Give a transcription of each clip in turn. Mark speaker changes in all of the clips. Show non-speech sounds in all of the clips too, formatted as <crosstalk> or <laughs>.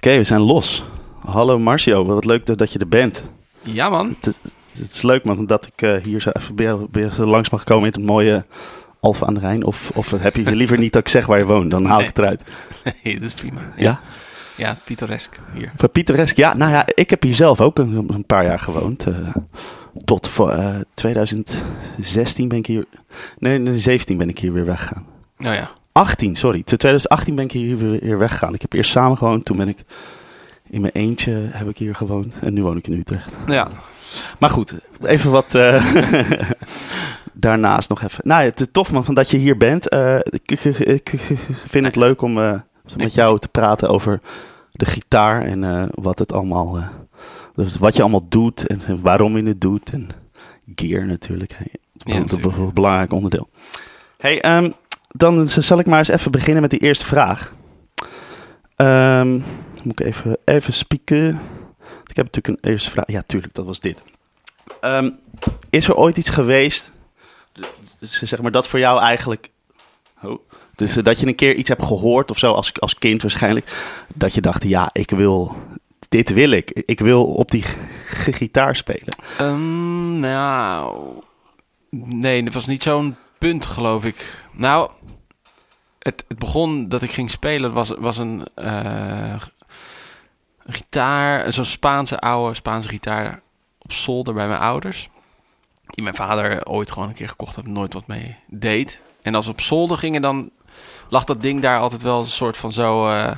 Speaker 1: we zijn los. Hallo Marcio, wat leuk dat- dat je er bent.
Speaker 2: Ja, <laughs> man.
Speaker 1: Het, het- het is leuk man, dat ik eh, hier zo even bij jou- bij jou zo langs mag komen in het mooie Alfa aan de Rijn. Of, of heb je liever niet dat ik zeg waar je woont, dan haal ik het eruit.
Speaker 2: Nee, dat is prima.
Speaker 1: Ja?
Speaker 2: Ja, pittoresk hier.
Speaker 1: Voor pittoresk, ja. Nou ja, ik heb hier zelf ook een, een paar jaar gewoond. eh, tot voor, eh, 2016 ben ik hier... Nee, nee, 17 ben ik hier weer weggegaan.
Speaker 2: Nou ja.
Speaker 1: 18, sorry. Tot 2018 ben ik hier weer- weer weggegaan. Ik heb eerst samen gewoond. Toen ben ik in mijn eentje heb ik hier gewoond. En nu woon ik in Utrecht.
Speaker 2: Nou ja.
Speaker 1: Maar goed, even wat eh, <laughs> daarnaast nog even. Nou, het is tof man, van dat je hier bent. Eh, ik, ik- ik- ik- ik vind het leuk om eh, met jou te praten over de gitaar. En eh, wat het allemaal... eh, dus wat je allemaal doet en, en waarom je het doet. En gear natuurlijk. hè.
Speaker 2: Ja,
Speaker 1: Dat- dat is
Speaker 2: natuurlijk.
Speaker 1: een belangrijk onderdeel. hey, ehm, dan z- zal ik maar eens even beginnen met de eerste vraag. Ehm, moet ik even, even spieken. Ik heb natuurlijk een eerste vraag. Ja, tuurlijk, dat was dit. Ehm, is er ooit iets geweest, dus zeg maar, dat voor jou eigenlijk... Oh, dus eh, dat je een keer iets hebt gehoord of zo, als, als kind waarschijnlijk, dat je dacht, ja, ik wil... Dit wil ik. Ik wil op die g- g- gitaar spelen.
Speaker 2: Ehm, nou. Nee, dat was niet zo'n punt, geloof ik. Nou, het, het begon dat ik ging spelen. was, was een eh, g- gitaar, zo'n Spaanse oude Spaanse gitaar op zolder bij mijn ouders. Die mijn vader ooit gewoon een keer gekocht had, nooit wat mee deed. En als we op zolder gingen, dan lag dat ding daar altijd wel een soort van zo eh,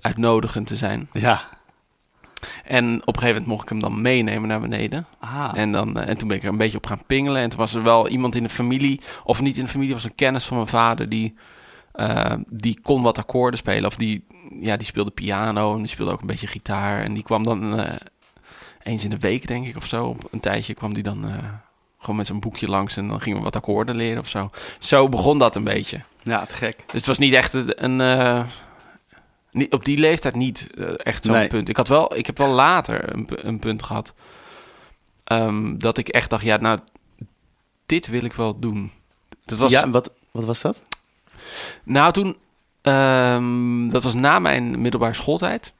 Speaker 2: uitnodigend te zijn.
Speaker 1: Ja.
Speaker 2: En op een gegeven moment mocht ik hem dan meenemen naar beneden.
Speaker 1: Ah.
Speaker 2: En, dan, eh, en toen ben ik er een beetje op gaan pingelen. En toen was er wel iemand in de familie, of niet in de familie, was een kennis van mijn vader die, eh, die kon wat akkoorden spelen. Of die, ja, die speelde piano en die speelde ook een beetje gitaar. En die kwam dan eh, eens in de week, denk ik, of zo. Op een tijdje kwam die dan eh, gewoon met zijn boekje langs en dan gingen we wat akkoorden leren of zo. Zo begon dat een beetje.
Speaker 1: Ja, te gek.
Speaker 2: Dus het was niet echt een. een, eh, niet, op die leeftijd niet eh, echt zo'n
Speaker 1: Nee.
Speaker 2: punt. Ik, had wel, ik heb wel later een, pu- een punt gehad. ehm, dat ik echt dacht, ja, nou, dit wil ik wel doen. Dat was,
Speaker 1: Ja, en wat, wat was dat?
Speaker 2: Nou, toen. ehm, dat was na mijn middelbare schooltijd.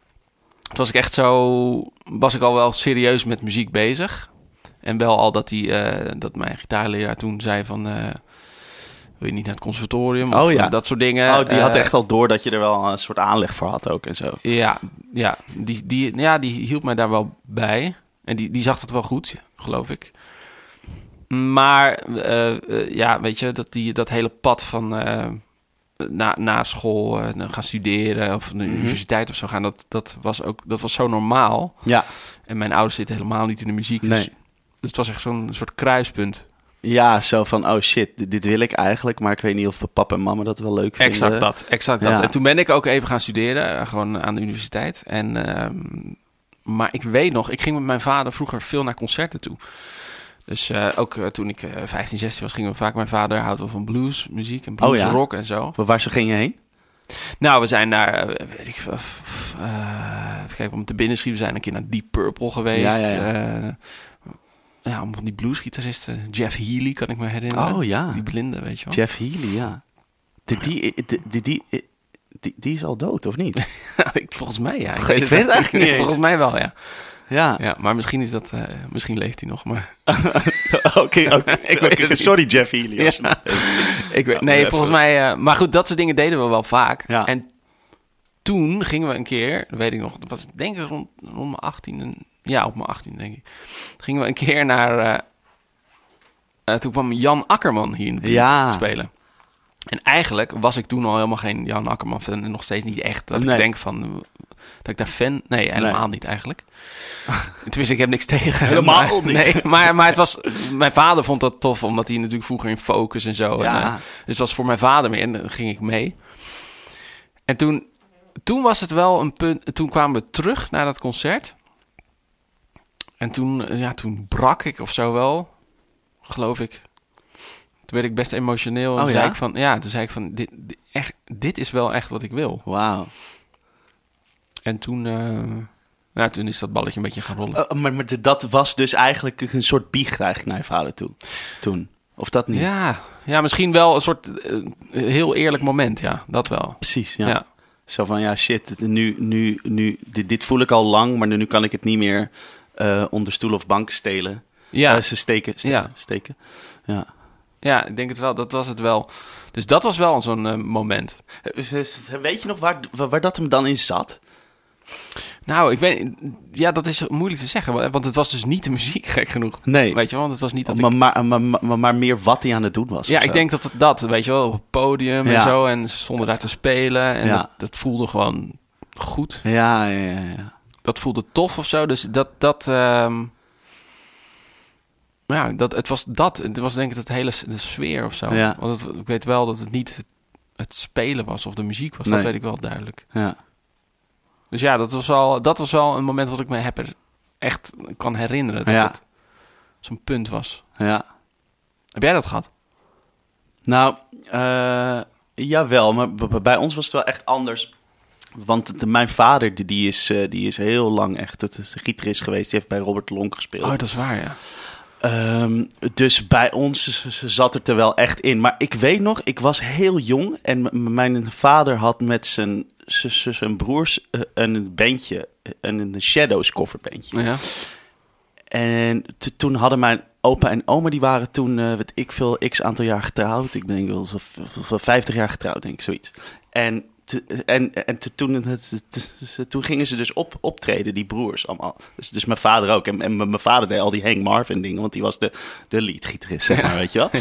Speaker 2: Toen was ik echt zo. Was ik al wel serieus met muziek bezig. En wel al dat, die, eh, dat mijn gitaarleraar toen zei van. eh, wil je niet naar het conservatorium?
Speaker 1: Oh
Speaker 2: of,
Speaker 1: ja.
Speaker 2: eh, Dat soort dingen.
Speaker 1: oh, die had
Speaker 2: Eh,
Speaker 1: echt al door dat je er wel een soort aanleg voor had ook en zo.
Speaker 2: Ja, ja. Die, die, ja, die hielp mij daar wel bij. En die, die zag dat wel goed, geloof ik. Maar eh, eh, ja, weet je, dat, die, dat hele pad van eh, na, na school eh, nou, gaan studeren of naar de
Speaker 1: Mhm.
Speaker 2: universiteit of zo gaan, dat, dat, was ook, dat was zo normaal.
Speaker 1: Ja.
Speaker 2: En mijn ouders zitten helemaal niet in de muziek. Dus,
Speaker 1: Nee.
Speaker 2: dus het was echt zo'n soort kruispunt.
Speaker 1: Ja, zo van, oh shit, dit, dit wil ik eigenlijk, maar ik weet niet of papa en mama dat wel leuk vinden.
Speaker 2: Exact dat, exact dat.
Speaker 1: eh, Ja.
Speaker 2: En toen ben ik ook even gaan studeren, eh, gewoon aan de universiteit. En, ehm, maar ik weet nog, ik ging met mijn vader vroeger veel naar concerten toe. Dus eh, ook eh, toen ik eh, 15, 16 was, gingen we vaak... Mijn vader houdt wel van bluesmuziek en
Speaker 1: Oh ja.
Speaker 2: bluesrock en zo.
Speaker 1: Waar ze gingen heen?
Speaker 2: Nou, we zijn naar, eh, weet ik veel, f- f- eh, even kijken, om te binnen schieten. We zijn een keer naar Deep Purple geweest.
Speaker 1: Ja, ja, ja.
Speaker 2: Eh, ja, om van die bluesgitaristen. Jeff Healy kan ik me herinneren.
Speaker 1: Oh ja,
Speaker 2: Die blinde, weet je wel.
Speaker 1: Jeff Healy, ja. Die, die, die, die, die, die, die is al dood, of niet?
Speaker 2: ik, Nou, volgens mij, ja.
Speaker 1: <laughs> Ik weet het
Speaker 2: <laughs>
Speaker 1: eigenlijk niet eens.
Speaker 2: Volgens mij wel, ja.
Speaker 1: <laughs> Ja,
Speaker 2: Ja, maar misschien is dat, eh, misschien leeft hij nog, maar
Speaker 1: oké. <laughs> <laughs> oké.
Speaker 2: Ik weet het niet.
Speaker 1: Sorry Jeff Healy. als je-
Speaker 2: Ja. ik weet,
Speaker 1: maar
Speaker 2: nee,
Speaker 1: even-
Speaker 2: volgens mij, eh, maar goed, dat soort dingen deden we wel vaak.
Speaker 1: Ja.
Speaker 2: En toen gingen we een keer, dat weet ik nog, dat was denk ik rond, rond mijn 18 ja, op mijn 18 denk ik, gingen we een keer naar, eh, eh, toen kwam Jan Akkerman hier in de buurt
Speaker 1: Ja.
Speaker 2: spelen. En eigenlijk was ik toen al helemaal geen Jan Akkerman fan en nog steeds niet echt. Dat
Speaker 1: Nee.
Speaker 2: ik denk van, eh, dat ik daar fan, nee, helemaal niet eigenlijk. <laughs> Tenminste, ik heb niks tegen. hem,
Speaker 1: Helemaal
Speaker 2: maar-
Speaker 1: niet.
Speaker 2: Nee, maar, maar het was, mijn vader vond dat tof, omdat hij natuurlijk vroeger in focus en zo. En, eh,
Speaker 1: Ja,
Speaker 2: dus het was voor mijn vader mee en dan ging ik mee. En toen, toen was het wel een punt. Toen kwamen we terug naar dat concert. En toen, eh, ja, toen brak ik of zo wel, geloof ik. Toen werd ik best emotioneel. En
Speaker 1: Oh,
Speaker 2: toen
Speaker 1: ja?
Speaker 2: zei ik van, ja, toen zei ik van, dit, dit- echt, dit is wel echt wat ik wil.
Speaker 1: wauw.
Speaker 2: En toen, eh, nou, toen is dat balletje een beetje gaan rollen.
Speaker 1: Eh, maar, maar dat was dus eigenlijk een soort biecht eigenlijk naar je vader toe, toen. Of dat niet?
Speaker 2: Ja, ja, misschien wel een soort eh, heel eerlijk moment, ja, dat wel.
Speaker 1: Precies,
Speaker 2: Ja.
Speaker 1: ja. Zo van, ja shit, nu, nu, nu, dit, dit voel ik al lang, maar nu kan ik het niet meer eh, onder stoel of bank stelen.
Speaker 2: Ja,
Speaker 1: Eh, ze steken, steken,
Speaker 2: Ja.
Speaker 1: steken. Ja.
Speaker 2: ja, ik denk het wel. Dat was het wel. Dus dat was wel zo'n eh, moment.
Speaker 1: Eh, Weet je nog waar, waar, waar dat hem dan in zat?
Speaker 2: Nou, ik weet... Ja, dat is moeilijk te zeggen. wa- Want het was dus niet de muziek, <laughs> gek genoeg.
Speaker 1: Nee,
Speaker 2: Weet je wel? Want het was niet dat ik...
Speaker 1: maar, maar, maar, maar, maar meer wat hij aan het doen was.
Speaker 2: Ja,
Speaker 1: of
Speaker 2: ik
Speaker 1: zo.
Speaker 2: denk dat het dat, weet je wel, op het podium en
Speaker 1: Ja.
Speaker 2: zo. En ze stonden daar te spelen. En
Speaker 1: Ja.
Speaker 2: dat, dat voelde gewoon goed.
Speaker 1: Ja, ja, ja, ja.
Speaker 2: Dat voelde tof of zo. Dus dat... dat ehm, ja, dat, het was dat. Het was denk ik dat hele s- de sfeer of zo.
Speaker 1: Ja.
Speaker 2: Want het- ik weet wel dat het niet het, het spelen was of de muziek was.
Speaker 1: Nee.
Speaker 2: Dat weet ik wel duidelijk.
Speaker 1: ja.
Speaker 2: Dus ja, dat was wel, dat was wel een moment wat ik me heb er echt kan herinneren. Dat
Speaker 1: Ja.
Speaker 2: het zo'n punt was.
Speaker 1: ja.
Speaker 2: Heb jij dat gehad?
Speaker 1: Nou, eh, jawel, maar b- b- bij ons was het wel echt anders. Want het- mijn vader, die, die, is, eh, die is heel lang echt het is een gitarist geweest. Die heeft bij Robert Long gespeeld.
Speaker 2: Oh, dat is waar, ja.
Speaker 1: Ehm, dus bij ons z- zat het er wel echt in. Maar ik weet nog, ik was heel jong. En m- mijn vader had met zijn, z- z- zijn broers eh, een bandje. eh, Een, een Shadows coverbandje.
Speaker 2: ja.
Speaker 1: En t- toen hadden mijn opa en oma, die waren toen, eh weet ik veel, x aantal jaar getrouwd. Ik denk wel zo v- v- 50 jaar getrouwd, denk ik, zoiets. En, t- en, en t- toen, het- t- t- toen gingen ze dus op, optreden, die broers allemaal. Dus, dus mijn vader ook. En, en mijn mijn vader deed al die Hank Marvin dingen, want die was de, de leadgitarist, zeg maar, weet je wel. <laughs>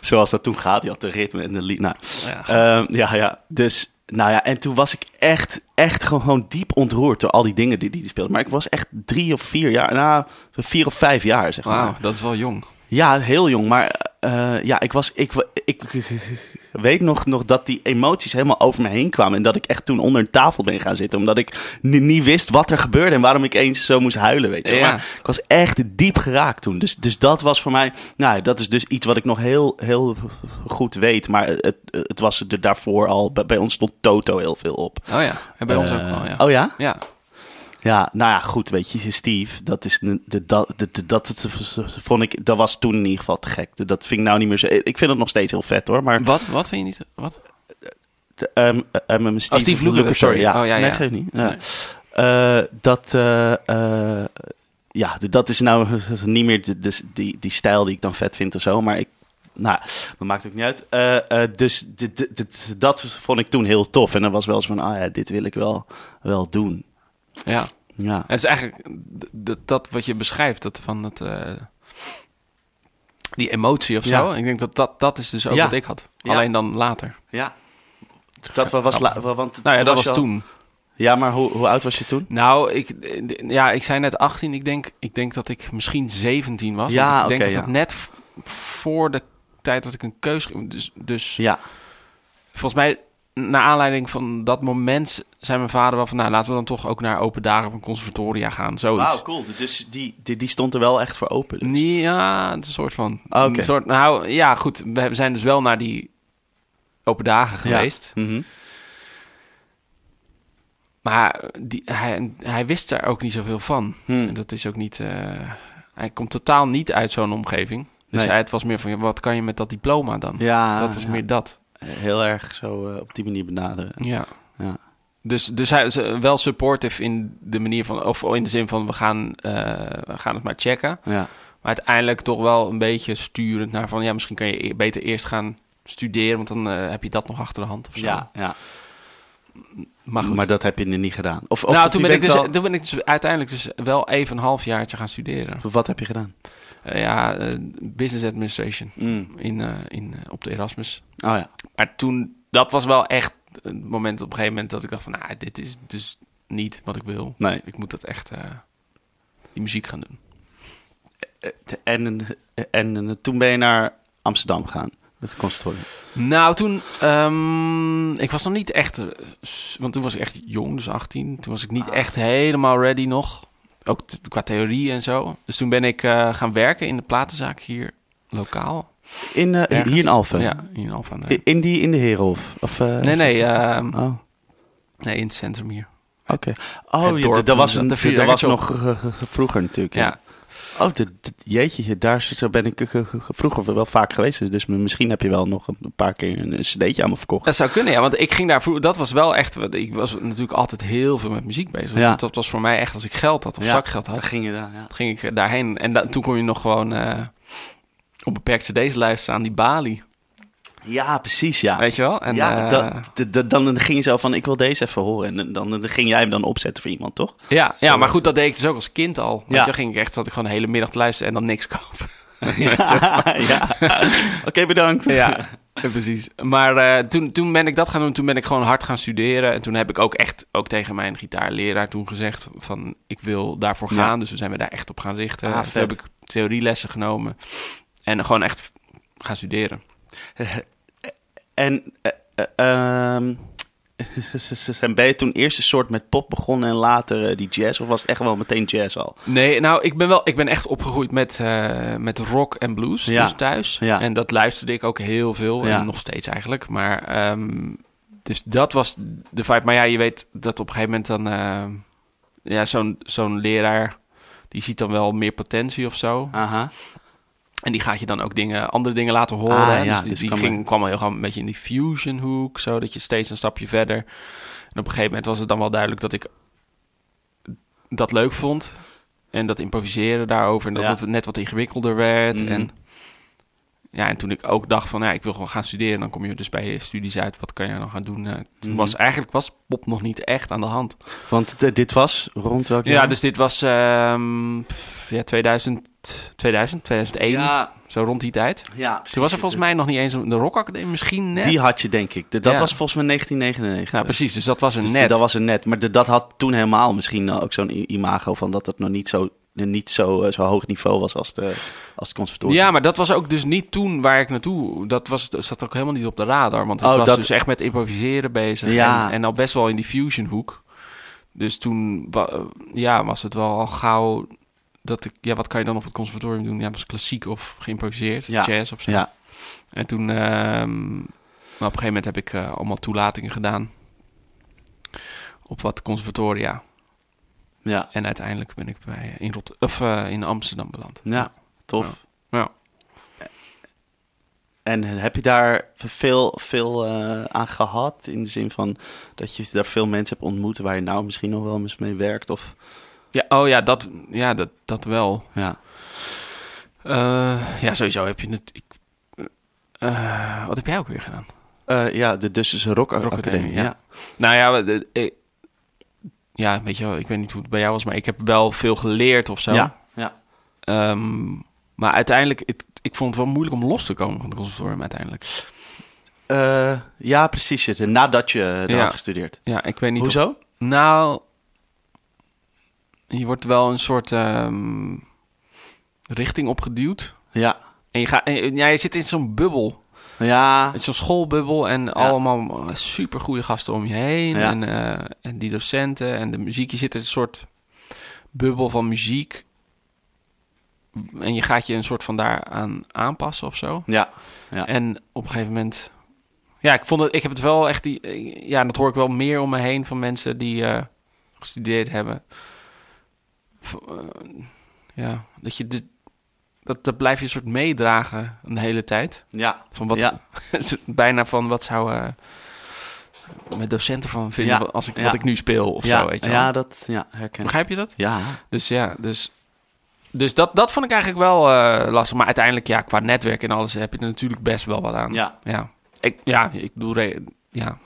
Speaker 1: Zoals dat toen gaat, die had de ritme en de lied. Nou,
Speaker 2: ja.
Speaker 1: Ehm, ja, ja. Dus, nou ja, en toen was ik echt, echt gewoon diep ontroerd door al die dingen die die die speelde. Maar ik was echt drie of vier jaar, nou, vier of vijf jaar, zeg maar.
Speaker 2: Wauw, dat is wel jong.
Speaker 1: Ja, heel jong. Maar eh, ja, ik was, ik, wa- ik, weet nog, nog dat die emoties helemaal over me heen kwamen. En dat ik echt toen onder een tafel ben gaan zitten. Omdat ik ni- niet wist wat er gebeurde en waarom ik eens zo moest huilen, weet je. wel.
Speaker 2: Ja.
Speaker 1: Maar ik was echt diep geraakt toen. Dus, dus dat was voor mij, nou, dat is dus iets wat ik nog heel, heel goed weet. Maar het, het was er daarvoor al, bij, bij ons stond Toto heel veel op.
Speaker 2: Oh ja, en bij ons ook
Speaker 1: Eh,
Speaker 2: wel, ja.
Speaker 1: Oh ja?
Speaker 2: Ja,
Speaker 1: Ja, nou ja, goed, weet je, Steve, dat is de, de, dat- de, de- dat het- vond ik, dat was toen in ieder geval te gek. De- Dat vind ik nou niet meer zo. Ik vind het nog steeds heel vet hoor, maar
Speaker 2: wat, wat vind je niet? Wat?
Speaker 1: de, ehm, ehm, ehm, Steve,
Speaker 2: Steve Lukather, sorry.
Speaker 1: ja,
Speaker 2: Oh, ja,
Speaker 1: nee,
Speaker 2: ja.
Speaker 1: geeft niet. Ja.
Speaker 2: Nee.
Speaker 1: Eh, dat, eh, eh, ja, de- dat is nou <laughs> niet meer de, de- die, die stijl die ik dan vet vind of zo, maar ik, nou, dat maakt ook niet uit. Eh, eh, dus de, de, de- dat vond ik toen heel tof en dan was wel eens van, ah ja, dit wil ik wel, wel doen.
Speaker 2: Ja,
Speaker 1: Ja,
Speaker 2: het is eigenlijk d- d- dat wat je beschrijft, dat van het... eh, die emotie of
Speaker 1: Ja.
Speaker 2: zo. Ik denk dat dat, dat is dus ook
Speaker 1: Ja.
Speaker 2: wat ik had.
Speaker 1: Ja.
Speaker 2: Alleen dan later.
Speaker 1: ja. Dat wa- was, la- wa- want
Speaker 2: Nou ja, dat
Speaker 1: je
Speaker 2: was
Speaker 1: al-
Speaker 2: toen.
Speaker 1: Ja, maar hoe, hoe oud was je toen?
Speaker 2: Nou, ik, ja, ik zei net 18. Ik denk, ik denk dat ik misschien 17 was.
Speaker 1: Ja,
Speaker 2: Want ik denk
Speaker 1: oké,
Speaker 2: dat
Speaker 1: ja.
Speaker 2: het net v- voor de tijd dat ik een keus... Dus, dus
Speaker 1: Ja,
Speaker 2: volgens mij, naar aanleiding van dat moment... zei mijn vader wel van... Nou, laten we dan toch ook naar open dagen van conservatoria gaan. Zoiets.
Speaker 1: wauw, cool. Dus die, die, die stond er wel echt voor open. dus.
Speaker 2: Ja, een soort van.
Speaker 1: Oké.
Speaker 2: Een soort, nou, ja, goed. We we zijn dus wel naar die open dagen
Speaker 1: Ja.
Speaker 2: geweest.
Speaker 1: Mhm.
Speaker 2: Maar die, hij, hij wist daar ook niet zoveel van.
Speaker 1: Hmm.
Speaker 2: En dat is ook niet. eh, hij komt totaal niet uit zo'n omgeving. Dus
Speaker 1: Nee.
Speaker 2: hij, het was meer van: ja, wat kan je met dat diploma dan?
Speaker 1: Ja,
Speaker 2: dat was
Speaker 1: ja.
Speaker 2: meer dat.
Speaker 1: heel erg zo eh, op die manier benaderen.
Speaker 2: Ja.
Speaker 1: Ja.
Speaker 2: Dus, dus hij is eh, wel supportive in de manier van, of in de zin van: we gaan, eh, we gaan het maar checken.
Speaker 1: Ja,
Speaker 2: Maar uiteindelijk toch wel een beetje sturend naar van: ja, misschien kan je e- beter eerst gaan studeren, want dan eh, heb je dat nog achter de hand of zo.
Speaker 1: ja, ja.
Speaker 2: Maar goed.
Speaker 1: maar dat heb je nu niet gedaan. Of, of
Speaker 2: nou,
Speaker 1: je
Speaker 2: toen ben, ik dus,
Speaker 1: bent wel-
Speaker 2: toen ben ik dus uiteindelijk dus wel even een half jaartje gaan studeren.
Speaker 1: Wat heb je gedaan?
Speaker 2: Eh, ja, eh, business administration
Speaker 1: Mm.
Speaker 2: in, eh, in, eh, op de Erasmus.
Speaker 1: Oh ja,
Speaker 2: Maar toen, dat was wel echt een moment op een gegeven moment dat ik dacht van... Nou, dit is dus niet wat ik wil.
Speaker 1: nee.
Speaker 2: Ik moet dat echt, eh, die muziek gaan doen.
Speaker 1: Eh, En, en, en toen ben je naar Amsterdam gegaan. Het conservatorium.
Speaker 2: Nou, toen, ehm, ik was nog niet echt... eh, s- Want toen was ik echt jong, dus 18. Toen was ik niet
Speaker 1: Ah.
Speaker 2: echt helemaal ready nog. Ook t- qua theorie en zo. Dus toen ben ik eh, gaan werken in de platenzaak hier lokaal.
Speaker 1: In, eh,
Speaker 2: Ergens.
Speaker 1: hier in Alphen?
Speaker 2: Ja, in Alphen. aan de Rijn.
Speaker 1: I- In, die, in de Herenhof? Of, eh,
Speaker 2: Nee, nee,
Speaker 1: is dat-
Speaker 2: ehm,
Speaker 1: oh,
Speaker 2: nee, in het centrum hier.
Speaker 1: oké. Oh, ja,
Speaker 2: dorp
Speaker 1: d- dat was,
Speaker 2: en
Speaker 1: een,
Speaker 2: dat-
Speaker 1: dat was
Speaker 2: dat-
Speaker 1: nog eh, eh, vroeger natuurlijk.
Speaker 2: Ja.
Speaker 1: Oh, dit, dit- jeetje, daar zit- zo ben ik eh, ge- ge- vroeger wel vaak geweest. Dus misschien heb je wel nog een paar keer een, een cd'tje aan me verkocht.
Speaker 2: Dat zou kunnen, ja. Want ik ging daar vroeger... Dat was wel echt... want Ik was natuurlijk altijd heel veel met muziek bezig. Dus
Speaker 1: Ja.
Speaker 2: dat, dat was voor mij echt als ik geld had of
Speaker 1: Ja.
Speaker 2: zakgeld had.
Speaker 1: ging je daar, ja.
Speaker 2: ging ik daarheen. En da- toen kon je nog gewoon eh onbeperkt cd's luisteren aan die balie.
Speaker 1: Ja, precies, ja.
Speaker 2: Weet je wel? En,
Speaker 1: ja,
Speaker 2: eh,
Speaker 1: dat- dat- dat- dan ging je zo van, ik wil deze even horen. En dan, dan, ging jij hem dan opzetten voor iemand,
Speaker 2: <laughs>
Speaker 1: toch?
Speaker 2: ja, ja, maar
Speaker 1: was
Speaker 2: goed, dat deed ik dus ook als kind al. Weet
Speaker 1: Ja.
Speaker 2: je, dan ging ik echt, zat ik gewoon de hele middag te luisteren en dan niks <laughs> kopen.
Speaker 1: <laughs> ja.
Speaker 2: <laughs>
Speaker 1: Oké, <laughs> bedankt.
Speaker 2: Ja, <laughs> precies. Maar eh, toen, toen ben ik dat gaan doen. Toen ben ik gewoon hard gaan studeren. En toen heb ik ook echt ook tegen mijn gitaarleraar toen gezegd van... ik wil daarvoor
Speaker 1: Ja.
Speaker 2: gaan. Dus toen zijn we daar echt op gaan richten.
Speaker 1: Ah,
Speaker 2: toen
Speaker 1: vet.
Speaker 2: heb ik theorielessen genomen. En gewoon echt gaan studeren.
Speaker 1: En, eh, eh, ehm, <laughs> en ben je toen eerst een soort met pop begonnen en later eh, die jazz? Of was het echt wel meteen jazz al?
Speaker 2: Nee, nou, ik ben wel, ik ben echt opgegroeid met, eh, met rock en blues,
Speaker 1: Ja.
Speaker 2: dus thuis.
Speaker 1: Ja.
Speaker 2: En dat luisterde ik ook heel veel,
Speaker 1: Ja.
Speaker 2: en nog steeds eigenlijk. Maar, ehm, dus dat was de vibe. Maar ja, je weet dat op een gegeven moment dan, eh, ja, zo'n zo'n leraar, die ziet dan wel meer potentie of zo.
Speaker 1: Aha.
Speaker 2: En die gaat je dan ook dingen, andere dingen laten horen.
Speaker 1: Ah,
Speaker 2: hè.
Speaker 1: ja,
Speaker 2: dus die,
Speaker 1: dus
Speaker 2: die
Speaker 1: kan
Speaker 2: ging,
Speaker 1: maar-
Speaker 2: kwam al heel gauw een beetje in die fusion hoek, zo dat je steeds een stapje verder. En op een gegeven moment was het dan wel duidelijk dat ik dat leuk vond. En dat improviseren daarover. En dat
Speaker 1: Ja.
Speaker 2: het net wat ingewikkelder werd.
Speaker 1: Mhm.
Speaker 2: En, ja, en toen ik ook dacht van, ja, ik wil gewoon gaan studeren. Dan kom je dus bij je studies uit. Wat kan je dan gaan doen? Eh, toen
Speaker 1: Mhm.
Speaker 2: was eigenlijk was pop nog niet echt aan de hand.
Speaker 1: Want eh, dit was rond welk
Speaker 2: Ja,
Speaker 1: jaar?
Speaker 2: dus dit was ehm, pff, ja, 2000, 2000, 2001.
Speaker 1: Ja,
Speaker 2: Zo rond die tijd.
Speaker 1: ja,
Speaker 2: Toen was er volgens mij nog niet eens een de rockacademie, misschien net.
Speaker 1: Die had je, denk ik. De- dat
Speaker 2: Ja.
Speaker 1: was volgens mij 1999.
Speaker 2: nou, precies, dus dat was een
Speaker 1: Dus
Speaker 2: net.
Speaker 1: dat was een net. Maar de- dat had toen helemaal misschien eh, ook zo'n i- imago van dat het nog niet zo, niet zo, eh, zo hoog niveau was als, de, als het conservatorium.
Speaker 2: ja, maar dat was ook dus niet toen waar ik naartoe... Dat was, dat zat ook helemaal niet op de radar. Want ik
Speaker 1: Oh,
Speaker 2: was
Speaker 1: dat-
Speaker 2: dus echt met improviseren bezig.
Speaker 1: Ja.
Speaker 2: En, en al best wel in die fusion hoek. Dus toen wa- ja, was het wel al gauw dat ik... Ja, wat kan je dan op het conservatorium doen? Ja, was klassiek of geïmproviseerd,
Speaker 1: Ja.
Speaker 2: jazz of zo.
Speaker 1: Ja.
Speaker 2: En toen... ehm, maar op een gegeven moment heb ik eh, allemaal toelatingen gedaan. Op wat conservatoria.
Speaker 1: Ja,
Speaker 2: En uiteindelijk ben ik bij, in, Rot of, eh, in Amsterdam beland.
Speaker 1: ja, tof.
Speaker 2: Ja. Ja.
Speaker 1: En heb je daar veel, veel eh, aan gehad? In de zin van dat je daar veel mensen hebt ontmoet waar je nou misschien nog wel eens mee werkt? Of,
Speaker 2: Ja, oh ja, dat, ja, dat, dat wel.
Speaker 1: ja.
Speaker 2: Eh, ja, sowieso heb je het... Ik, eh, wat heb jij ook weer gedaan?
Speaker 1: Eh, ja, de Dusselse Rock,
Speaker 2: Rock
Speaker 1: Academie.
Speaker 2: Academie,
Speaker 1: ja.
Speaker 2: ja. Nou ja, we- de- ik, ja, weet je wel, ik weet niet hoe het bij jou was, maar ik heb wel veel geleerd of zo.
Speaker 1: Ja, ja.
Speaker 2: Ehm, maar uiteindelijk, ik, ik vond het wel moeilijk om los te komen van het conservatorium uiteindelijk.
Speaker 1: Eh, ja, precies. het- Nadat je daar
Speaker 2: Ja.
Speaker 1: had gestudeerd.
Speaker 2: Ja, ik weet niet of-
Speaker 1: Hoezo?
Speaker 2: Nou, je wordt wel een soort ehm, richting opgeduwd.
Speaker 1: Ja.
Speaker 2: En je, gaat, en- ja, je zit in zo'n bubbel.
Speaker 1: Ja.
Speaker 2: Het is Zo'n schoolbubbel en allemaal eh, supergoeie gasten om je heen.
Speaker 1: Ja.
Speaker 2: En, eh, en die docenten en de muziek. Je zit in een soort bubbel van muziek. En je gaat je een soort van daaraan aanpassen of zo.
Speaker 1: Ja. Ja.
Speaker 2: En op een gegeven moment... Ja, ik, vond het, ik heb het wel echt... Die, eh, ja, dat hoor ik wel meer om me heen van mensen die eh, gestudeerd hebben. V- eh, ja, dat je... dit- dat, dat blijf je een soort meedragen een hele tijd.
Speaker 1: Ja.
Speaker 2: Van wat,
Speaker 1: Ja.
Speaker 2: <laughs> bijna van wat zou eh, mijn docenten van vinden
Speaker 1: Ja,
Speaker 2: wat- als ik,
Speaker 1: ja.
Speaker 2: wat ik nu speel of
Speaker 1: ja.
Speaker 2: zo, weet je wel.
Speaker 1: ja, dat ja, herken ik.
Speaker 2: Begrijp je dat?
Speaker 1: Ja.
Speaker 2: Dus ja, dus, dus dat, dat vond ik eigenlijk wel eh, lastig. Maar uiteindelijk, ja, qua netwerk en alles heb je er natuurlijk best wel wat aan.
Speaker 1: Ja.
Speaker 2: Ja, ik, ja, ik bedoel, re- ja,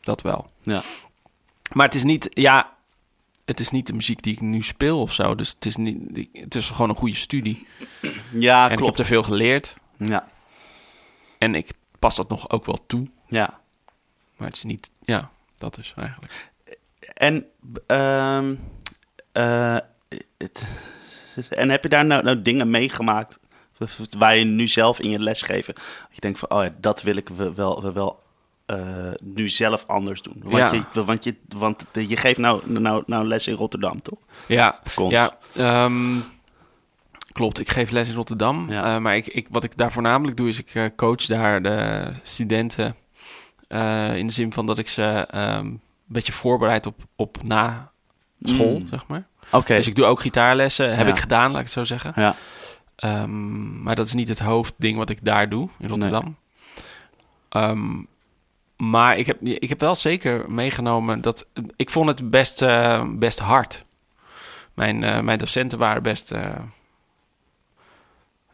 Speaker 2: dat wel.
Speaker 1: Ja.
Speaker 2: Maar het is niet, ja, het is niet de muziek die ik nu speel of zo. Dus het is, niet, het is gewoon een goede studie.
Speaker 1: Ja,
Speaker 2: en ik heb
Speaker 1: Ah, klopt.
Speaker 2: er veel geleerd.
Speaker 1: Ja.
Speaker 2: En ik pas dat nog ook wel toe.
Speaker 1: Ja.
Speaker 2: Maar het is niet, ja, dat is eigenlijk.
Speaker 1: En ehm, eh, het, en heb je daar nou, nou dingen meegemaakt waar je nu zelf in je lesgeven dat je denkt van oh ja, dat wil ik we- wel we- wel eh, nu zelf anders doen. Want
Speaker 2: Ja.
Speaker 1: je want je want de- je geeft nou nou nou les in Rotterdam toch?
Speaker 2: Ja,
Speaker 1: Kont.
Speaker 2: Ja, ehm, klopt. Ik geef les in Rotterdam.
Speaker 1: Ja.
Speaker 2: Eh, maar ik, ik, wat ik daar voornamelijk doe, is ik eh, coach daar de studenten. eh, in de zin van dat ik ze ehm, een beetje voorbereid op, op na school,
Speaker 1: Mm.
Speaker 2: zeg maar.
Speaker 1: Oké.
Speaker 2: Dus ik doe ook gitaarlessen. Heb
Speaker 1: Ja.
Speaker 2: ik gedaan, laat ik het zo zeggen.
Speaker 1: Ja.
Speaker 2: Ehm, maar dat is niet het hoofdding wat ik daar doe, in Rotterdam. Ehm, maar ik heb, ik heb wel zeker meegenomen dat... Ik vond het best, eh, best hard. Mijn, eh, mijn docenten waren best... eh,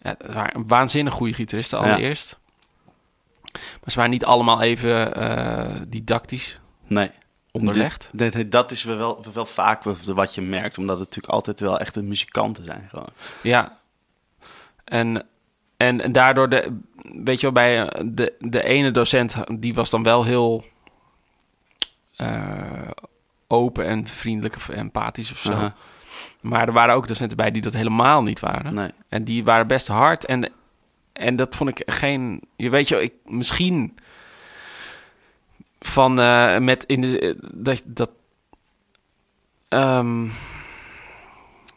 Speaker 2: ja, het waren waanzinnig goede gitaristen
Speaker 1: Ja.
Speaker 2: allereerst. Maar ze waren niet allemaal even eh, didactisch
Speaker 1: Nee.
Speaker 2: onderlegd.
Speaker 1: Nee, nee, dat is wel, wel vaak wat je merkt, omdat het natuurlijk altijd wel echte muzikanten zijn. Gewoon.
Speaker 2: Ja. En, en, en daardoor, de, weet je wel, bij eh, de, de ene docent, die was dan wel heel eh, open en vriendelijk of empathisch of zo.
Speaker 1: Aha.
Speaker 2: Maar er waren ook docenten bij die dat helemaal niet waren.
Speaker 1: Nee.
Speaker 2: En die waren best hard. En, en dat vond ik geen. Je weet je, ik, misschien. Van. eh, met in de. eh, Dat. dat ehm,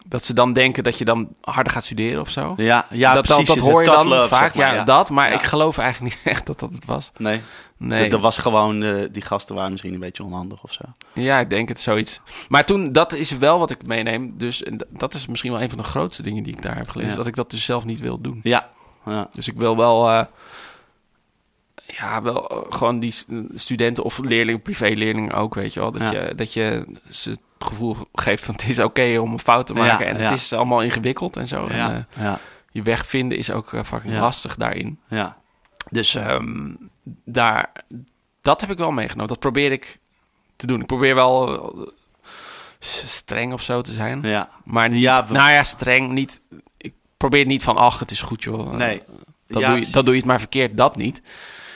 Speaker 2: dat ze dan denken dat je dan harder gaat studeren of zo.
Speaker 1: Ja, ja
Speaker 2: dat,
Speaker 1: precies.
Speaker 2: dat,
Speaker 1: je
Speaker 2: dat
Speaker 1: zegt
Speaker 2: hoor je
Speaker 1: tough
Speaker 2: dan
Speaker 1: love,
Speaker 2: vaak.
Speaker 1: zeg maar,
Speaker 2: ja, dat. Maar
Speaker 1: Ja.
Speaker 2: ik geloof eigenlijk niet <laughs> echt dat dat het was.
Speaker 1: Nee,
Speaker 2: Nee.
Speaker 1: Dat, dat was gewoon, eh, die gasten waren misschien een beetje onhandig of zo.
Speaker 2: Ja, ik denk het zoiets. Maar toen, dat is wel wat ik meeneem. Dus en d- dat is misschien wel een van de grootste dingen die ik daar heb gelezen.
Speaker 1: Ja.
Speaker 2: Dat ik dat dus zelf niet wil doen.
Speaker 1: Ja, ja.
Speaker 2: Dus ik wil wel, eh, ja, wel eh, gewoon die s- studenten of leerlingen, privéleerlingen ook, weet je wel. Dat,
Speaker 1: Ja.
Speaker 2: je, dat je ze het gevoel geeft van het is oké om een fout te
Speaker 1: Ja,
Speaker 2: maken. en
Speaker 1: ja.
Speaker 2: het is allemaal ingewikkeld en zo. En, eh,
Speaker 1: ja, ja,
Speaker 2: je weg vinden is ook eh, fucking
Speaker 1: Ja.
Speaker 2: lastig daarin.
Speaker 1: ja.
Speaker 2: Dus ehm, daar, dat heb ik wel meegenomen. Dat probeer ik te doen. Ik probeer wel eh, s- streng of zo te zijn.
Speaker 1: ja.
Speaker 2: Maar niet,
Speaker 1: Ja, we-
Speaker 2: nou ja, streng niet. Ik probeer niet van, ach, het is goed joh.
Speaker 1: Nee.
Speaker 2: Oh, Dat,
Speaker 1: Ja,
Speaker 2: doe je,
Speaker 1: precies.
Speaker 2: dat doe je het maar verkeerd, dat niet.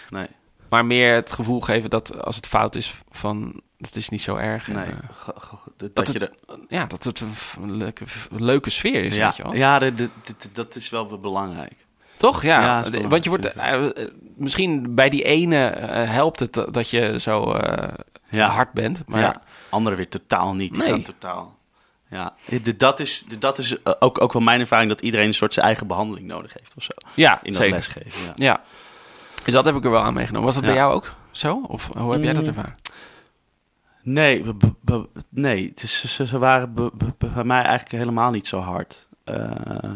Speaker 1: Nee.
Speaker 2: Maar meer het gevoel geven dat als het fout is, van het is niet zo erg. En,
Speaker 1: Nee,
Speaker 2: eh,
Speaker 1: Ge- ge- dat,
Speaker 2: dat
Speaker 1: dat je er...
Speaker 2: ja, dat het een, f- een leuke, een leuke sfeer is,
Speaker 1: Ja,
Speaker 2: weet je wel.
Speaker 1: ja de- de- de- de- dat is wel be- belangrijk.
Speaker 2: Toch? Ja.
Speaker 1: Ja, dat is
Speaker 2: De-
Speaker 1: belangrijk,
Speaker 2: want je wordt, eh, eh, misschien bij die ene eh, helpt het dat- dat je zo eh,
Speaker 1: Ja,
Speaker 2: hard bent. Maar
Speaker 1: ja. Anderen weer totaal niet. Die
Speaker 2: Nee.
Speaker 1: gaan totaal... Ja, de- dat is, de- dat is eh, ook, ook wel mijn ervaring dat iedereen een soort zijn eigen behandeling nodig heeft of zo.
Speaker 2: ja,
Speaker 1: In dat
Speaker 2: zeker.
Speaker 1: lesgeven. Ja.
Speaker 2: Ja. Dus dat heb ik er wel aan meegenomen. Was dat bij
Speaker 1: Ja.
Speaker 2: jou ook zo? Of hoe heb jij dat
Speaker 1: Mm.
Speaker 2: ervaren?
Speaker 1: Nee, b- b- b- nee het is, ze, ze waren b- b- b- bij mij eigenlijk helemaal niet zo hard. Eh,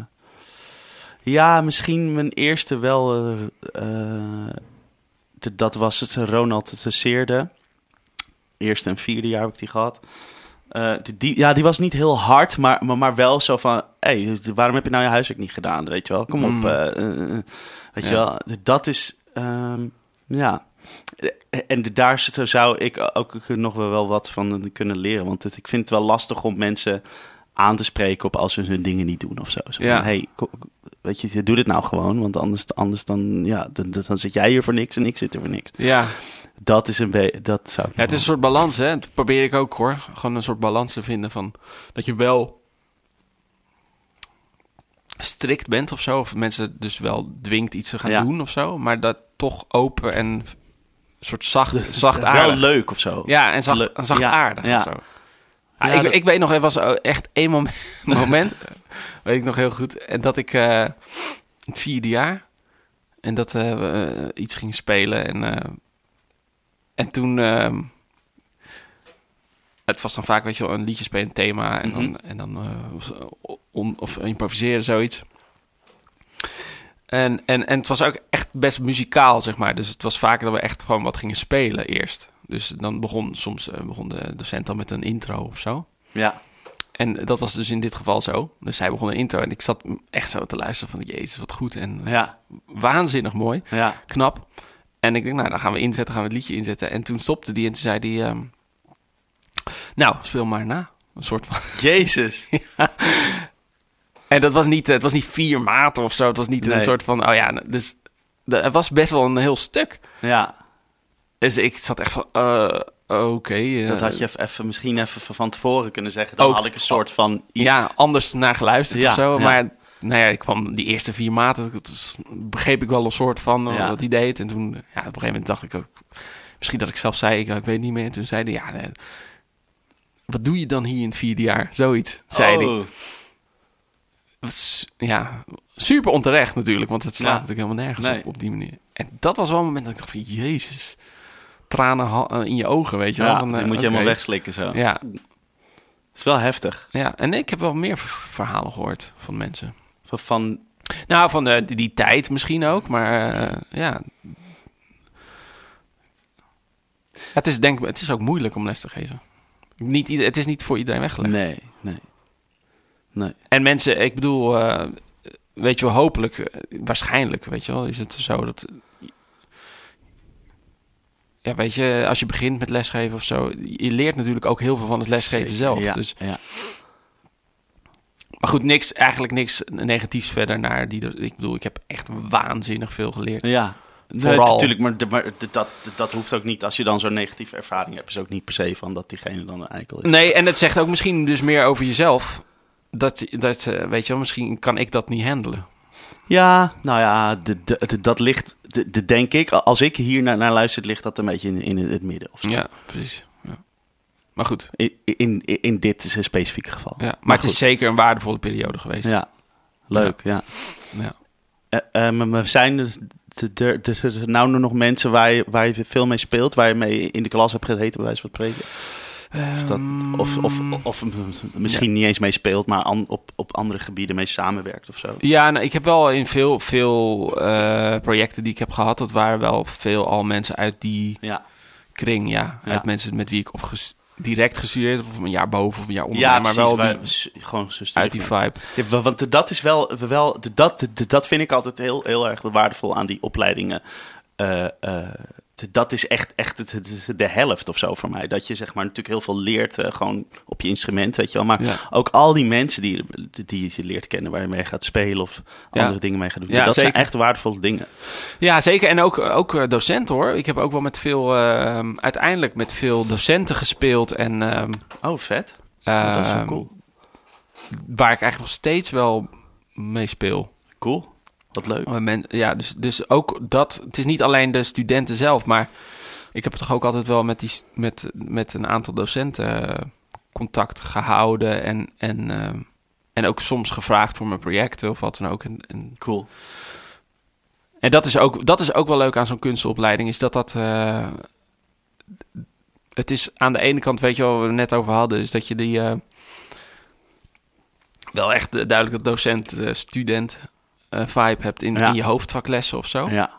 Speaker 1: ja, misschien mijn eerste wel. eh, eh, d- dat was het eh, Ronald de Seerde. Eerste en vierde jaar heb ik die gehad. Eh, die- die, ja, die was niet heel hard, maar, maar, maar wel zo van... hey, waarom heb je nou je huiswerk niet gedaan? Weet je wel, kom op.
Speaker 2: Mm.
Speaker 1: eh, eh, eh. weet je
Speaker 2: Ja.
Speaker 1: wel, d- dat is... ehm, ja, en de- daar zo- zou ik ook nog wel wel wat van kunnen leren. Want het- ik vind het wel lastig om mensen aan te spreken op als ze hun dingen niet doen of zo. Zo van,
Speaker 2: Ja.
Speaker 1: hey, ko- weet je, doe dit nou gewoon. Want anders, anders dan, ja, dan, dan- dan zit jij hier voor niks en ik zit er voor niks.
Speaker 2: Ja.
Speaker 1: Dat is een beetje, dat zou ik
Speaker 2: Ja, het is een soort balans, hè? Dat probeer ik ook hoor. Gewoon een soort balans te vinden van dat je wel strikt bent of zo. Of mensen dus wel dwingt iets te gaan
Speaker 1: Ja.
Speaker 2: doen of zo. Maar dat toch open en een soort
Speaker 1: <laughs>
Speaker 2: zacht, zacht
Speaker 1: Wel
Speaker 2: aardig.
Speaker 1: leuk of zo.
Speaker 2: Ja, en zacht,
Speaker 1: Le-
Speaker 2: en zacht
Speaker 1: ja,
Speaker 2: aardig
Speaker 1: ja.
Speaker 2: of zo. Ja,
Speaker 1: Ja,
Speaker 2: ik,
Speaker 1: dat-
Speaker 2: ik weet nog, er was echt één mom- <laughs> moment,
Speaker 1: <laughs>
Speaker 2: weet ik nog heel goed, en dat ik eh, het vierde jaar en dat eh, we, eh, iets ging spelen en, eh, en toen, ehm, het was dan vaak, weet je wel, een liedje spelen, een thema en dan,
Speaker 1: Mhm.
Speaker 2: en dan eh, of, on- of improviseren, zoiets. En, en, en het was ook echt best muzikaal, zeg maar. Dus het was vaker dat we echt gewoon wat gingen spelen eerst. Dus dan begon soms eh, begon de docent dan met een intro of zo.
Speaker 1: Ja,
Speaker 2: En dat was dus in dit geval zo. Dus hij begon een intro en ik zat echt zo te luisteren van... Jezus, wat goed en
Speaker 1: ja,
Speaker 2: waanzinnig mooi,
Speaker 1: ja.
Speaker 2: knap. En ik denk, nou, dan gaan we inzetten, gaan we het liedje inzetten. En toen stopte die en toen zei die... ehm, nou, speel maar na. Een soort van... <laughs>
Speaker 1: Jezus.
Speaker 2: En dat was niet, eh, het was niet vier maten of zo. Het was niet
Speaker 1: Nee.
Speaker 2: een soort van, oh ja, dus... de- Het was best wel een heel stuk.
Speaker 1: Ja,
Speaker 2: Dus ik zat echt van, eh, oké. eh,
Speaker 1: dat had je even- even, misschien even van- van tevoren kunnen zeggen. Dan
Speaker 2: Ook-
Speaker 1: had ik een soort van...
Speaker 2: ja, anders naar geluisterd
Speaker 1: Ja,
Speaker 2: of zo.
Speaker 1: ja.
Speaker 2: Maar nou ja, ik kwam die eerste vier maten, dat is- begreep ik wel een soort van eh,
Speaker 1: Ja.
Speaker 2: wat hij deed. En toen, ja, op een gegeven moment dacht ik ook, misschien dat ik zelf zei, ik, ik weet niet meer. En toen zei hij, ja, nee, wat doe je dan hier in het vierde jaar? Zoiets, zei hij.
Speaker 1: Oh,
Speaker 2: Dat was, Ja, super onterecht natuurlijk, want het slaat
Speaker 1: Ja.
Speaker 2: natuurlijk helemaal nergens
Speaker 1: Nee.
Speaker 2: op, op die manier. En dat was wel een moment dat ik dacht van, jezus, tranen ha- eh, in je ogen, weet je wel.
Speaker 1: Ja,
Speaker 2: van,
Speaker 1: die
Speaker 2: eh,
Speaker 1: moet je
Speaker 2: oké.
Speaker 1: helemaal wegslikken zo.
Speaker 2: Ja.
Speaker 1: is wel heftig.
Speaker 2: Ja, en ik heb wel meer v- verhalen gehoord van mensen.
Speaker 1: Zo Van,
Speaker 2: Nou, van eh, die, die tijd misschien ook, maar eh, ja. Het is, denk, het is ook moeilijk om les te geven. Niet ieder- het is niet voor iedereen weggelegd.
Speaker 1: nee, nee.
Speaker 2: En mensen, ik bedoel, eh, weet je wel, hopelijk, eh, waarschijnlijk, weet je wel, is het zo dat. Ja, weet je, als je begint met lesgeven of zo, je leert natuurlijk ook heel veel van het lesgeven
Speaker 1: Zeker,
Speaker 2: zelf.
Speaker 1: Ja,
Speaker 2: Dus,
Speaker 1: ja.
Speaker 2: maar goed, niks, eigenlijk niks negatiefs verder naar die. Ik bedoel, ik heb echt waanzinnig veel geleerd.
Speaker 1: Ja,
Speaker 2: Vooral.
Speaker 1: natuurlijk, maar, de- maar de- dat, dat hoeft ook niet. Als je dan zo'n negatieve ervaring hebt, is ook niet per se van dat diegene dan een eikel is.
Speaker 2: Nee, en het zegt ook misschien dus meer over jezelf. Dat, dat eh, weet je wel, misschien kan ik dat niet handelen.
Speaker 1: Ja, nou ja, de, de, de- dat ligt, de, de- denk ik, als ik hier naar, naar luister, ligt dat een beetje in, in het midden. Of zo.
Speaker 2: Ja, precies. Ja. Maar goed,
Speaker 1: In, in, in dit specifieke geval.
Speaker 2: ja. maar, het is
Speaker 1: goed.
Speaker 2: zeker een waardevolle periode geweest.
Speaker 1: Ja, leuk, ja.
Speaker 2: ja.
Speaker 1: Eh, eh, maar- maar zijn er, er, er, er nou nog mensen waar je, waar je veel mee speelt, waar je mee in de klas hebt gezeten, bij wijze van spreken?
Speaker 2: Ehm,
Speaker 1: Of, dat, of, of, of, of misschien niet eens mee speelt, maar an- op, op andere gebieden mee samenwerkt of zo.
Speaker 2: Ja, nou, ik heb wel in veel, veel eh, projecten die ik heb gehad, dat waren wel veel al mensen uit die
Speaker 1: Ja,
Speaker 2: kring, ja.
Speaker 1: Ja.
Speaker 2: Uit mensen met wie ik of ges- direct gestudeerd heb, of een jaar boven of een jaar onder,
Speaker 1: ja
Speaker 2: maar
Speaker 1: precies,
Speaker 2: wel
Speaker 1: wij-
Speaker 2: die-
Speaker 1: s- gewoon gestudeerd.
Speaker 2: uit die vibe.
Speaker 1: Ja, wa- want dat is wel, wel dat, dat vind ik altijd heel, heel erg waardevol aan die opleidingen. Eh, eh, dat is echt, echt het- het- de helft of zo voor mij. Dat je zeg maar natuurlijk heel veel leert eh, gewoon op je instrument, weet je wel. Maar
Speaker 2: Ja.
Speaker 1: ook al die mensen die, die je leert kennen, waar je mee gaat spelen of
Speaker 2: Ja.
Speaker 1: andere dingen mee gaat doen.
Speaker 2: Ja,
Speaker 1: dat
Speaker 2: zeker.
Speaker 1: zijn echt waardevolle dingen.
Speaker 2: Ja, zeker. En ook, ook eh, docenten hoor. Ik heb ook wel met veel, ehm, uiteindelijk met veel docenten gespeeld en... ehm,
Speaker 1: Oh, vet. Ja, dat is wel
Speaker 2: ehm,
Speaker 1: cool.
Speaker 2: Waar ik eigenlijk nog steeds wel mee speel.
Speaker 1: Cool. Wat leuk.
Speaker 2: Oh, men- ja, dus, dus ook dat. Het is niet alleen de studenten zelf, maar ik heb toch ook altijd wel met, die, s- met, met een aantal docenten eh, contact gehouden. En, en, ehm, en ook soms gevraagd voor mijn projecten of wat dan ook. En, en,
Speaker 1: Cool.
Speaker 2: en dat, is ook, dat is ook wel leuk aan zo'n kunstopleiding, is dat dat. eh, het is aan de ene kant, weet je wel, wat we het net over hadden, is dat je die. eh, wel echt eh, duidelijk dat docent-student vibe hebt in,
Speaker 1: Ja.
Speaker 2: in je hoofdvaklessen of zo.
Speaker 1: Ja.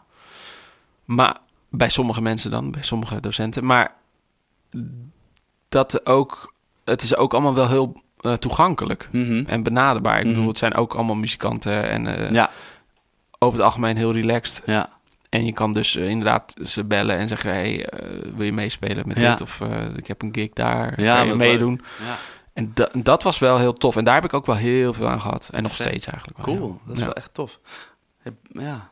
Speaker 2: Maar bij sommige mensen dan, bij sommige docenten. Maar dat ook, het is ook allemaal wel heel eh, toegankelijk
Speaker 1: Mhm.
Speaker 2: en benaderbaar. Ik bedoel,
Speaker 1: Mhm.
Speaker 2: het zijn ook allemaal muzikanten en eh,
Speaker 1: Ja,
Speaker 2: over het algemeen heel relaxed.
Speaker 1: ja,
Speaker 2: En je kan dus eh, inderdaad ze bellen en zeggen: hey, eh, wil je meespelen met
Speaker 1: Ja.
Speaker 2: dit? Of eh, ik heb een gig daar.
Speaker 1: Ja,
Speaker 2: kan je
Speaker 1: wat
Speaker 2: meedoen?
Speaker 1: ja.
Speaker 2: En da- dat was wel heel tof. En daar heb ik ook wel heel veel aan gehad. En nog
Speaker 1: Vet.
Speaker 2: steeds eigenlijk. Wel,
Speaker 1: Cool.
Speaker 2: ja.
Speaker 1: Dat is
Speaker 2: Ja.
Speaker 1: wel echt tof. Ja.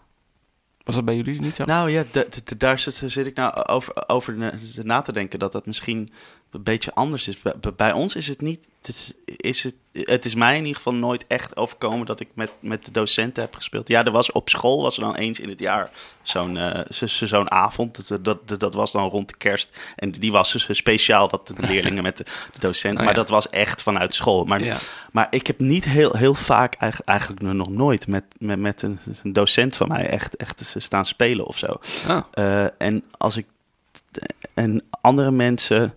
Speaker 2: Was dat bij jullie niet zo?
Speaker 1: Nou ja, d- d- d- daar zit, zit ik nou over, over na- na te denken dat dat misschien een beetje anders is. Bij, bij- bij ons is het niet. Het is, is het, het is mij in ieder geval nooit echt overkomen dat ik met, met de docenten heb gespeeld. Ja, er was op school was er dan eens in het jaar zo'n eh, zo- zo- zo'n avond. Dat, dat, dat was dan rond de kerst. En die was dus speciaal dat de leerlingen met de, de docent.
Speaker 2: Oh,
Speaker 1: maar
Speaker 2: ja.
Speaker 1: dat was echt vanuit school. Maar
Speaker 2: ja.
Speaker 1: maar ik heb niet heel, heel vaak, eigenlijk, eigenlijk nog nooit, met, met, met een, een docent van mij echt, echt eens staan spelen of zo.
Speaker 2: Ah,
Speaker 1: Eh, en als ik. En andere mensen.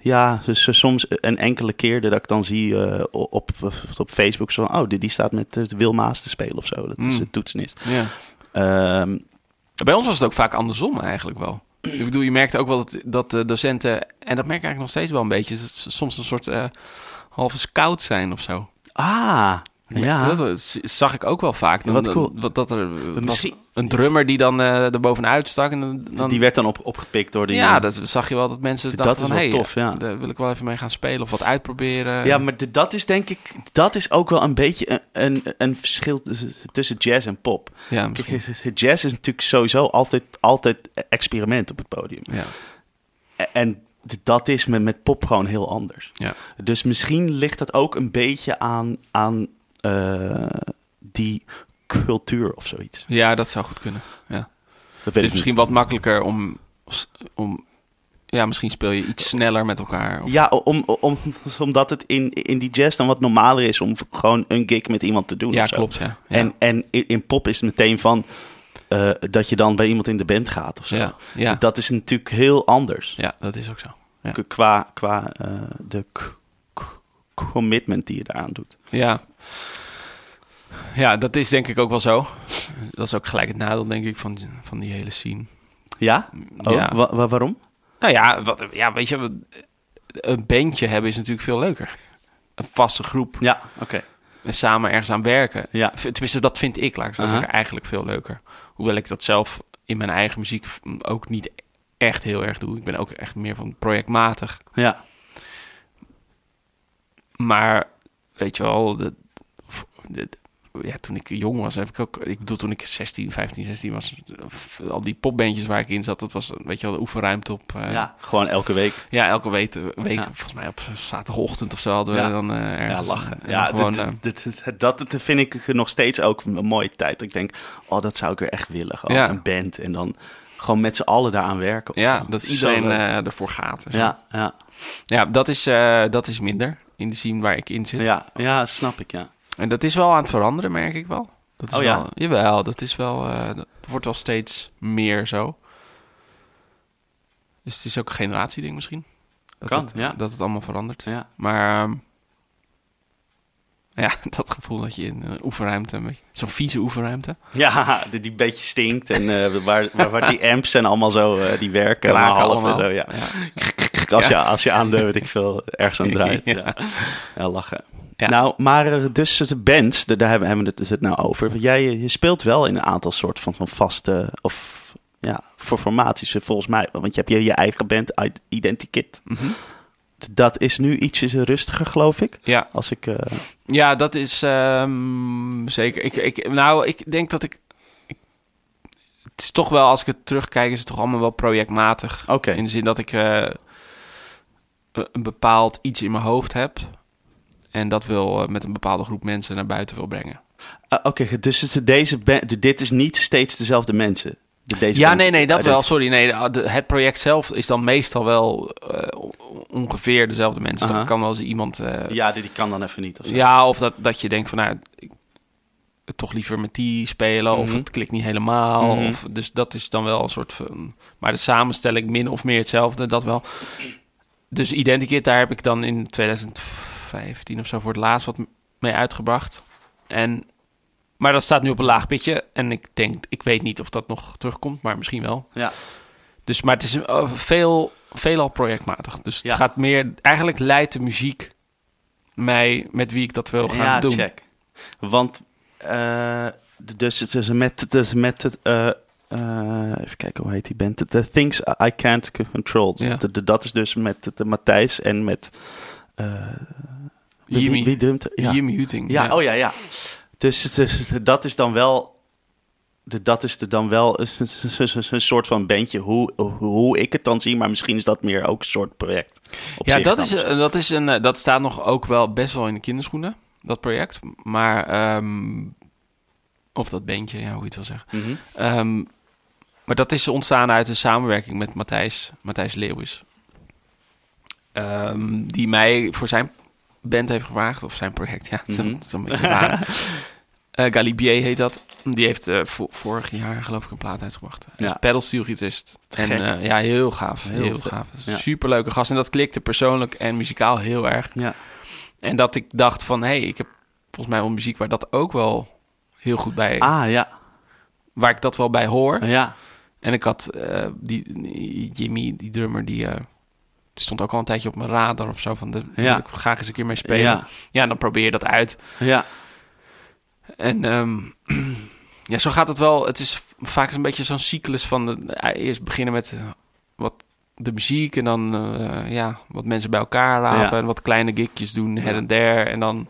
Speaker 1: Ja, dus soms een enkele keer dat ik dan zie eh, op, op Facebook zo van... Oh, die, die staat met eh, Wil Maas te spelen of zo. Dat is
Speaker 2: Mm.
Speaker 1: een toetsenist.
Speaker 2: ja.
Speaker 1: Ehm,
Speaker 2: Bij ons was het ook vaak andersom eigenlijk wel. Ik bedoel, je merkte ook wel dat, dat de docenten, en dat merk ik eigenlijk nog steeds wel een beetje, is dat ze soms een soort eh halve scout zijn of zo.
Speaker 1: ah, ja.
Speaker 2: Dat s- zag ik ook wel vaak. Dan,
Speaker 1: Wat cool.
Speaker 2: dan- wat- dat er was
Speaker 1: misschien-
Speaker 2: een drummer die dan eh er bovenuit stak. En dan, dan-
Speaker 1: die werd dan op, opgepikt door die...
Speaker 2: ja, dat zag je wel dat mensen
Speaker 1: Dat
Speaker 2: dachten
Speaker 1: is
Speaker 2: van,
Speaker 1: wel
Speaker 2: hey, eh,
Speaker 1: tof, ja.
Speaker 2: daar wil ik wel even mee gaan spelen of wat uitproberen.
Speaker 1: Ja, maar de- dat is denk ik... Dat is ook wel een beetje een, een, een verschil tussen- tussen jazz en pop.
Speaker 2: Ja,
Speaker 1: Kijk, <laughs>
Speaker 2: misschien.
Speaker 1: het- het jazz is natuurlijk sowieso altijd, altijd experiment op het podium.
Speaker 2: Ja.
Speaker 1: E- En d- dat is met, met pop gewoon heel anders.
Speaker 2: Ja.
Speaker 1: Dus misschien ligt dat ook een beetje aan, aan eh, die cultuur of zoiets.
Speaker 2: ja, dat zou goed kunnen.
Speaker 1: Dat
Speaker 2: Het
Speaker 1: weet
Speaker 2: is
Speaker 1: ik
Speaker 2: misschien wat makkelijker om, om... Ja, misschien speel je iets sneller met elkaar. Of,
Speaker 1: niet. Ja, om, om, omdat het in, in die jazz dan wat normaler is om gewoon een gig met iemand te doen.
Speaker 2: ja,
Speaker 1: of zo.
Speaker 2: klopt, ja. ja.
Speaker 1: En, en in, in pop is het meteen van eh, dat je dan bij iemand in de band gaat of zo.
Speaker 2: Ja, ja.
Speaker 1: Dat is natuurlijk heel anders.
Speaker 2: ja, dat is ook zo. Ja.
Speaker 1: K- qua qua eh, de k- k- commitment die je daaraan doet.
Speaker 2: Ja. Ja, dat is denk ik ook wel zo. Dat is ook gelijk het nadeel, denk ik, van, van die hele scene.
Speaker 1: Ja? Oh,
Speaker 2: ja.
Speaker 1: wa- wa- waarom?
Speaker 2: Nou ja, wat, ja, weet je, wat- een bandje hebben is natuurlijk veel leuker. Een vaste groep
Speaker 1: Ja, oké.
Speaker 2: en samen ergens aan werken.
Speaker 1: Ja.
Speaker 2: V- Tenminste, dat vind ik, laat ik zo
Speaker 1: Aha.
Speaker 2: zeggen, eigenlijk veel leuker. Hoewel ik dat zelf in mijn eigen muziek mm, ook niet echt heel erg doe. Ik ben ook echt meer van projectmatig.
Speaker 1: Ja.
Speaker 2: Maar, weet je wel, dat, of, dat- ja, toen ik jong was, heb ik ook... Ik bedoel, toen ik 16, 15, 16 was, of, al die popbandjes waar ik in zat... dat was, weet je wel, de oefenruimte op... eh,
Speaker 1: ja, gewoon elke week.
Speaker 2: Ja, elke week, eh, week
Speaker 1: Ja.
Speaker 2: volgens mij op zaterdagochtend of zo hadden we
Speaker 1: Ja.
Speaker 2: dan eh,
Speaker 1: Ja,
Speaker 2: ergens...
Speaker 1: lachen.
Speaker 2: en dan
Speaker 1: Ja,
Speaker 2: gewoon, eh,
Speaker 1: dit- dit- dit- dat, dat vind ik nog steeds ook een mooie tijd. Ik denk, oh, dat zou ik weer echt willen. Gewoon
Speaker 2: Ja.
Speaker 1: een band en dan gewoon met z'n allen daaraan werken. of
Speaker 2: ja,
Speaker 1: zo.
Speaker 2: dat
Speaker 1: Zo
Speaker 2: iedereen
Speaker 1: leuk.
Speaker 2: eh, ervoor gaat. en zo.
Speaker 1: ja, ja,
Speaker 2: ja dat, is, eh, dat is minder in de scene waar ik in zit.
Speaker 1: ja, ja, snap ik, ja.
Speaker 2: En dat is wel aan het veranderen, merk ik wel. Dat is
Speaker 1: Oh, ja.
Speaker 2: wel, Jawel, dat is wel... eh, dat wordt wel steeds meer zo. Dus het is ook een generatieding misschien. Dat
Speaker 1: Kan,
Speaker 2: het,
Speaker 1: ja.
Speaker 2: Dat het allemaal verandert.
Speaker 1: ja.
Speaker 2: Maar... ehm, ja, <laughs> dat gevoel dat je in een oefenruimte... een beetje- Zo'n vieze oefenruimte.
Speaker 1: Ja, <laughs> die, die beetje stinkt en eh, waar, waar, waar die amps en allemaal zo, eh, die werken
Speaker 2: Kraken
Speaker 1: maar half en
Speaker 2: allemaal.
Speaker 1: zo. Ja. Als, je, als je aan de, weet ik veel, ergens aan draait.
Speaker 2: <laughs> Ja.
Speaker 1: ja. Ja, lachen.
Speaker 2: Ja.
Speaker 1: Nou, maar eh, dus de bands, daar daar hebben hebben we het, dus het nou over. Want Jij eh, je speelt wel in een aantal soort van, van vaste, of ja, voor formaties eh, volgens mij. Want je hebt je, je eigen band, I- Identikit.
Speaker 2: Mhm.
Speaker 1: Dat is nu ietsjes rustiger, geloof ik.
Speaker 2: Ja,
Speaker 1: Als ik, eh,
Speaker 2: Ja, dat is ehm, zeker. Ik, ik, nou, ik denk dat ik, ik- Het is toch wel, als ik het terugkijk, is het toch allemaal wel projectmatig.
Speaker 1: oké,
Speaker 2: In de zin dat ik eh, een bepaald iets in mijn hoofd heb. En dat wil eh, met een bepaalde groep mensen naar buiten wil brengen.
Speaker 1: Ah, oké, dus het, is deze band, dit is niet steeds dezelfde mensen. De- Deze
Speaker 2: ja,
Speaker 1: band,
Speaker 2: nee, nee, dat wel.
Speaker 1: Identikit.
Speaker 2: Sorry, nee, de- de- het project zelf is dan meestal wel eh, o- ongeveer dezelfde mensen.
Speaker 1: Aha.
Speaker 2: Dan kan wel eens iemand eh,
Speaker 1: Ja, die, die kan dan even niet. Of zo.
Speaker 2: Ja, of dat, dat je denkt van nou, ik, toch liever met die spelen, of
Speaker 1: Mhm.
Speaker 2: het klikt niet helemaal.
Speaker 1: Mhm.
Speaker 2: Of, dus dat is dan wel een soort van. Maar de samenstelling min of meer hetzelfde, dat wel. Dus Identikit, daar heb ik dan in 2015 of zo voor het laatst wat mee uitgebracht. En, maar dat staat nu op een laag pitje. En ik denk, ik weet niet of dat nog terugkomt, maar misschien wel.
Speaker 1: Ja.
Speaker 2: Dus, maar het is eh, veel, veelal projectmatig. Dus het
Speaker 1: Ja.
Speaker 2: gaat meer... Eigenlijk leidt de muziek mij met wie ik dat wil gaan
Speaker 1: ja,
Speaker 2: doen.
Speaker 1: check. Want, eh, d- dus het is met, dus met het, eh, eh, even kijken hoe heet die band? The- The Things I Can't Control.
Speaker 2: Ja.
Speaker 1: D- d- dat is dus met de, Matthijs en met, eh, wie-
Speaker 2: Jimmy.
Speaker 1: Wie, wie drumt er? Ja.
Speaker 2: Jimmy Huting.
Speaker 1: Ja, oh ja, ja. Dus, dus dat is dan wel... de- Dat is de dan wel een- een een- een soort van bandje, hoe, hoe ik het dan zie. Maar misschien is dat meer ook een soort project. op
Speaker 2: Ja,
Speaker 1: zich
Speaker 2: dat
Speaker 1: dan.
Speaker 2: is, eh, dat is een... eh, Dat staat nog ook wel best wel in de kinderschoenen, dat project. Maar... ehm, of dat bandje, ja, hoe je het wil zeggen.
Speaker 1: Mhm.
Speaker 2: Ehm, maar dat is ontstaan uit een samenwerking met Matthijs, Matthijs Leeuwis. Ehm, die mij voor zijn band heeft gevraagd, of zijn project, ja. <laughs> het is een-
Speaker 1: Mhm.
Speaker 2: het is een beetje raar. Eh, Galibier heet dat. Die heeft eh, vo- vorig jaar, geloof ik, een plaat uitgebracht. Hij
Speaker 1: Ja.
Speaker 2: is pedalsteelgitarist. En
Speaker 1: gek.
Speaker 2: eh, ja, heel gaaf.
Speaker 1: Heel
Speaker 2: Heel,
Speaker 1: vet.
Speaker 2: gaaf.
Speaker 1: Ja.
Speaker 2: Superleuke gast. En dat klikte persoonlijk en muzikaal heel erg.
Speaker 1: Ja.
Speaker 2: En dat ik dacht van, hé, hey, ik heb volgens mij wel muziek waar dat ook wel heel goed bij...
Speaker 1: Ah, ja.
Speaker 2: Waar ik dat wel bij hoor.
Speaker 1: Ja.
Speaker 2: En ik had eh, die, die Jimmy, die drummer, die, eh, die stond ook al een tijdje op mijn radar of zo. Van de,
Speaker 1: Ja.
Speaker 2: wil ik graag eens een keer mee spelen.
Speaker 1: Ja.
Speaker 2: Ja, dan probeer je dat uit.
Speaker 1: Ja.
Speaker 2: En ehm, <clears throat> ja, zo gaat het wel. Het is vaak een beetje zo'n cyclus van de, eh, eerst beginnen met eh, wat de muziek en dan eh, ja, wat mensen bij elkaar rapen
Speaker 1: Ja.
Speaker 2: en wat kleine gigjes doen her
Speaker 1: Ja.
Speaker 2: en der. En dan,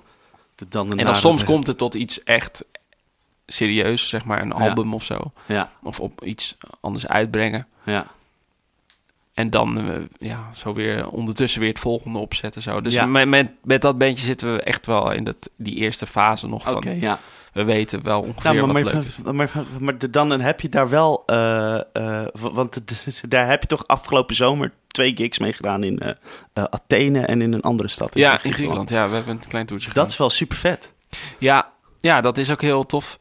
Speaker 1: De- Dan de
Speaker 2: en dan
Speaker 1: nare-
Speaker 2: soms komt het tot iets echt serieus, zeg maar een
Speaker 1: Ja.
Speaker 2: album of zo.
Speaker 1: Ja,
Speaker 2: Of op iets anders uitbrengen.
Speaker 1: ja.
Speaker 2: En dan eh, ja, zo weer ondertussen weer het volgende opzetten. Zo. Dus
Speaker 1: Ja.
Speaker 2: met, met, met dat bandje zitten we echt wel in dat, die eerste fase nog van.
Speaker 1: ja.
Speaker 2: We weten wel ongeveer
Speaker 1: Nou, maar,
Speaker 2: wat
Speaker 1: maar,
Speaker 2: leuk is.
Speaker 1: maar, maar- maar de- dan heb je daar wel, eh, eh, w- want het is- daar heb je toch afgelopen zomer twee gigs mee gedaan in eh, eh, Athene en in een andere stad.
Speaker 2: Ja, in Griekenland. Ja, we hebben een klein toertje
Speaker 1: Dat is wel super vet.
Speaker 2: gedaan. Ja, ja, dat is ook heel tof.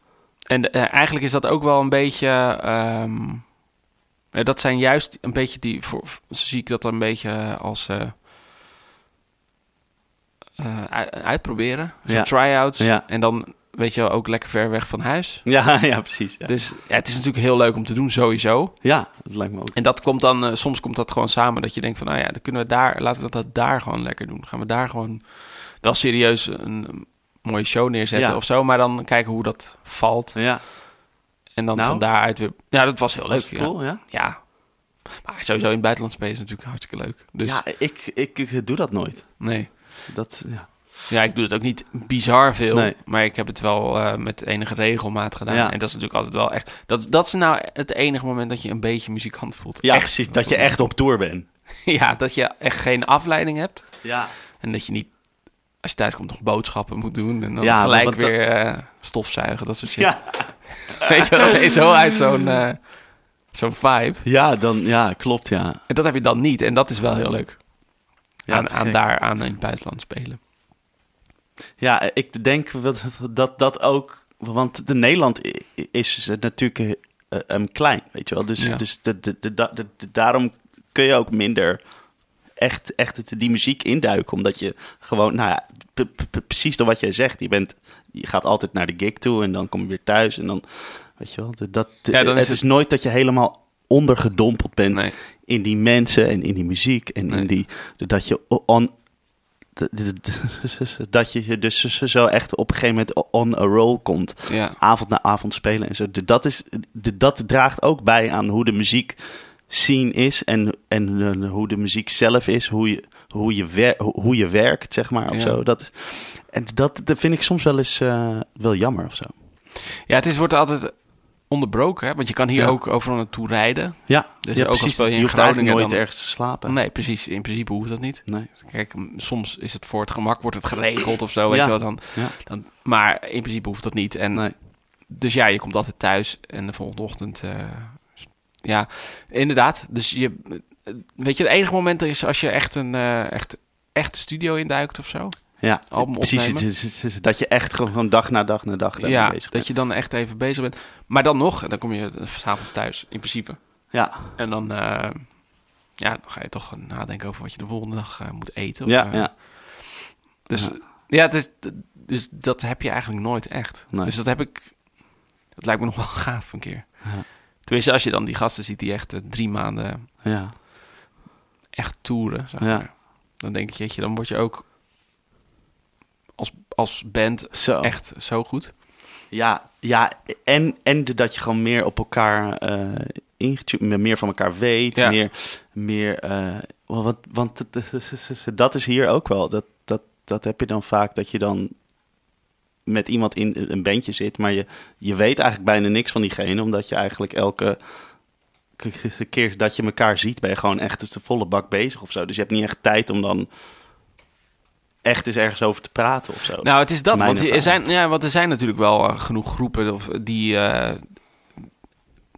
Speaker 2: En eh, eigenlijk is dat ook wel een beetje... ehm, eh, dat zijn juist een beetje die... Voor, voor- zie ik dat dan een beetje als... eh, eh, u- uitproberen. Zo'n
Speaker 1: Ja.
Speaker 2: try-outs.
Speaker 1: Ja.
Speaker 2: En dan, weet je wel, ook lekker ver weg van huis.
Speaker 1: Ja, ja, precies. Ja.
Speaker 2: Dus <laughs> ja, het is natuurlijk heel leuk om te doen, sowieso.
Speaker 1: ja, dat lijkt me ook.
Speaker 2: En dat komt dan, eh, soms komt dat gewoon samen. Dat je denkt van, nou ja, dan kunnen we daar, laten we dat, dat daar gewoon lekker doen. Gaan we daar gewoon wel serieus een, een mooie show neerzetten
Speaker 1: Ja.
Speaker 2: of zo. Maar dan kijken hoe dat valt.
Speaker 1: Ja,
Speaker 2: En dan
Speaker 1: Nou?
Speaker 2: van daaruit weer... Ja, dat was heel leuk.
Speaker 1: was het
Speaker 2: Ja.
Speaker 1: cool, ja?
Speaker 2: ja. Maar sowieso in het buitenland spelen is natuurlijk hartstikke leuk. Dus
Speaker 1: Ja, ik, ik, ik doe dat nooit.
Speaker 2: nee.
Speaker 1: Dat, ja.
Speaker 2: Ja, ik doe het ook niet bizar veel.
Speaker 1: Nee.
Speaker 2: Maar ik heb het wel eh, met enige regelmaat gedaan.
Speaker 1: Ja.
Speaker 2: En dat is natuurlijk altijd wel echt... Dat, dat is nou het enige moment dat je een beetje muzikant voelt.
Speaker 1: ja
Speaker 2: Echt.
Speaker 1: precies. Dat je echt op tour bent.
Speaker 2: <laughs> Ja, dat je echt geen afleiding hebt.
Speaker 1: Ja,
Speaker 2: En dat je niet, als je thuis komt, nog boodschappen moet doen. En dan
Speaker 1: Ja,
Speaker 2: gelijk
Speaker 1: want dat-
Speaker 2: weer eh, stofzuigen, dat soort shit.
Speaker 1: ja.
Speaker 2: <laughs> Weet je wel, dan ben je zo uit zo'n eh, zo'n vibe.
Speaker 1: ja, dan, ja klopt, ja.
Speaker 2: En dat heb je dan niet. En dat is wel heel leuk.
Speaker 1: Ja,
Speaker 2: aan,
Speaker 1: te
Speaker 2: aan
Speaker 1: gek.
Speaker 2: daar, aan in het buitenland spelen.
Speaker 1: Ja, ik denk dat dat, dat ook... Want de Nederland i- i- is natuurlijk eh, eh, em, klein, weet je wel. Dus,
Speaker 2: Ja.
Speaker 1: dus de, de, de, da- de- de- daarom kun je ook minder echt, echt het- die muziek induiken. Omdat je gewoon, nou ja, p- p- p- precies dan wat jij zegt. Je, bent, je gaat altijd naar de gig toe en dan kom je weer thuis. En dan, weet je wel, de- dat, de-
Speaker 2: Ja, dan is
Speaker 1: het,
Speaker 2: het-
Speaker 1: is nooit dat je helemaal ondergedompeld bent
Speaker 2: Nee.
Speaker 1: in die mensen en in die muziek en
Speaker 2: Nee.
Speaker 1: in die dat je on d- d- d- dat <laughs> je je dus zo echt op een gegeven moment on a roll komt
Speaker 2: Ja.
Speaker 1: avond na avond spelen en zo D- dat is d- dat draagt ook bij aan hoe de muziek scene is en en eh, hoe de muziek zelf is hoe je hoe je wer- hoe hoe je werkt zeg maar of
Speaker 2: Ja.
Speaker 1: zo dat is- en dat, dat vind ik soms wel eens eh, wel jammer of zo
Speaker 2: ja, het is, wordt altijd onderbroken. Hè? Want je kan hier
Speaker 1: Ja.
Speaker 2: ook overal naartoe rijden.
Speaker 1: ja,
Speaker 2: Dus
Speaker 1: ja
Speaker 2: ook al
Speaker 1: precies
Speaker 2: speel je
Speaker 1: je,
Speaker 2: in
Speaker 1: hoeft eigenlijk
Speaker 2: Groningen
Speaker 1: nooit
Speaker 2: dan-
Speaker 1: ergens te slapen
Speaker 2: Nee, precies. In principe hoeft dat niet.
Speaker 1: nee
Speaker 2: Kijk, m- soms is het voor het gemak, wordt het geregeld of zo. Weet
Speaker 1: Ja.
Speaker 2: je wel, dan,
Speaker 1: Ja.
Speaker 2: dan, maar in principe hoeft dat niet. En
Speaker 1: nee
Speaker 2: Dus ja, je komt altijd thuis en de volgende ochtend. eh, ja, inderdaad. Dus je. Weet je, het enige moment is als je echt een eh, echt, echt de studio induikt of zo.
Speaker 1: Ja,
Speaker 2: Album
Speaker 1: precies.
Speaker 2: opnemen.
Speaker 1: het is- het is- dat je echt gewoon dag na dag na dag daarmee
Speaker 2: ja,
Speaker 1: bezig
Speaker 2: dat
Speaker 1: bent.
Speaker 2: je dan echt even bezig bent. Maar dan nog, dan kom je eh, s'avonds thuis, in principe.
Speaker 1: Ja,
Speaker 2: En dan, eh, ja, dan ga je toch nadenken over wat je de volgende dag eh, moet eten. of,
Speaker 1: ja,
Speaker 2: eh,
Speaker 1: ja.
Speaker 2: Dus ja,
Speaker 1: Ja.
Speaker 2: het is, dus dat heb je eigenlijk nooit echt.
Speaker 1: Nee.
Speaker 2: Dus dat heb ik. Dat lijkt me nog wel <laughs> gaaf een keer.
Speaker 1: Ja.
Speaker 2: Tenminste, als je dan die gasten ziet die echt eh, drie maanden
Speaker 1: ja.
Speaker 2: echt toeren, zeg
Speaker 1: Ja.
Speaker 2: maar, dan denk ik, jeetje, dan word je ook als, als band
Speaker 1: Zo.
Speaker 2: echt zo goed.
Speaker 1: Ja, ja. En, en de- dat je gewoon meer op elkaar eh ingetuned, meer van elkaar weet.
Speaker 2: Ja.
Speaker 1: Meer, meer eh, wel wat, want het- <laughs> dat is hier ook wel. Dat, dat, dat heb je dan vaak, dat je dan met iemand in een bandje zit, maar je, je weet eigenlijk bijna niks van diegene, omdat je eigenlijk elke <laughs> k- keer dat je elkaar ziet, ben je gewoon echt de volle bak bezig of zo. Dus je hebt niet echt tijd om dan echt eens ergens over te praten of zo.
Speaker 2: Nou, het is dat.
Speaker 1: Mijn
Speaker 2: Want er,
Speaker 1: ervaring.
Speaker 2: zijn, ja, want er zijn natuurlijk wel eh, genoeg groepen of, die. eh,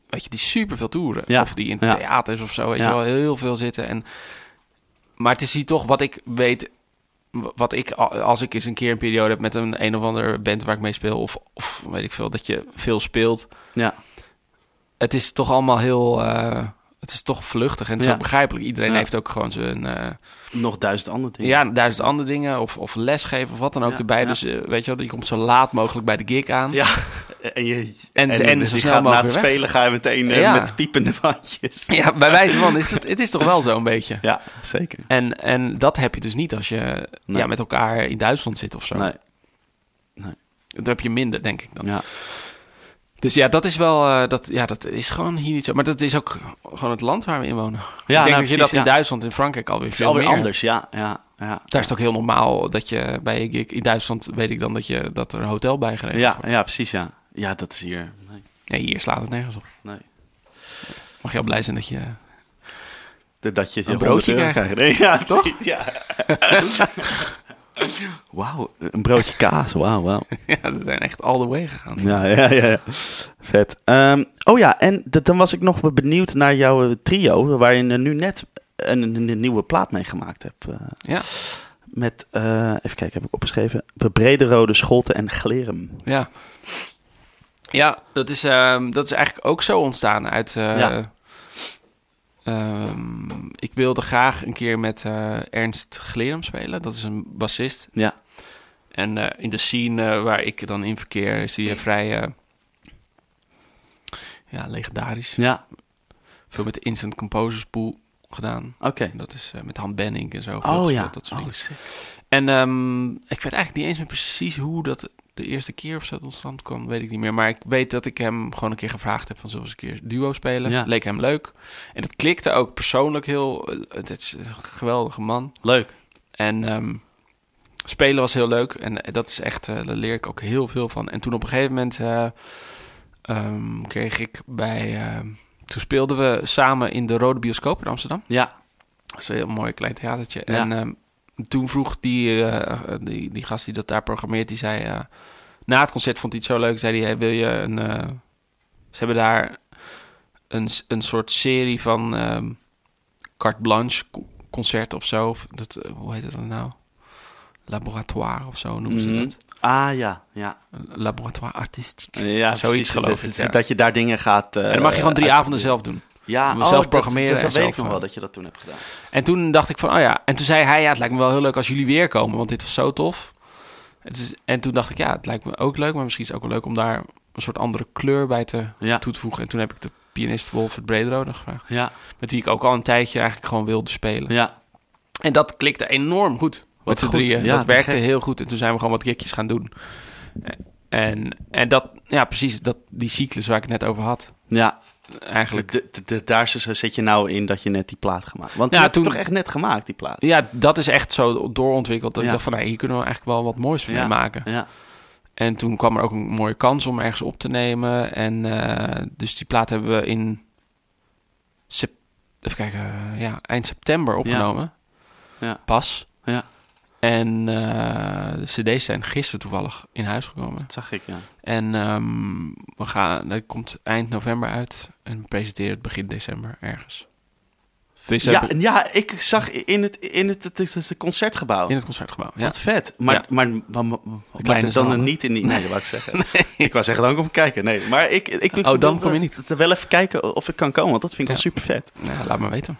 Speaker 2: Weet je, die super veel toeren.
Speaker 1: Ja.
Speaker 2: Of die in
Speaker 1: Ja.
Speaker 2: theaters of zo. Weet je
Speaker 1: Ja.
Speaker 2: wel, heel veel zitten. En, maar het is hier toch wat ik weet. wa- Wat ik, a- als ik eens een keer een periode heb met een een of andere band waar ik mee speel. Of, of weet ik veel, dat je veel speelt.
Speaker 1: Ja.
Speaker 2: Het is toch allemaal heel. eh, het is toch vluchtig en het is
Speaker 1: Ja.
Speaker 2: ook begrijpelijk. Iedereen
Speaker 1: Ja.
Speaker 2: heeft ook gewoon zijn. eh,
Speaker 1: Nog duizend andere dingen.
Speaker 2: ja, duizend andere dingen. Of, of lesgeven of wat dan ook
Speaker 1: Ja,
Speaker 2: erbij.
Speaker 1: ja.
Speaker 2: Dus eh, weet je wel, je komt zo laat mogelijk bij de gig aan.
Speaker 1: Ja, en je,
Speaker 2: En, en,
Speaker 1: dus
Speaker 2: zo
Speaker 1: je
Speaker 2: snel
Speaker 1: gaat na
Speaker 2: mogelijk
Speaker 1: het
Speaker 2: weer weg.
Speaker 1: spelen ga je meteen eh,
Speaker 2: Ja.
Speaker 1: met piepende bandjes.
Speaker 2: Ja, bij wijze van, is het, het is toch wel zo'n beetje.
Speaker 1: Ja, zeker.
Speaker 2: En, en dat heb je dus niet als je
Speaker 1: Nee.
Speaker 2: ja, met elkaar in Duitsland zit of zo.
Speaker 1: Nee,
Speaker 2: Dat heb je minder, denk ik dan.
Speaker 1: ja.
Speaker 2: Dus ja, dat is wel, eh, dat, ja, dat is gewoon hier niet zo. Maar dat is ook gewoon het land waar we in wonen. ik denk
Speaker 1: nou,
Speaker 2: dat je dat
Speaker 1: precies,
Speaker 2: in
Speaker 1: ja.
Speaker 2: Duitsland, in Frankrijk alweer
Speaker 1: Het is
Speaker 2: veel
Speaker 1: alweer
Speaker 2: meer-
Speaker 1: anders, ja. ja, ja.
Speaker 2: Daar is het ook heel normaal dat je bij je gig... In Duitsland weet ik dan dat, je, dat er een hotel bij geregeld
Speaker 1: Ja,
Speaker 2: wordt.
Speaker 1: ja, precies, ja. Ja, dat is hier. Nee,
Speaker 2: Nee, hier slaat het nergens op.
Speaker 1: nee.
Speaker 2: Mag je al blij zijn dat je...
Speaker 1: De- Dat je
Speaker 2: Een broodje
Speaker 1: 100 euro
Speaker 2: krijgt.
Speaker 1: Nee, ja, toch? Ja. <laughs> Wauw, een broodje kaas. Wauw, wauw.
Speaker 2: <laughs> Ja, ze zijn echt all the way gegaan.
Speaker 1: Ja, ja, ja. ja. Vet. Ehm, oh ja, en d- dan was ik nog benieuwd naar jouw eh, trio, waar je eh, nu net een, een- een nieuwe plaat mee gemaakt hebt. eh.
Speaker 2: Ja.
Speaker 1: Met, eh, even kijken, heb ik opgeschreven. Brederode, Scholten en Glerum.
Speaker 2: Ja. Ja, dat is, ehm, dat is eigenlijk ook zo ontstaan uit... eh,
Speaker 1: Ja.
Speaker 2: Ehm, ik wilde graag een keer met eh, Ernst Glerum spelen. Dat is een bassist.
Speaker 1: Ja.
Speaker 2: En eh, in de scene eh, waar ik dan in verkeer is die eh, vrij eh, ja, legendarisch.
Speaker 1: Ja,
Speaker 2: Veel met de Instant Composers Pool gedaan.
Speaker 1: oké.
Speaker 2: Dat is eh, met Han Benning en zo. veel
Speaker 1: Oh
Speaker 2: gespeeld,
Speaker 1: ja.
Speaker 2: Dat soort
Speaker 1: Oh,
Speaker 2: dingen.
Speaker 1: sick.
Speaker 2: En ehm, ik weet eigenlijk niet eens meer precies hoe dat de eerste keer of zo tot stand kwam, weet ik niet meer. Maar ik weet dat ik hem gewoon een keer gevraagd heb van zullen we eens een keer duo spelen.
Speaker 1: Ja.
Speaker 2: Leek hem leuk. En dat klikte ook persoonlijk heel... eh, Het is een geweldige man.
Speaker 1: Leuk.
Speaker 2: En ehm, spelen was heel leuk. En eh, dat is echt, eh, daar leer ik ook heel veel van. En toen op een gegeven moment eh, ehm, kreeg ik bij... ehm, toen speelden we samen in de Rode Bioscoop in Amsterdam.
Speaker 1: Ja,
Speaker 2: Dat is een heel mooi klein theatertje.
Speaker 1: Ja.
Speaker 2: En ehm, toen vroeg die, eh, die, die gast die dat daar programmeert, die zei... eh, na het concert vond hij het zo leuk, zei hij, hey, wil je een... eh, ze hebben daar een, s- een soort serie van ehm carte blanche co- concerten of zo. Of dat, eh, hoe heet dat nou? Laboratoire of zo
Speaker 1: Mhm.
Speaker 2: noemen ze dat.
Speaker 1: ah ja, ja.
Speaker 2: Een Laboratoire artistiek.
Speaker 1: ja
Speaker 2: Zoiets
Speaker 1: precies.
Speaker 2: geloof
Speaker 1: dat,
Speaker 2: ik, ja.
Speaker 1: Dat je daar dingen gaat... eh,
Speaker 2: en dan mag je gewoon drie
Speaker 1: uit-
Speaker 2: avonden zelf doen.
Speaker 1: Ja, Oh,
Speaker 2: zelf
Speaker 1: dat-
Speaker 2: programmeren
Speaker 1: Dat,
Speaker 2: en
Speaker 1: dat weet
Speaker 2: zelf,
Speaker 1: ik nog
Speaker 2: eh,
Speaker 1: wel, dat je dat toen hebt gedaan.
Speaker 2: En toen dacht ik van, oh ja. En toen zei hij, ja, het lijkt me wel heel leuk als jullie weer komen, want dit was zo tof. En toen, en toen dacht ik, ja, het lijkt me ook leuk, maar misschien is het ook wel leuk om daar een soort andere kleur bij te,
Speaker 1: Ja,
Speaker 2: toe te voegen. En toen heb ik de pianist Wolfert Brederode gevraagd,
Speaker 1: ja,
Speaker 2: met wie ik ook al een tijdje eigenlijk gewoon wilde spelen.
Speaker 1: ja.
Speaker 2: En dat klikte enorm goed. met z'n
Speaker 1: goed.
Speaker 2: drieën.
Speaker 1: Ja,
Speaker 2: dat
Speaker 1: te
Speaker 2: werkte
Speaker 1: gek.
Speaker 2: heel goed. En toen zijn we gewoon wat gigjes gaan doen. En, en dat, ja, precies, dat, die cyclus waar ik het net over had.
Speaker 1: ja. Dus
Speaker 2: Eigenlijk,
Speaker 1: De, de, de- daar zo- zo zit je nou in dat je net die plaat gemaakt. Want
Speaker 2: Ja,
Speaker 1: je hebt het
Speaker 2: toen-
Speaker 1: toch echt net gemaakt, die plaat.
Speaker 2: ja, dat is echt zo doorontwikkeld. Dat
Speaker 1: Ja.
Speaker 2: ik dacht van, nou, hier kunnen we eigenlijk wel wat moois van
Speaker 1: Ja.
Speaker 2: maken.
Speaker 1: Ja,
Speaker 2: En toen kwam er ook een mooie kans om ergens op te nemen. En eh, dus die plaat hebben we in. sep- even kijken, eh, ja, eind september opgenomen.
Speaker 1: Ja.
Speaker 2: Pas.
Speaker 1: Ja.
Speaker 2: En eh, de CD's zijn gisteren toevallig in huis gekomen.
Speaker 1: dat zag ik, ja.
Speaker 2: En ehm, we gaan, dat komt eind november uit. En we presenteren het begin december ergens. Dus
Speaker 1: Ja, en ja, ik zag in het, in het, het, het- het concertgebouw.
Speaker 2: in het concertgebouw. Ja.
Speaker 1: Wat vet. Maar,
Speaker 2: Ja.
Speaker 1: maar, maar, maar, maar
Speaker 2: kleine
Speaker 1: dan
Speaker 2: zalen.
Speaker 1: niet in die... Nee, dat wou ik
Speaker 2: <laughs>
Speaker 1: zeggen. Ik wou zeggen, dan kom ik kijken. Nee, maar ik... ik
Speaker 2: Oh, dan kom je niet.
Speaker 1: Wel even kijken of ik kan komen, want dat vind ik
Speaker 2: Ja.
Speaker 1: wel super vet.
Speaker 2: Ja, laat maar weten.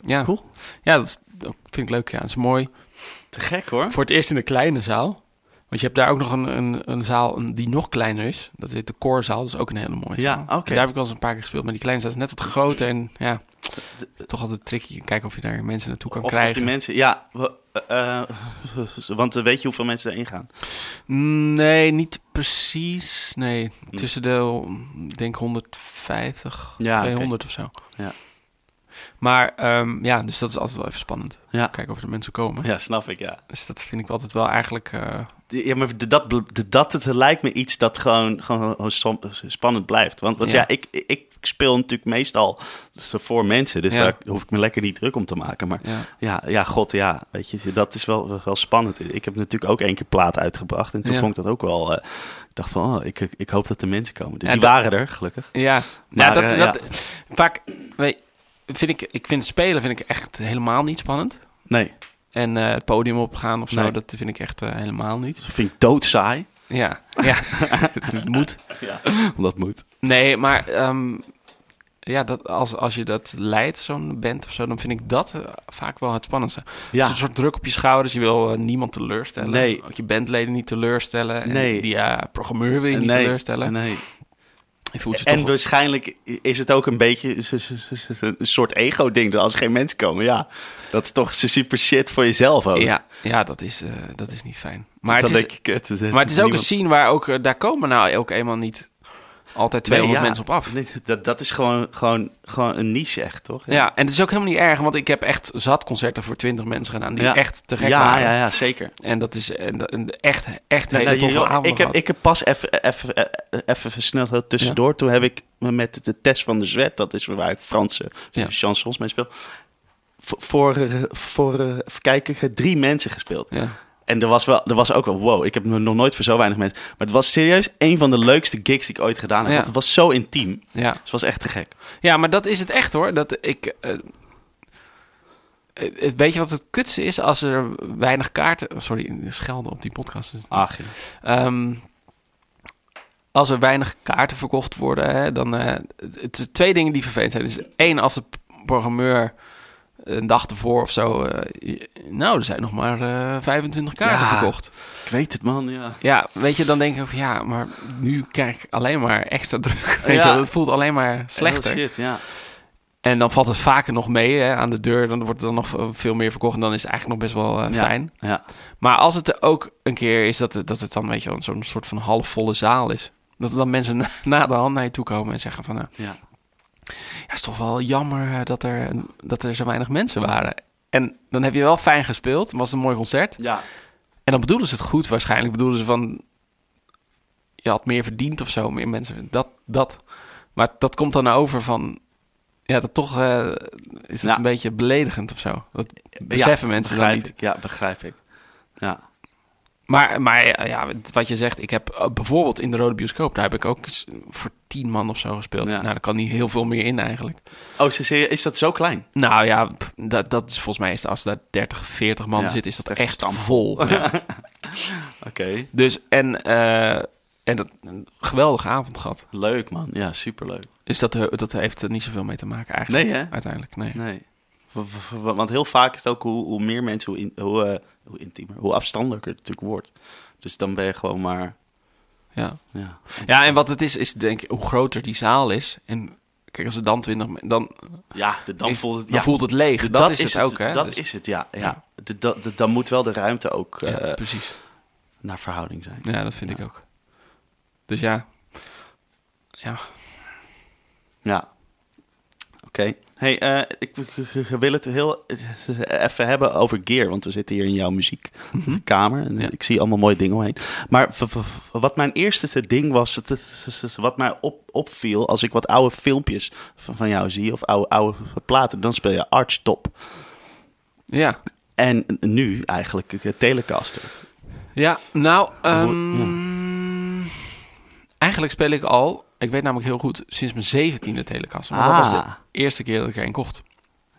Speaker 2: Ja,
Speaker 1: Cool.
Speaker 2: ja dat, is- dat vind ik leuk. Ja, dat is mooi.
Speaker 1: Te gek, hoor.
Speaker 2: Voor het eerst in een kleine zaal. Want je hebt daar ook nog een, een, een zaal een- die nog kleiner is. Dat heet de koorzaal. Dat is ook een hele mooie
Speaker 1: Ja,
Speaker 2: zaal. En
Speaker 1: oké.
Speaker 2: Daar heb ik wel eens een paar keer gespeeld. Maar die kleine zaal is net wat groter. En ja, het is toch altijd tricky. Kijken of je daar mensen naartoe kan
Speaker 1: Of, of
Speaker 2: krijgen.
Speaker 1: die mensen... Ja, we- eh, eh, want eh, weet je hoeveel mensen erin gaan?
Speaker 2: Mm, Nee, niet precies. Nee,
Speaker 1: Hm.
Speaker 2: tussen de, mm, ik denk 150,
Speaker 1: Ja,
Speaker 2: 200 of zo.
Speaker 1: Ja.
Speaker 2: Maar ehm, ja, dus dat is altijd wel even spannend.
Speaker 1: Ja.
Speaker 2: Kijken of er mensen komen.
Speaker 1: Ja, snap ik, ja.
Speaker 2: Dus dat vind ik altijd wel eigenlijk... eh,
Speaker 1: Ja, maar de- dat, bl- de- dat het lijkt me iets dat gewoon, gewoon gewoon som- spannend blijft. Want, want ja,
Speaker 2: Ja.
Speaker 1: ik, ik speel natuurlijk meestal voor mensen. Dus
Speaker 2: Ja.
Speaker 1: daar hoef ik me lekker niet druk om te maken. Maar
Speaker 2: ja.
Speaker 1: ja, ja god, ja. Weet je, dat is wel, wel spannend. Ik heb natuurlijk ook één keer plaat uitgebracht. En toen
Speaker 2: Ja.
Speaker 1: vond ik dat ook wel... eh, ik dacht van, oh, ik, ik hoop dat de mensen komen. Die
Speaker 2: Ja, dat-
Speaker 1: waren er, gelukkig.
Speaker 2: Ja,
Speaker 1: Maar,
Speaker 2: nou, dat,
Speaker 1: eh,
Speaker 2: dat, vaak weet, vind ik, ik vind spelen vind ik echt helemaal niet spannend.
Speaker 1: Nee,
Speaker 2: En eh, het podium opgaan of zo,
Speaker 1: Nee.
Speaker 2: dat vind ik echt eh, helemaal niet.
Speaker 1: dat vind ik doodsaai.
Speaker 2: Ja, <laughs>
Speaker 1: <laughs>
Speaker 2: ja. het moet.
Speaker 1: Dat moet.
Speaker 2: Nee, maar ehm, ja, dat, als, als je dat leidt, zo'n band of zo, dan vind ik dat eh, vaak wel het spannendste. Het
Speaker 1: Ja,
Speaker 2: is een soort druk op je schouders. Je wil eh, niemand teleurstellen.
Speaker 1: Nee.
Speaker 2: Ook je bandleden niet teleurstellen. En
Speaker 1: Nee.
Speaker 2: die eh, programmeur wil je niet
Speaker 1: nee,
Speaker 2: teleurstellen.
Speaker 1: nee.
Speaker 2: Je voelt je
Speaker 1: En
Speaker 2: toch...
Speaker 1: waarschijnlijk is het ook een beetje een soort ego-ding. Dat als er geen mensen komen, ja, dat is toch super shit voor jezelf ook.
Speaker 2: Ja, ja dat, is, eh, dat is niet fijn. Maar
Speaker 1: Dan
Speaker 2: het is,
Speaker 1: denk ik, kut, er
Speaker 2: Maar het is ook een
Speaker 1: Dus niemand-
Speaker 2: scene waar ook, eh, daar komen nou ook eenmaal niet altijd 200
Speaker 1: Nee, ja.
Speaker 2: mensen op af.
Speaker 1: Nee, dat, dat is gewoon, gewoon, gewoon een niche echt, toch?
Speaker 2: Ja. en het is ook helemaal niet erg, want ik heb echt zat concerten voor 20 mensen gedaan die
Speaker 1: Ja.
Speaker 2: echt te gek
Speaker 1: ja,
Speaker 2: waren.
Speaker 1: ja, ja, zeker.
Speaker 2: En dat is en, dat- en echt, echt
Speaker 1: Nee,
Speaker 2: hele
Speaker 1: nou,
Speaker 2: toffe
Speaker 1: joh,
Speaker 2: avonden
Speaker 1: ik, heb,
Speaker 2: gehad.
Speaker 1: ik heb pas even- even eh, even- even snel heel tussendoor. Toen heb ik me met de test van de Zwet, dat is waar ik Franse
Speaker 2: Ja.
Speaker 1: chansons mee speel, voor, voor, eh, voor eh, even kijken, drie mensen gespeeld.
Speaker 2: Ja.
Speaker 1: En er was, wel, er was ook wel, wow, ik heb nog nooit voor zo weinig mensen. Maar het was serieus een van de leukste gigs die ik ooit gedaan heb.
Speaker 2: Ja.
Speaker 1: Want het was zo intiem. Dus
Speaker 2: Ja.
Speaker 1: het was echt te gek.
Speaker 2: ja, maar dat is het echt hoor. Dat ik, eh, eh, eh, weet je wat het kutste is als er weinig kaarten... Sorry, schelden op die podcast. dus
Speaker 1: Ach,
Speaker 2: Ehm, als er weinig kaarten verkocht worden, hè, dan. eh, het, het zijn twee dingen die vervelend zijn. Dus één, als de p- programmeur een dag ervoor of zo... eh, nou, er zijn nog maar eh, 25 kaarten
Speaker 1: Ja.
Speaker 2: verkocht.
Speaker 1: Ik weet het, man, ja.
Speaker 2: Ja, weet je, dan denk ik van ja, maar nu krijg ik alleen maar extra druk. <laughs> Weet
Speaker 1: Ja.
Speaker 2: je, wel. het voelt alleen maar
Speaker 1: Oh,
Speaker 2: slechter.
Speaker 1: shit, ja.
Speaker 2: En dan valt het vaker nog mee hè, aan de deur. Dan wordt er dan nog eh, veel meer verkocht. En dan is het eigenlijk nog best wel eh,
Speaker 1: Ja,
Speaker 2: fijn.
Speaker 1: Ja.
Speaker 2: Maar als het er ook een keer is dat het, dat het dan, weet je, wel, zo'n soort van halfvolle zaal is. Dat er dan mensen <laughs> na, na de hand naar je toe komen en zeggen van nou,
Speaker 1: Ja.
Speaker 2: ja, is toch wel jammer eh, dat er, dat er zo weinig mensen waren. En dan heb je wel fijn gespeeld. Was een mooi concert.
Speaker 1: ja.
Speaker 2: En dan bedoelen ze het goed waarschijnlijk. Bedoelen ze van... Je had meer verdiend of zo, meer mensen. Dat, dat. Maar dat komt dan over van... Ja, dat toch eh, is het
Speaker 1: Ja.
Speaker 2: een beetje beledigend of zo. Dat beseffen mensen dan
Speaker 1: begrijp
Speaker 2: niet.
Speaker 1: Ik. Ja, begrijp ik. Ja.
Speaker 2: Maar, maar eh, ja, wat je zegt, ik heb eh, bijvoorbeeld in de Rode Bioscoop... daar heb ik ook eens voor tien man of zo gespeeld.
Speaker 1: Ja.
Speaker 2: Nou, daar kan niet heel veel meer in eigenlijk.
Speaker 1: Oh, is- is- is dat zo klein?
Speaker 2: Nou ja, pff, dat, dat is volgens mij, is het- als daar 30, 40 man
Speaker 1: Ja,
Speaker 2: zit, is dat
Speaker 1: het
Speaker 2: echt,
Speaker 1: is echt
Speaker 2: vol. Ja.
Speaker 1: Oké.
Speaker 2: Dus, en, eh, en dat, een geweldige avond gehad.
Speaker 1: Leuk, man. Ja, superleuk.
Speaker 2: Dus dat, eh, dat heeft er niet zoveel mee te maken eigenlijk.
Speaker 1: Nee, hè?
Speaker 2: Uiteindelijk, nee.
Speaker 1: Nee. W- w- w- Want heel vaak is het ook hoe, hoe meer mensen, hoe, in- hoe, eh, hoe intiemer, hoe afstandelijker het natuurlijk wordt. Dus dan ben je gewoon maar.
Speaker 2: Ja.
Speaker 1: Ja,
Speaker 2: ja, en wat het is, is denk ik hoe groter die zaal is. En kijk, als er dan 20 men- dan,
Speaker 1: ja de, dan
Speaker 2: is-
Speaker 1: voelt het.
Speaker 2: dan
Speaker 1: Ja,
Speaker 2: voelt het leeg.
Speaker 1: de-
Speaker 2: Dat, is het, ook, hè?
Speaker 1: Dat
Speaker 2: Dus-
Speaker 1: is het, ja. ja.
Speaker 2: Ja.
Speaker 1: De- da- de- dan moet wel de ruimte ook
Speaker 2: ja,
Speaker 1: eh,
Speaker 2: precies.
Speaker 1: naar verhouding zijn.
Speaker 2: Ja, dat vind
Speaker 1: ja.
Speaker 2: ik ook. Dus ja. Ja.
Speaker 1: Ja. Oké. Hey, eh, ik ik wil het heel eh, even hebben over gear, want we zitten hier in jouw muziekkamer
Speaker 2: Mhm.
Speaker 1: en
Speaker 2: Ja.
Speaker 1: ik zie allemaal mooie dingen omheen. Maar v- v- wat mijn eerste ding was, het is- wat mij op, opviel als ik wat oude filmpjes van, van jou zie of oude, oude platen, dan speel je Archtop.
Speaker 2: <laughs> Ja.
Speaker 1: En nu eigenlijk eh, Telecaster.
Speaker 2: Ja, nou,
Speaker 1: Hoe-
Speaker 2: ehm, eigenlijk speel ik al, ik weet namelijk heel goed, sinds mijn zeventiende Telecaster. Maar dat was
Speaker 1: Ah.
Speaker 2: de eerste keer dat ik er een kocht.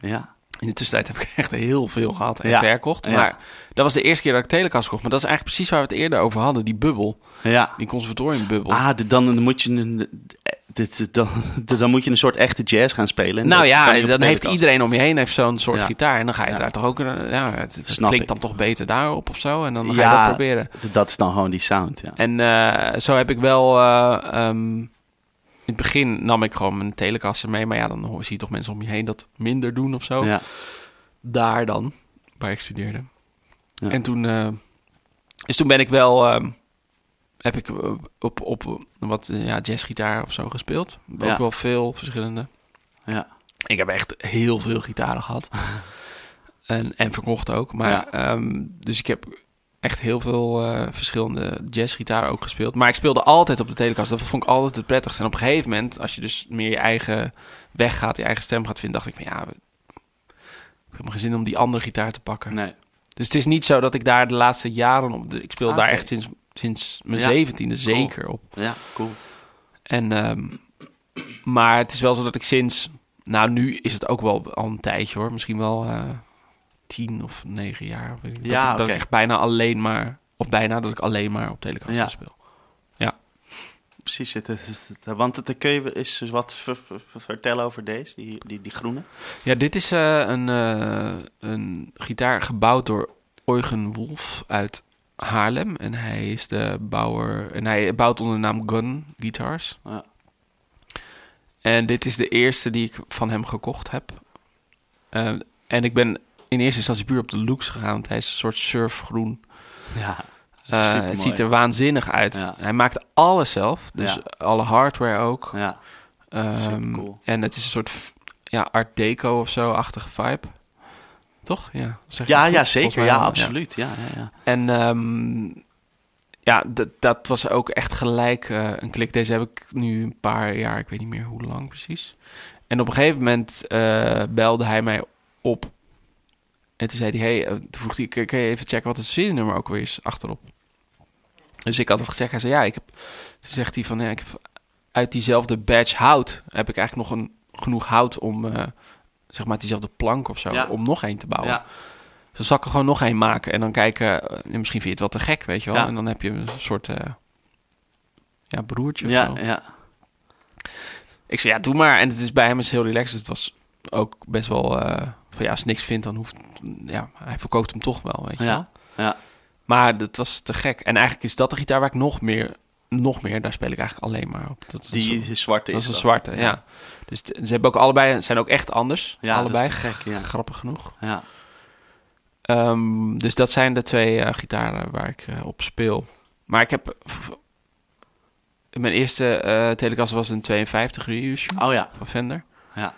Speaker 1: Ja.
Speaker 2: In de tussentijd heb ik <laughs> echt heel veel gehad en
Speaker 1: Ja,
Speaker 2: verkocht.
Speaker 1: ja.
Speaker 2: Maar dat was de eerste keer dat ik Telecaster kocht. Maar dat is eigenlijk precies waar we het eerder over hadden. Die bubbel,
Speaker 1: Ja.
Speaker 2: die conservatoriumbubbel.
Speaker 1: Ah, d- dan moet je een... eh, dit- dit- Dan, <laughs> dan moet je een soort echte jazz gaan spelen. En
Speaker 2: nou
Speaker 1: dat kan je
Speaker 2: ja,
Speaker 1: op
Speaker 2: dan heeft
Speaker 1: Telecaster.
Speaker 2: iedereen om je heen heeft zo'n soort
Speaker 1: Ja.
Speaker 2: gitaar. En dan ga je
Speaker 1: Ja.
Speaker 2: daar toch ook... een- Ja, het, het
Speaker 1: Snap
Speaker 2: klinkt
Speaker 1: ik.
Speaker 2: dan toch beter daarop of zo. En dan ga je
Speaker 1: Ja.
Speaker 2: dat proberen.
Speaker 1: D- Dat is dan gewoon die sound, ja.
Speaker 2: En eh, zo heb ik wel... eh, ehm, in het begin nam ik gewoon mijn telecaster mee. Maar ja, dan hoor, zie je toch mensen om je heen dat minder doen of zo.
Speaker 1: Ja.
Speaker 2: daar dan, waar ik studeerde.
Speaker 1: Ja.
Speaker 2: En toen, eh, dus toen ben ik wel, ehm, heb ik eh, op, op wat eh, ja, jazzgitaar of zo gespeeld. Ook
Speaker 1: Ja.
Speaker 2: wel veel verschillende.
Speaker 1: Ja.
Speaker 2: Ik heb echt heel veel gitaren
Speaker 1: <laughs>
Speaker 2: gehad. en, en verkocht ook. Maar,
Speaker 1: Ja.
Speaker 2: ehm, dus ik heb echt heel veel eh, verschillende jazzgitaren ook gespeeld. Maar ik speelde altijd op de telekast. Dat vond ik altijd het prettigste. En op een gegeven moment, als je dus meer je eigen weg gaat, je eigen stem gaat vinden, dacht ik van ja, ik heb geen zin om die andere gitaar te pakken.
Speaker 1: Nee.
Speaker 2: Dus het is niet zo dat ik daar de laatste jaren op. Ik speel
Speaker 1: Ah,
Speaker 2: daar
Speaker 1: oké.
Speaker 2: echt sinds, sinds mijn
Speaker 1: Ja.
Speaker 2: zeventiende
Speaker 1: Cool.
Speaker 2: zeker op.
Speaker 1: Ja, cool.
Speaker 2: En, ehm, maar het is wel zo dat ik sinds. Nou, nu is het ook wel al een tijdje hoor. Misschien wel eh, tien of negen jaar. Weet ik,
Speaker 1: Ja,
Speaker 2: dat, ik- dat
Speaker 1: oké.
Speaker 2: ik echt bijna alleen maar. Of bijna dat ik alleen maar op Telecaster
Speaker 1: Ja.
Speaker 2: speel.
Speaker 1: Precies. Het, het- het- het- want het, dan kun je eens wat ver- ver- vertellen over deze, die, die, die groene.
Speaker 2: Ja, dit is eh, een, eh, een gitaar gebouwd door Eugen Wolf uit Haarlem. En hij is de bouwer. En hij bouwt onder de naam Gun Guitars.
Speaker 1: Ja.
Speaker 2: En dit is de eerste die ik van hem gekocht heb. Eh, en ik ben in eerste instantie puur op de looks gegaan. Want hij is een soort surfgroen.
Speaker 1: Ja.
Speaker 2: Eh,
Speaker 1: Supermooi.
Speaker 2: het ziet er waanzinnig uit.
Speaker 1: Ja.
Speaker 2: Hij maakt alles zelf. Dus
Speaker 1: Ja.
Speaker 2: alle hardware ook.
Speaker 1: Ja.
Speaker 2: Ehm,
Speaker 1: Supercool.
Speaker 2: En het is een soort f- ja, art deco of zo-achtige vibe. Toch? Ja, zeg je
Speaker 1: Ja,
Speaker 2: dat goed?
Speaker 1: ja,
Speaker 2: Volgens
Speaker 1: zeker.
Speaker 2: mij
Speaker 1: Ja,
Speaker 2: wel,
Speaker 1: absoluut. Ja, ja, ja.
Speaker 2: En ehm, ja, dat- dat was ook echt gelijk eh, een klik. Deze heb ik nu een paar jaar, ik weet niet meer hoe lang precies. En op een gegeven moment eh, belde hij mij op. En toen zei hij, hey, eh, toen vroeg hij, "Kun- kun je even checken wat het serienummer ook weer is achterop? Dus ik had het gezegd, hij zei, ja, ik heb... Toen zegt hij van, ja, ik heb uit diezelfde badge hout heb ik eigenlijk nog een, genoeg hout om, eh, zeg maar, diezelfde plank of zo,
Speaker 1: Ja.
Speaker 2: om nog één te bouwen.
Speaker 1: Ja.
Speaker 2: Dus dan zal ik er gewoon nog één maken en dan kijken. eh, misschien vind je het wel te gek, weet je wel.
Speaker 1: Ja.
Speaker 2: En dan heb je een soort eh, ja, broertje of
Speaker 1: Ja,
Speaker 2: zo.
Speaker 1: ja.
Speaker 2: Ik zei, ja, doe maar. En het is bij hem is heel relaxed. Dus het was ook best wel eh, van ja, als je niks vindt, dan hoeft. Ja, hij verkoopt hem toch wel, weet je
Speaker 1: Ja,
Speaker 2: wel.
Speaker 1: ja.
Speaker 2: Maar dat was te gek. En eigenlijk is dat de gitaar waar ik nog meer, nog meer, daar speel ik eigenlijk alleen maar op. Dat is een
Speaker 1: Die
Speaker 2: soort-
Speaker 1: zwarte
Speaker 2: dat
Speaker 1: is
Speaker 2: is een zwarte, ja. Dus t- ze hebben ook allebei, zijn ook echt anders.
Speaker 1: Ja, dat is
Speaker 2: allebei.
Speaker 1: te gek, ja.
Speaker 2: Grappig genoeg.
Speaker 1: Ja.
Speaker 2: Ehm, dus dat zijn de twee eh, gitaren waar ik eh, op speel. Maar ik heb... v- Mijn eerste eh Telecast was een 52 reissue
Speaker 1: Oh ja,
Speaker 2: van Fender.
Speaker 1: Ja.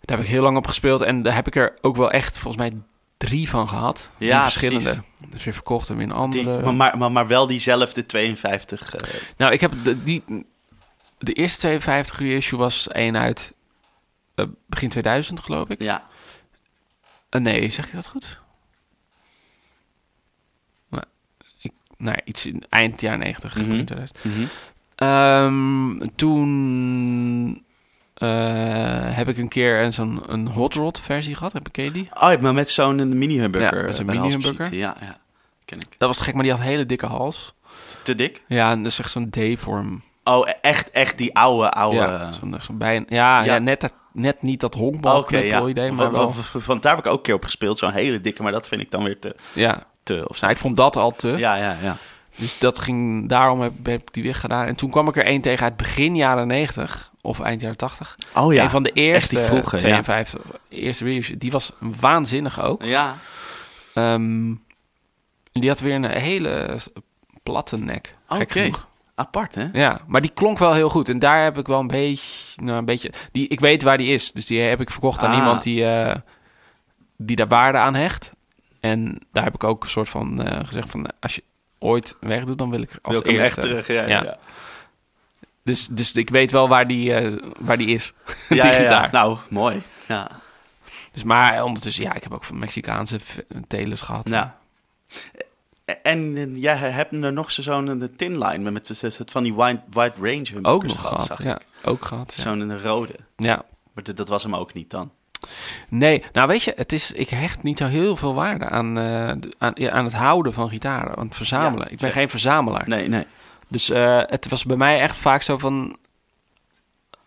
Speaker 2: Daar heb ik heel lang op gespeeld. En daar heb ik er ook wel echt volgens mij drie van gehad. Drie
Speaker 1: Ja,
Speaker 2: verschillende.
Speaker 1: precies.
Speaker 2: Dus weer verkocht hem in
Speaker 1: die,
Speaker 2: andere...
Speaker 1: maar, maar, maar, maar wel diezelfde 52. eh,
Speaker 2: Nou, ik heb de, die, de eerste 52 reissue was één uit eh, begin 2000, geloof ik.
Speaker 1: ja.
Speaker 2: Eh, nee, zeg ik dat goed? Nou, ik, nou ja, iets in eind jaar 90.
Speaker 1: Mhm.
Speaker 2: begin 2000. dus. Ehm, toen eh, heb ik een keer een, zo'n een hot rod versie gehad. Heb ik ken je die?
Speaker 1: Oh, ja, maar met zo'n eh, mini-humbucker.
Speaker 2: Ja, met zo'n
Speaker 1: eh, bij de
Speaker 2: mini-humbucker.
Speaker 1: halspositie. Ja, ja, ken ik.
Speaker 2: Dat was gek, maar die had een hele dikke hals.
Speaker 1: Te dik?
Speaker 2: Ja, en dat is echt zo'n D-vorm.
Speaker 1: Oh, echt, echt die oude, oude...
Speaker 2: Ja, zo'n, eh, zo'n bijna, ja, ja.
Speaker 1: Oh, eh. Ja.
Speaker 2: net, dat- net niet dat honkbal
Speaker 1: Oké, ja.
Speaker 2: idee, maar
Speaker 1: Want-
Speaker 2: wel...
Speaker 1: want- Want daar heb ik ook een keer op gespeeld. Zo'n hele dikke, maar dat vind ik dan weer te...
Speaker 2: Ja,
Speaker 1: te of zo.
Speaker 2: nou, ik vond dat al te.
Speaker 1: Ja, ja, ja.
Speaker 2: Dus dat ging, daarom heb, heb ik die weggedaan. En toen kwam ik er één tegen uit begin jaren 90 of eind jaren 80.
Speaker 1: Oh ja.
Speaker 2: Een van de eerste
Speaker 1: die vroege, ja.
Speaker 2: 52, eerste reissue. Die was waanzinnig ook.
Speaker 1: Ja,
Speaker 2: Ehm, en die had weer een hele platte nek. Gek
Speaker 1: Oké.
Speaker 2: genoeg.
Speaker 1: apart hè?
Speaker 2: Ja, maar die klonk wel heel goed. En daar heb ik wel een beetje, nou een beetje... Die, ik weet waar die is. Dus die heb ik verkocht aan
Speaker 1: Ah.
Speaker 2: iemand die, eh, die daar waarde aan hecht. En daar heb ik ook een soort van eh, gezegd van... Als je ooit weg doet, dan wil ik als
Speaker 1: Wil ik hem echt
Speaker 2: eerste...
Speaker 1: terug? Ja,
Speaker 2: ja.
Speaker 1: ja. ja.
Speaker 2: Dus, dus ik weet wel waar die, eh, waar die is. <laughs> die
Speaker 1: Ja, ja, ja.
Speaker 2: gitaar.
Speaker 1: Nou, mooi. Ja.
Speaker 2: Dus, maar ondertussen, ja, ik heb ook van Mexicaanse v- telers gehad.
Speaker 1: Nou. En eh, jij hebt er nog zo- zo'n eh, tin line met, met, met- met van die wide, wide range humbuckers
Speaker 2: ook nog
Speaker 1: gehad,
Speaker 2: gehad.
Speaker 1: zag ik.
Speaker 2: ja, ook gehad. Ja.
Speaker 1: Zo'n eh, rode.
Speaker 2: ja.
Speaker 1: Maar d- dat was hem ook niet dan.
Speaker 2: Nee, nou weet je, het is, ik hecht niet zo heel veel waarde aan, eh, de- aan, ja, aan het houden van gitaren. Aan het verzamelen.
Speaker 1: Ja,
Speaker 2: ik ben
Speaker 1: zeker.
Speaker 2: geen verzamelaar.
Speaker 1: Nee, nee.
Speaker 2: Dus eh, het was bij mij echt vaak zo van...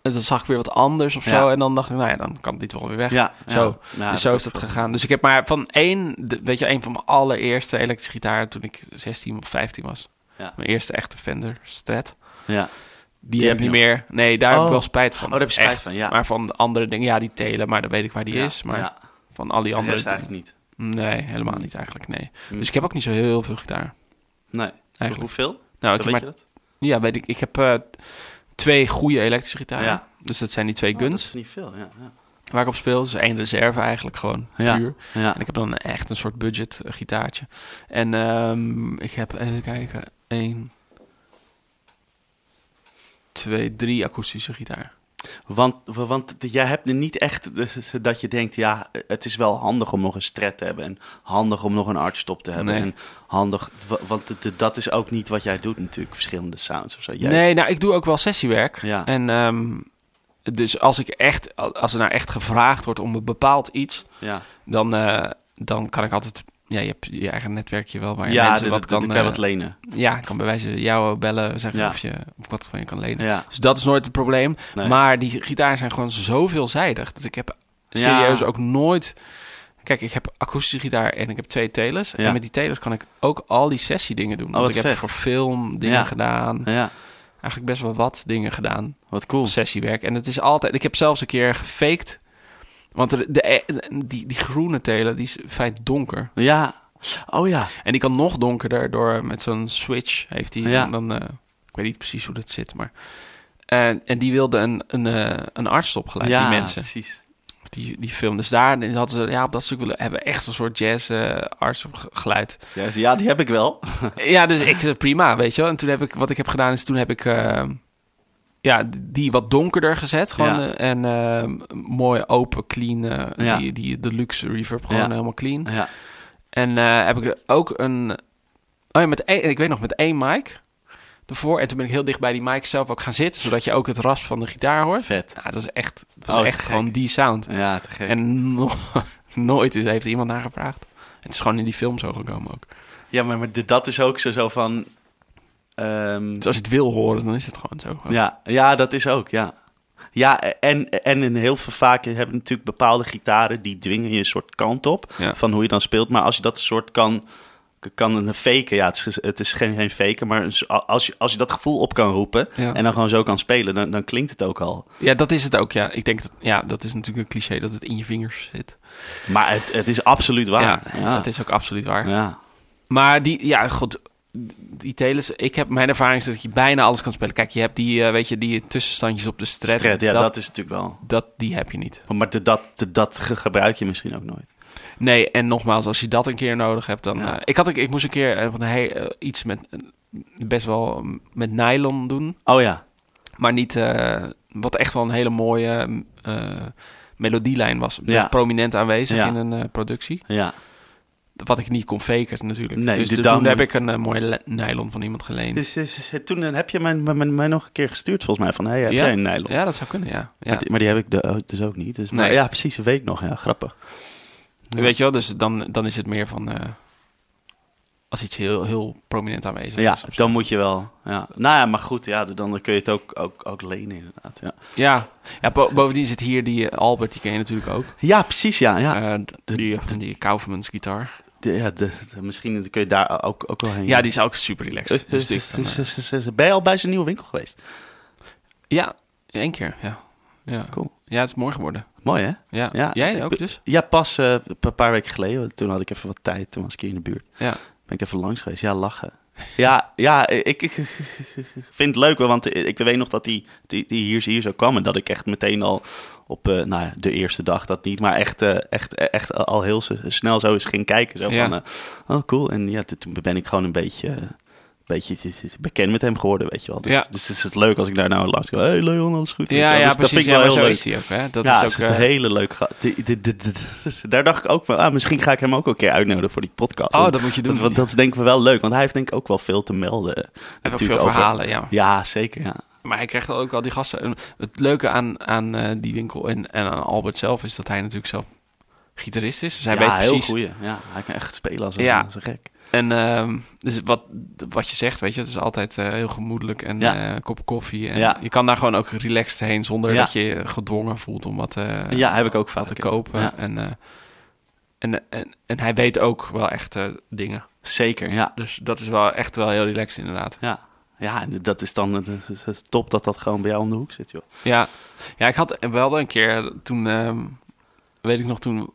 Speaker 2: eh, Dan zag ik weer wat anders of zo.
Speaker 1: Ja.
Speaker 2: En dan dacht ik, nou ja, dan kan dit wel weer weg.
Speaker 1: Ja,
Speaker 2: Zo.
Speaker 1: Ja, ja,
Speaker 2: dus zo is dat gegaan. Dus ik heb maar van één, de- weet je, één van mijn allereerste elektrische gitaar toen ik 16 of 15 was.
Speaker 1: Ja.
Speaker 2: Mijn eerste echte Fender Strat.
Speaker 1: Ja.
Speaker 2: Die,
Speaker 1: heb
Speaker 2: heb ik
Speaker 1: je
Speaker 2: niet
Speaker 1: nog.
Speaker 2: meer. Nee, daar heb ik
Speaker 1: Oh.
Speaker 2: wel spijt van.
Speaker 1: Oh, daar heb je spijt
Speaker 2: Echt.
Speaker 1: van, ja.
Speaker 2: Maar van de andere dingen, ja, die telen, maar dan weet ik waar die
Speaker 1: Ja,
Speaker 2: is. Maar
Speaker 1: ja.
Speaker 2: van al die
Speaker 1: De
Speaker 2: andere
Speaker 1: rest eigenlijk niet.
Speaker 2: dingen- Nee, helemaal niet eigenlijk, nee.
Speaker 1: Hm.
Speaker 2: Dus ik heb ook niet zo heel veel gitaar,
Speaker 1: Nee.
Speaker 2: eigenlijk.
Speaker 1: Hoeveel?
Speaker 2: Nou, ik
Speaker 1: weet
Speaker 2: heb maar,
Speaker 1: je dat?
Speaker 2: ja, weet ik, ik heb eh, twee goede elektrische gitaren.
Speaker 1: Ja.
Speaker 2: Dus dat zijn die twee
Speaker 1: Oh, dat
Speaker 2: guns
Speaker 1: is niet veel, ja. ja.
Speaker 2: waar ik op speel. Dus één reserve eigenlijk gewoon,
Speaker 1: Ja.
Speaker 2: puur.
Speaker 1: Ja.
Speaker 2: En ik heb dan echt een soort budget eh, gitaartje. En ehm, ik heb, even kijken, één, twee, drie akoestische gitaar.
Speaker 1: Want, wa- want jij hebt er niet echt de- dat je denkt, ja, het is wel handig om nog een stret te hebben. En handig om nog een artstop te hebben.
Speaker 2: Nee.
Speaker 1: En handig, wa- want d- dat is ook niet wat jij doet natuurlijk, verschillende sounds of zo. Jij,
Speaker 2: Nee, nou, ik doe ook wel sessiewerk.
Speaker 1: Ja.
Speaker 2: En ehm, dus als ik echt, als er nou echt gevraagd wordt om een bepaald iets,
Speaker 1: Ja,
Speaker 2: dan, eh, dan kan ik altijd, ja, je hebt je eigen netwerkje wel, waar je
Speaker 1: ja
Speaker 2: mensen
Speaker 1: dat
Speaker 2: wat kan,
Speaker 1: kan je
Speaker 2: eh,
Speaker 1: wat lenen.
Speaker 2: ja, ik kan bij wijze jou bellen, zeggen
Speaker 1: Ja.
Speaker 2: of je of ik wat van je kan lenen.
Speaker 1: Ja,
Speaker 2: Dus dat is nooit het probleem.
Speaker 1: nee.
Speaker 2: Maar die gitaren zijn gewoon zo veelzijdig. Dus ik heb
Speaker 1: Ja.
Speaker 2: serieus ook nooit. Kijk, ik heb akoestische gitaar en ik heb twee telers.
Speaker 1: Ja. Oh,
Speaker 2: En met die telers kan ik ook al die sessiedingen doen. Want
Speaker 1: wat
Speaker 2: ik heb
Speaker 1: vet.
Speaker 2: voor film dingen
Speaker 1: Ja.
Speaker 2: gedaan.
Speaker 1: ja,
Speaker 2: Eigenlijk best wel wat dingen gedaan.
Speaker 1: wat cool.
Speaker 2: Sessiewerk. En het is altijd. Ik heb zelfs een keer gefaked. Want de, de, die, die groene teler die is vrij donker.
Speaker 1: Ja, oh ja.
Speaker 2: En die kan nog donkerder door met zo'n switch heeft hij.
Speaker 1: Ja.
Speaker 2: En dan, eh, ik weet niet precies hoe dat zit, maar. En, en die wilde een, een, eh, een arts opgeleid,
Speaker 1: ja,
Speaker 2: die mensen.
Speaker 1: precies.
Speaker 2: Die, die film. Dus daar hadden ze, ja, op dat stuk willen, hebben we echt zo'n soort jazz eh arts
Speaker 1: <laughs>
Speaker 2: geluid.
Speaker 1: Ja, Ja, die heb ik wel.
Speaker 2: ja, dus ik zei prima, weet je wel. En toen heb ik, wat ik heb gedaan is, toen heb ik eh, ja, die wat donkerder gezet. Gewoon,
Speaker 1: Ja.
Speaker 2: eh, en eh, mooi open, clean, eh,
Speaker 1: Ja.
Speaker 2: die, die deluxe reverb, gewoon
Speaker 1: Ja.
Speaker 2: helemaal clean.
Speaker 1: Ja,
Speaker 2: En eh, heb ik er ook een. Oh ja, met één, ik weet nog, met één mic ervoor. En toen ben ik heel dicht bij die mic zelf ook gaan zitten, zodat je ook het rasp van de gitaar hoort.
Speaker 1: vet.
Speaker 2: Ja, dat is echt, dat is
Speaker 1: Oh, te
Speaker 2: echt
Speaker 1: gek.
Speaker 2: gewoon die sound.
Speaker 1: Ja, te gek.
Speaker 2: En no- <laughs> nooit is, heeft iemand naar gevraagd. Het is gewoon in die film zo gekomen ook.
Speaker 1: Ja, maar, maar d- dat is ook zo, zo van... ehm,
Speaker 2: Dus als je het wil horen, dan is het gewoon zo.
Speaker 1: Ja, ja, dat is ook, ja. Ja, en, en in heel veel vaak hebben natuurlijk bepaalde gitaren die dwingen je een soort kant op
Speaker 2: Ja.
Speaker 1: van hoe je dan speelt. Maar als je dat soort kan, kan een faken, ja, het is, het is geen, geen faken, maar een s- als je, als je dat gevoel op kan roepen
Speaker 2: Ja.
Speaker 1: en dan gewoon zo kan spelen, dan, dan klinkt het ook al.
Speaker 2: Ja, dat is het ook, ja. Ik denk dat, ja, dat is natuurlijk een cliché dat het in je vingers zit.
Speaker 1: Maar het, het is absoluut waar.
Speaker 2: Ja, dat is ook absoluut waar.
Speaker 1: Ja.
Speaker 2: Maar die, ja, goed. Die teles, ik heb mijn ervaring is dat je bijna alles kan spelen. Kijk, je hebt die, eh, weet je, die tussenstandjes op de stret.
Speaker 1: Stret, ja, dat,
Speaker 2: dat,
Speaker 1: is natuurlijk wel.
Speaker 2: dat- die heb je niet.
Speaker 1: Maar de, dat, de, dat ge- gebruik je misschien ook nooit.
Speaker 2: Nee, en nogmaals, als je dat een keer nodig hebt, dan.
Speaker 1: Ja.
Speaker 2: eh, ik, had, een- ik moest een keer eh, van, hey, eh, iets met eh, best wel mm, met nylon doen,
Speaker 1: Oh ja.
Speaker 2: maar niet eh, wat echt wel een hele mooie mm, eh, melodielijn was. Best
Speaker 1: Ja.
Speaker 2: prominent aanwezig
Speaker 1: Ja.
Speaker 2: in een eh, productie.
Speaker 1: Ja.
Speaker 2: Wat ik niet kon faken natuurlijk.
Speaker 1: Nee,
Speaker 2: dus
Speaker 1: de
Speaker 2: toen
Speaker 1: download-
Speaker 2: heb ik een eh, mooie le- nylon van iemand geleend.
Speaker 1: Dus, dus, dus, toen heb je mij, mij, mij- mij nog een keer gestuurd, volgens mij, van hé, hey, heb
Speaker 2: Ja.
Speaker 1: jij een nylon?
Speaker 2: Ja, dat zou kunnen, ja. ja.
Speaker 1: Maar, die, maar die heb ik de- oh, dus ook niet. Dus, maar
Speaker 2: Nee.
Speaker 1: ja, precies, een week nog. Ja, grappig. Ja.
Speaker 2: Weet je wel, dus dan, dan is het meer van... eh, als iets heel, heel prominent aanwezig
Speaker 1: Ja,
Speaker 2: is. of zo.
Speaker 1: dan moet je wel. Ja. Nou ja, maar goed, ja, dan kun je het ook, ook, ook lenen inderdaad. Ja,
Speaker 2: Ja, ja bo- bovendien zit hier die eh, Albert, die ken je natuurlijk ook.
Speaker 1: ja precies, ja. ja.
Speaker 2: Eh, die, van die Kaufman's gitaar.
Speaker 1: De- ja de, de- misschien kun je daar ook, ook wel heen.
Speaker 2: Ja, die is ook super relaxed. Dus ik
Speaker 1: <laughs>
Speaker 2: dan, eh,
Speaker 1: Ben je al bij zijn nieuwe winkel geweest?
Speaker 2: ja, één keer, ja. ja.
Speaker 1: Cool.
Speaker 2: Ja, het is mooi geworden.
Speaker 1: Mooi, hè?
Speaker 2: Ja,
Speaker 1: Ja,
Speaker 2: jij
Speaker 1: ik
Speaker 2: ook
Speaker 1: be-
Speaker 2: dus?
Speaker 1: Ja, pas eh, een paar weken geleden. Toen had ik even wat tijd. Toen was ik hier in de buurt.
Speaker 2: Ja.
Speaker 1: Ben ik even langs geweest. Ja, lachen. Ja, ja ik, <laughs> ik vind het leuk. hoor, Want ik weet nog dat die, die, die hier, hier zo kwam. En dat ik echt meteen al op eh, nou, ja, de eerste dag dat niet. Maar echt, eh, echt, echt al heel s- snel zo eens ging kijken. Zo
Speaker 2: Ja.
Speaker 1: van, eh, oh cool. En ja, toen- toen ben ik gewoon een beetje... eh, beetje bekend met hem geworden, weet je wel. Dus,
Speaker 2: Ja.
Speaker 1: dus is het leuk als ik daar nou langs ga. hey, Leon, alles goed? Weet je
Speaker 2: Ja,
Speaker 1: wel.
Speaker 2: ja,
Speaker 1: Dus
Speaker 2: precies.
Speaker 1: Dat vind ik
Speaker 2: ja,
Speaker 1: wel
Speaker 2: maar
Speaker 1: heel
Speaker 2: zo
Speaker 1: leuk.
Speaker 2: is hij ook, hè. Dat
Speaker 1: ja,
Speaker 2: is ook...
Speaker 1: het is
Speaker 2: eh,
Speaker 1: een hele leuk. ga- die- die- die- die- die- Daar dacht ik ook van, ah, misschien ga ik hem ook een keer uitnodigen voor die podcast.
Speaker 2: Oh,
Speaker 1: Want
Speaker 2: dat moet je doen.
Speaker 1: dat, want dat is denk ik wel leuk, want hij heeft denk ik ook wel veel te melden. eh,
Speaker 2: Hij heeft ook
Speaker 1: natuurlijk
Speaker 2: veel
Speaker 1: over-
Speaker 2: verhalen, ja.
Speaker 1: Ja, zeker. Ja.
Speaker 2: Maar hij krijgt ook al die gasten. En Het leuke aan, aan eh, die winkel en, en aan Albert zelf is dat hij natuurlijk zelf gitarist is. Dus hij
Speaker 1: ja,
Speaker 2: weet
Speaker 1: heel
Speaker 2: precies.
Speaker 1: goeie. Ja, hij kan echt spelen als een,
Speaker 2: Ja.
Speaker 1: als een gek.
Speaker 2: En ehm, dus wat, wat je zegt, weet je, het is altijd eh, heel gemoedelijk en
Speaker 1: Ja.
Speaker 2: eh, een kop koffie. En
Speaker 1: Ja.
Speaker 2: Je kan daar gewoon ook relaxed heen zonder
Speaker 1: Ja.
Speaker 2: dat je je gedwongen voelt om wat eh,
Speaker 1: ja, heb ik ook vaak.
Speaker 2: te kopen.
Speaker 1: Ja.
Speaker 2: En, eh, en, en, en hij weet ook wel echt eh, dingen.
Speaker 1: Zeker, ja.
Speaker 2: Dus dat is wel echt wel heel relaxed inderdaad.
Speaker 1: ja. Ja, en dat is dan het is- is top dat dat gewoon bij jou om de hoek zit, joh.
Speaker 2: Ja, ja ik had wel een keer toen, ehm, weet ik nog toen.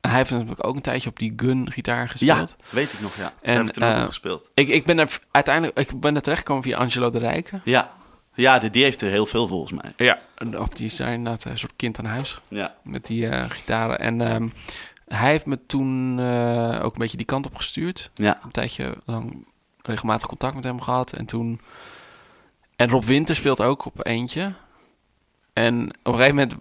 Speaker 2: Hij heeft natuurlijk ook een tijdje op die gun gitaar
Speaker 1: Ja,
Speaker 2: gespeeld.
Speaker 1: weet ik nog, ja.
Speaker 2: En,
Speaker 1: heb ik toen ook
Speaker 2: eh,
Speaker 1: nog gespeeld.
Speaker 2: Ik, ik ben er uiteindelijk ik ben er terechtgekomen via Angelo de Rijken.
Speaker 1: Ja, ja die, die heeft er heel veel volgens mij.
Speaker 2: Ja. Of die is daar inderdaad een soort kind aan huis
Speaker 1: Ja,
Speaker 2: met die eh, gitaren. En ehm, hij heeft me toen eh, ook een beetje die kant op gestuurd.
Speaker 1: ja.
Speaker 2: Een tijdje lang regelmatig contact met hem gehad. En toen. En Rob Winter speelt ook op eentje. En op een gegeven moment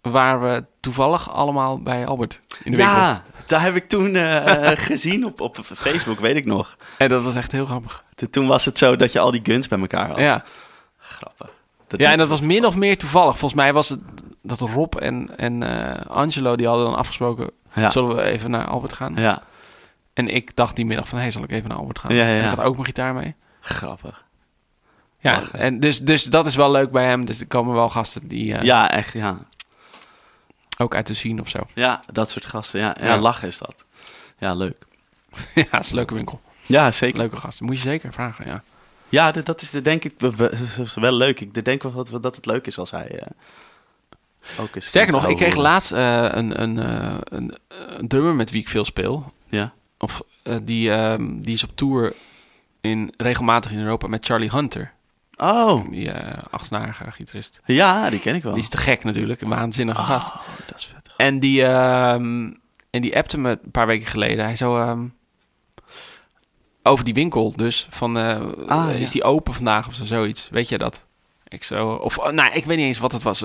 Speaker 2: waren we toevallig allemaal bij Albert in de winkel.
Speaker 1: ja daar heb ik toen eh, <laughs> eh, gezien op, op Facebook, weet ik nog.
Speaker 2: En dat was echt heel grappig.
Speaker 1: T- Toen was het zo dat je al die guns bij elkaar had.
Speaker 2: Ja.
Speaker 1: Grappig.
Speaker 2: ja, en dat was min of meer toevallig. Volgens mij was het dat Rob en, en eh, Angelo die hadden dan afgesproken...
Speaker 1: Ja.
Speaker 2: zullen we even naar Albert gaan?
Speaker 1: Ja,
Speaker 2: En ik dacht die middag van, hé, hey, zal ik even naar Albert gaan?
Speaker 1: Ja, ja, ja.
Speaker 2: Ik had ook mijn gitaar mee.
Speaker 1: grappig.
Speaker 2: Ja,
Speaker 1: Lachen.
Speaker 2: en dus, dus dat is wel leuk bij hem. Dus er komen wel gasten die eh,
Speaker 1: Ja, echt, ja.
Speaker 2: ook uit de scene of zo.
Speaker 1: Ja, dat soort gasten. Ja, ja,
Speaker 2: Ja.
Speaker 1: lachen is dat. Ja, leuk.
Speaker 2: <laughs> ja, het is een leuke winkel.
Speaker 1: Ja, zeker.
Speaker 2: Leuke gasten. Moet je zeker vragen, ja.
Speaker 1: Ja, d- dat is de- denk ik we- we- wel leuk. Ik denk wel dat, dat het leuk is als hij eh, ook is.
Speaker 2: Sterker nog, ik kreeg laatst eh, een, een, eh, een, een drummer met wie ik veel speel.
Speaker 1: Ja.
Speaker 2: Of eh, die, ehm, die is op tour in, regelmatig in Europa met Charlie Hunter.
Speaker 1: Oh,
Speaker 2: Die eh achtsnarige gitarist.
Speaker 1: ja, die ken ik wel.
Speaker 2: Die is te gek natuurlijk. Een waanzinnige gast.
Speaker 1: Oh, dat is vet.
Speaker 2: En die, ehm, en die appte me een paar weken geleden. Hij zo... ehm, over die winkel dus. Van, eh,
Speaker 1: Ah,
Speaker 2: is
Speaker 1: ja.
Speaker 2: die open vandaag of zo, zoiets. Weet je dat? Ik zo... Of, oh, nou, ik weet niet eens wat het was.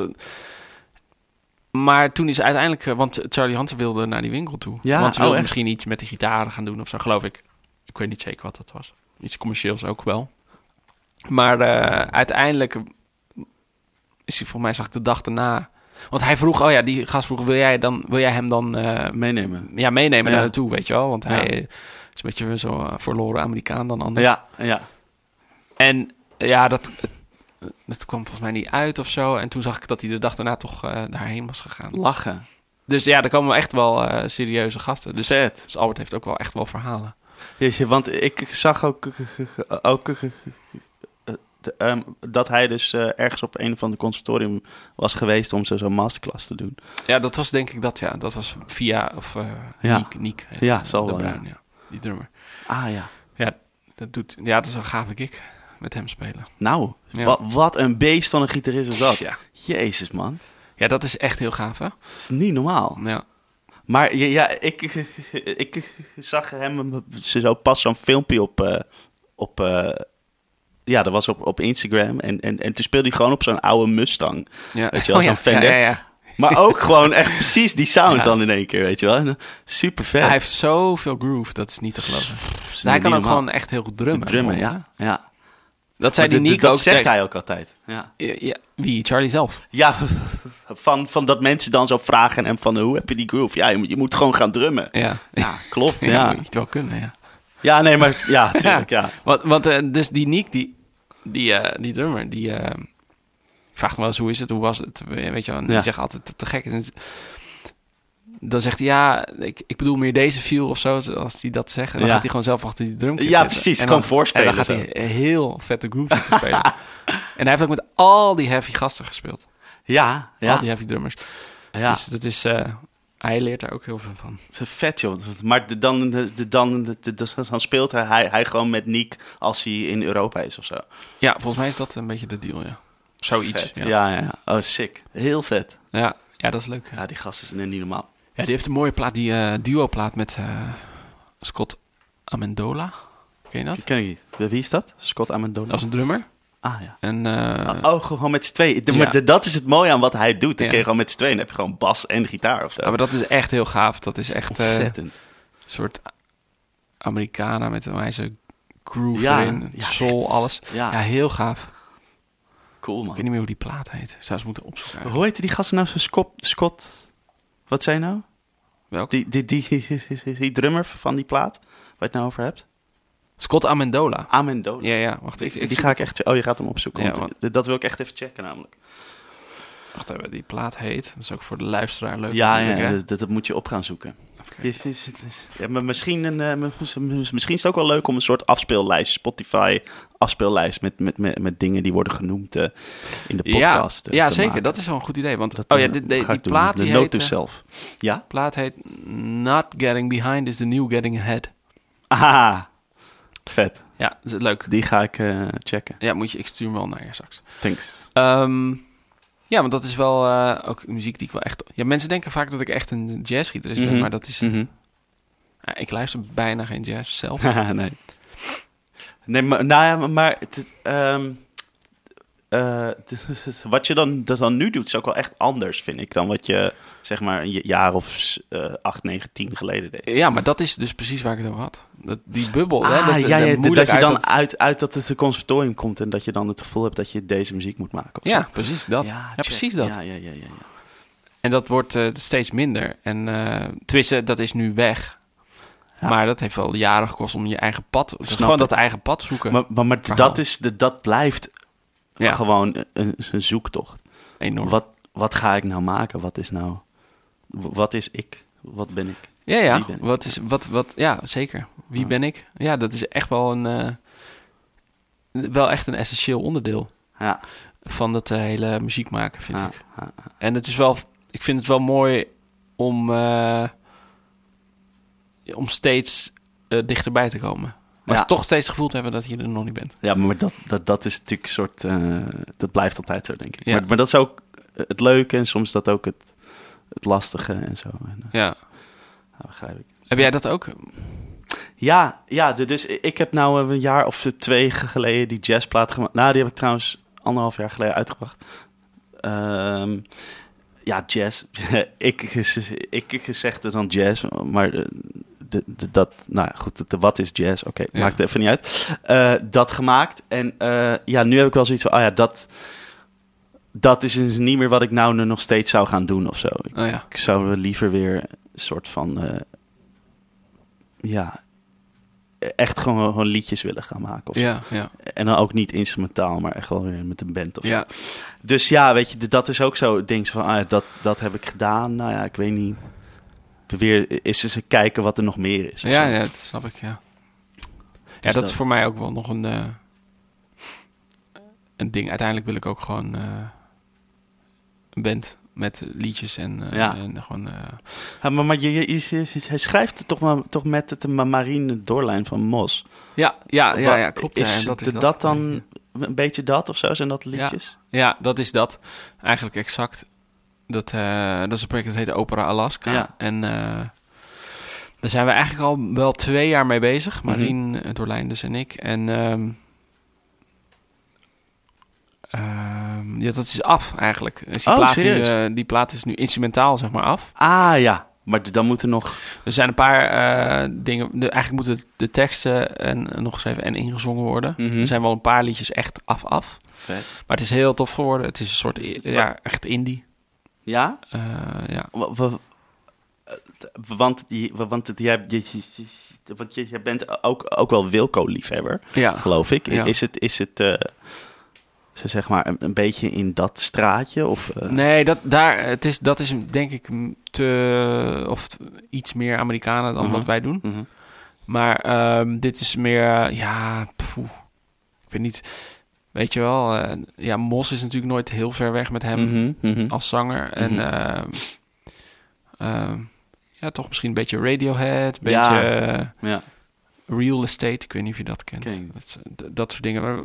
Speaker 2: Maar toen is uiteindelijk... eh, Want Charlie Hansen wilde naar die winkel toe.
Speaker 1: Ja,
Speaker 2: want ze
Speaker 1: oh,
Speaker 2: wilden
Speaker 1: echt?
Speaker 2: misschien iets met die gitaren gaan doen of zo, geloof ik. Ik weet niet zeker wat dat was. Iets commercieels ook wel. Maar eh, uiteindelijk is hij, volgens mij zag ik de dag daarna... Want hij vroeg, oh ja, die gast vroeg, wil jij, dan, wil jij hem dan eh,
Speaker 1: Meenemen.
Speaker 2: ja, meenemen
Speaker 1: Ja.
Speaker 2: naar naartoe, weet je wel. Want
Speaker 1: Ja.
Speaker 2: hij eh, is een beetje eh, zo'n verloren Amerikaan dan anders.
Speaker 1: Ja, ja.
Speaker 2: En eh, ja, dat, eh, Dat kwam volgens mij niet uit of zo. En toen zag ik dat hij de dag daarna toch eh daarheen was gegaan.
Speaker 1: Lachen.
Speaker 2: Dus ja, er komen echt wel eh, serieuze gasten. Dus,
Speaker 1: Vet.
Speaker 2: dus Albert heeft ook wel echt wel verhalen.
Speaker 1: Jeetje, want ik zag ook, ook eh, de, ehm, dat hij dus eh, ergens op een van de consultorium was geweest om zo zo'n masterclass te doen.
Speaker 2: Ja, dat was denk ik dat, ja. Dat was via, of eh
Speaker 1: Ja.
Speaker 2: Niek, Niek heet
Speaker 1: Ja,
Speaker 2: hij,
Speaker 1: zal
Speaker 2: de
Speaker 1: wel, ja.
Speaker 2: Bruin, ja. Die drummer.
Speaker 1: Ah ja.
Speaker 2: Dat doet, ja, dat is een gave gig met hem spelen.
Speaker 1: Nou,
Speaker 2: Ja.
Speaker 1: wa- wat een beest van een gitarist is dat.
Speaker 2: Ja.
Speaker 1: Jezus man,
Speaker 2: ja, dat is echt heel gaaf, hè?
Speaker 1: dat is niet normaal.
Speaker 2: Ja.
Speaker 1: Maar ja, ja, ik, ik zag hem ze zo pas zo'n filmpje op. eh, op eh, ja, dat was op, op Instagram. En, en, en toen speelde hij gewoon op zo'n oude Mustang.
Speaker 2: ja.
Speaker 1: Weet je wel,
Speaker 2: Oh ja.
Speaker 1: zo'n
Speaker 2: ja,
Speaker 1: Fender.
Speaker 2: ja, ja. <laughs>
Speaker 1: Maar ook gewoon echt precies die sound
Speaker 2: Ja.
Speaker 1: dan in één keer, weet je wel. En, eh, Super vet.
Speaker 2: Hij heeft zoveel groove, dat is niet te geloven.
Speaker 1: Pff,
Speaker 2: hij kan
Speaker 1: niet
Speaker 2: ook
Speaker 1: normaal.
Speaker 2: gewoon echt heel goed drummen.
Speaker 1: drummen, ja. ja.
Speaker 2: Dat zei die
Speaker 1: Maar d- d-
Speaker 2: Niek
Speaker 1: dat
Speaker 2: ook.
Speaker 1: zegt
Speaker 2: tegen-
Speaker 1: hij ook altijd. Ja,
Speaker 2: Ja, ja. Wie? Charlie zelf.
Speaker 1: ja <laughs> van, van dat mensen dan zo vragen en van hoe heb je die groove? Ja, je, moet- je moet gewoon gaan
Speaker 2: <laughs>
Speaker 1: drummen.
Speaker 2: Ja.
Speaker 1: Ja, klopt.
Speaker 2: Ja,
Speaker 1: Ja,
Speaker 2: moet je het wel kunnen, ja.
Speaker 1: ja nee, maar
Speaker 2: <laughs>
Speaker 1: ja, tuurlijk, ja.
Speaker 2: Want, want eh, dus die Nick, die, die, eh, die drummer, die eh, vraagt me wel eens hoe is het, hoe was het? We- Weet je wel, en
Speaker 1: Ja.
Speaker 2: die zegt altijd dat het te gek is. En dan zegt hij, ja, ik, ik bedoel meer deze feel of zo, als hij dat zegt. En dan
Speaker 1: Ja.
Speaker 2: gaat hij gewoon zelf achter die drumkit
Speaker 1: Ja,
Speaker 2: zitten.
Speaker 1: precies,
Speaker 2: En dan-
Speaker 1: gewoon voorspelen
Speaker 2: En dan gaat hij heel vette groove
Speaker 1: <laughs>
Speaker 2: zitten spelen. en hij heeft ook met al die heavy gasten gespeeld.
Speaker 1: Ja,
Speaker 2: Al
Speaker 1: ja,
Speaker 2: die heavy drummers.
Speaker 1: ja.
Speaker 2: Dus dat is... eh, hij leert daar ook heel veel van.
Speaker 1: Het is vet, joh. Maar de- dan, de- de- dan, de- de- de- dan speelt hij- hij, hij gewoon met Niek als hij in Europa is of zo.
Speaker 2: Ja, volgens mij is dat een beetje de deal, ja. Zoiets.
Speaker 1: Vet. Ja. ja, Oh, sick. Heel vet.
Speaker 2: Ja, ja, dat is leuk.
Speaker 1: Ja, die gast is niet normaal.
Speaker 2: Ja, die heeft een mooie plaat, die eh duo-plaat met eh, Scott Amendola. Ken je dat?
Speaker 1: Dat ken ik niet. Wie is dat? Scott Amendola?
Speaker 2: Dat is een drummer.
Speaker 1: Ah, ja.
Speaker 2: En, eh,
Speaker 1: oh, gewoon met z'n tweeën. De-
Speaker 2: Ja.
Speaker 1: maar de- dat is het mooie aan wat hij doet. Dan
Speaker 2: Ja.
Speaker 1: kun je gewoon met z'n tweeën. Dan heb je gewoon bas en gitaar of zo.
Speaker 2: ja, maar dat is echt heel gaaf. Dat is echt eh, een
Speaker 1: Ontzettend.
Speaker 2: soort Americana met een wijze groove
Speaker 1: Ja,
Speaker 2: erin.
Speaker 1: ja,
Speaker 2: soul,
Speaker 1: echt.
Speaker 2: alles.
Speaker 1: Ja.
Speaker 2: Ja. heel gaaf. Ik
Speaker 1: Cool, man.
Speaker 2: weet niet meer hoe die plaat heet. Ik zou eens moeten opzoeken. eigenlijk.
Speaker 1: Hoe heette die gast nou zo? Scott... Scott... Wat zei je nou?
Speaker 2: Welke?
Speaker 1: Die, die, die, die, drummer van die plaat? Waar je het nou over hebt?
Speaker 2: Scott Amendola.
Speaker 1: Amendola.
Speaker 2: Ja, ja, wacht. Ik,
Speaker 1: Die,
Speaker 2: ik,
Speaker 1: die ga ik echt... Oh, je gaat hem opzoeken.
Speaker 2: Ja,
Speaker 1: want
Speaker 2: want-
Speaker 1: d- Dat wil ik echt even checken namelijk.
Speaker 2: Wacht even, die plaat heet. Dat is ook voor de luisteraar leuk.
Speaker 1: Ja,
Speaker 2: natuurlijk,
Speaker 1: ja
Speaker 2: hè?
Speaker 1: dat, dat moet je op gaan zoeken.
Speaker 2: kijken.
Speaker 1: Je- je- Ja, maar misschien, een, eh, misschien is het ook wel leuk om een soort afspeellijst, Spotify afspeellijst met, met, met, met dingen die worden genoemd eh, in de podcast.
Speaker 2: Ja,
Speaker 1: eh,
Speaker 2: ja
Speaker 1: te
Speaker 2: zeker.
Speaker 1: maken.
Speaker 2: Dat is wel een goed idee. Want,
Speaker 1: Dat,
Speaker 2: oh ja,
Speaker 1: eh,
Speaker 2: dit, die-
Speaker 1: ga
Speaker 2: die
Speaker 1: ik doen.
Speaker 2: plaat
Speaker 1: de
Speaker 2: die
Speaker 1: note
Speaker 2: heet...
Speaker 1: to
Speaker 2: eh,
Speaker 1: self. Ja? <laughs>
Speaker 2: plaat heet Not Getting Behind is the New Getting Ahead.
Speaker 1: Ah, vet.
Speaker 2: Ja, is het leuk.
Speaker 1: Die ga ik eh, checken.
Speaker 2: Ja, moet je, ik stuur hem wel naar je straks.
Speaker 1: Thanks.
Speaker 2: Ehm, ja, want dat is wel eh, ook muziek die ik wel echt... Ja, mensen denken vaak dat ik echt een jazzgitarist
Speaker 1: Mhm.
Speaker 2: ben, maar dat is... Ja, ik luister bijna geen jazz zelf.
Speaker 1: <laughs> nee. Nee, maar, nou ja, maar- maar het- ehm, eh, <laughs> wat je dan, dat dan nu doet, is ook wel echt anders, vind ik, dan wat je zeg maar een j- jaar of eh, acht, negen, tien geleden deed.
Speaker 2: Ja, maar dat is dus precies waar ik het over had. Dat, die bubbel,
Speaker 1: Ah,
Speaker 2: hè? Dat,
Speaker 1: ja,
Speaker 2: dat
Speaker 1: ja, dat,
Speaker 2: moeilijk
Speaker 1: je
Speaker 2: uit
Speaker 1: dan
Speaker 2: dat-
Speaker 1: uit, uit dat het conservatorium komt en dat je dan het gevoel hebt dat je deze muziek moet maken. of
Speaker 2: Ja,
Speaker 1: zo.
Speaker 2: precies dat. Ja,
Speaker 1: check.
Speaker 2: precies dat.
Speaker 1: Ja, ja, ja, ja, ja.
Speaker 2: En dat wordt eh, steeds minder. En eh tenminste, dat is nu weg.
Speaker 1: Ja.
Speaker 2: Maar dat heeft wel jaren gekost om je eigen pad...
Speaker 1: Snap
Speaker 2: gewoon
Speaker 1: ik.
Speaker 2: dat eigen pad zoeken.
Speaker 1: Maar, maar, maar
Speaker 2: Verhaal.
Speaker 1: dat, is de, dat blijft
Speaker 2: ja,
Speaker 1: gewoon een, een zoektocht.
Speaker 2: enorm.
Speaker 1: Wat, wat ga ik nou maken? Wat is nou... w- Wat is ik? Wat ben ik?
Speaker 2: Ja, ja.
Speaker 1: Wie ben ik?
Speaker 2: Wat is, wat, wat, ja, zeker. Wie
Speaker 1: Ja.
Speaker 2: ben ik? Ja, dat is echt wel een... eh, wel echt een essentieel onderdeel
Speaker 1: Ja,
Speaker 2: van dat eh, hele muziek maken, vind
Speaker 1: ja,
Speaker 2: ik.
Speaker 1: ja, ja.
Speaker 2: En het is wel... Ik vind het wel mooi om... eh, om steeds eh, dichterbij te komen. Maar
Speaker 1: Ja.
Speaker 2: toch steeds het gevoel te hebben dat je er nog niet bent.
Speaker 1: Ja, maar dat, dat, dat is natuurlijk een soort... eh, dat blijft altijd zo, denk ik.
Speaker 2: Ja.
Speaker 1: Maar, maar dat is ook het leuke en soms dat ook het, het lastige en zo. En, eh,
Speaker 2: Ja.
Speaker 1: ja, begrijp ik.
Speaker 2: Heb jij dat ook?
Speaker 1: Ja, ja de- dus ik heb nou eh, een jaar of twee geleden die jazzplaat gemaakt. Nou, die heb ik trouwens anderhalf jaar geleden uitgebracht. Ehm, ja, jazz. <laughs> ik, ik, ik zegde dan jazz, maar eh, de, de- dat... Nou ja, goed, de, de wat is jazz? Oké,
Speaker 2: Ja.
Speaker 1: maakt even niet uit. Eh, dat gemaakt. En eh, ja, nu heb ik wel zoiets van... Oh ja, dat, dat is dus niet meer wat ik nou nu nog steeds zou gaan doen of zo. Ik-
Speaker 2: Oh ja.
Speaker 1: ik zou liever weer een soort van. eh, ja. echt gewoon, gewoon liedjes willen gaan maken. Of zo.
Speaker 2: Ja, ja.
Speaker 1: En dan ook niet instrumentaal, maar echt wel weer met een band of zo.
Speaker 2: ja.
Speaker 1: Dus ja, weet je, d- dat is ook zo. het ding van, ah, dat, dat heb ik gedaan. Nou ja, ik weet niet. Weer is eens kijken wat er nog meer is. of
Speaker 2: Ja,
Speaker 1: zo.
Speaker 2: ja, dat snap ik, ja. Ja,
Speaker 1: Dus
Speaker 2: dat
Speaker 1: dat-
Speaker 2: is voor mij ook wel nog een, eh, een ding. Uiteindelijk wil ik ook gewoon eh, een band met liedjes en, eh,
Speaker 1: Ja.
Speaker 2: en gewoon... eh,
Speaker 1: Ja, Ah, maar, maar je, je, je- je- hij schrijft het toch, maar, toch met het ma- marine doorlijn van Mos.
Speaker 2: ja, ja, ja,
Speaker 1: Wat-
Speaker 2: ja, klopt.
Speaker 1: Is,
Speaker 2: ja, en dat, is
Speaker 1: dat, dan een beetje dat of zo? Zijn dat liedjes?
Speaker 2: Ja, dat is dat. Eigenlijk exact. Dat, eh, dat is een project dat heet Opera Alaska.
Speaker 1: Ja.
Speaker 2: En eh, daar zijn we eigenlijk al wel twee jaar mee bezig.
Speaker 1: Mhm.
Speaker 2: Marien eh, Dorlijn dus en ik. En ehm, ehm, ja, dat is af eigenlijk. Dus die,
Speaker 1: Oh,
Speaker 2: plaat nu,
Speaker 1: serieus?
Speaker 2: eh, die plaat is nu instrumentaal zeg maar af.
Speaker 1: Ah ja, maar d- dan moeten nog...
Speaker 2: Er zijn een paar eh, dingen. De, eigenlijk moeten de teksten en, eh, nog eens even en ingezongen worden.
Speaker 1: Mhm.
Speaker 2: Er zijn wel een paar liedjes echt af-af.
Speaker 1: Vet.
Speaker 2: Maar het is heel tof geworden. Het is een soort, i- ja, echt indie.
Speaker 1: Ja?
Speaker 2: Eh, ja.
Speaker 1: Wa- wa- eh, d- Want, die- wa- want het- jij, je, je- je- want je, jij bent ook, ook wel Wilco-liefhebber,
Speaker 2: Ja.
Speaker 1: geloof ik.
Speaker 2: Ja.
Speaker 1: Is het, is het eh, ze zeg maar, een, een beetje in dat straatje? Of, eh,
Speaker 2: Nee, dat, daar, het is, dat is denk ik m- te, of t- iets meer Amerikanen dan
Speaker 1: Mhm.
Speaker 2: wat wij doen.
Speaker 1: mhm.
Speaker 2: Maar ehm, dit is meer, eh, ja, poeh. ik weet niet, weet je wel, eh, ja, Mos is natuurlijk nooit heel ver weg met hem
Speaker 1: Mhm, mhm.
Speaker 2: als zanger. En
Speaker 1: Mhm.
Speaker 2: ehm, ehm, ja, toch misschien een beetje Radiohead, een
Speaker 1: Ja.
Speaker 2: beetje eh,
Speaker 1: Ja.
Speaker 2: Real Estate, ik weet niet of je dat kent.
Speaker 1: Ken ik.
Speaker 2: Dat, is- eh, d- dat soort dingen, maar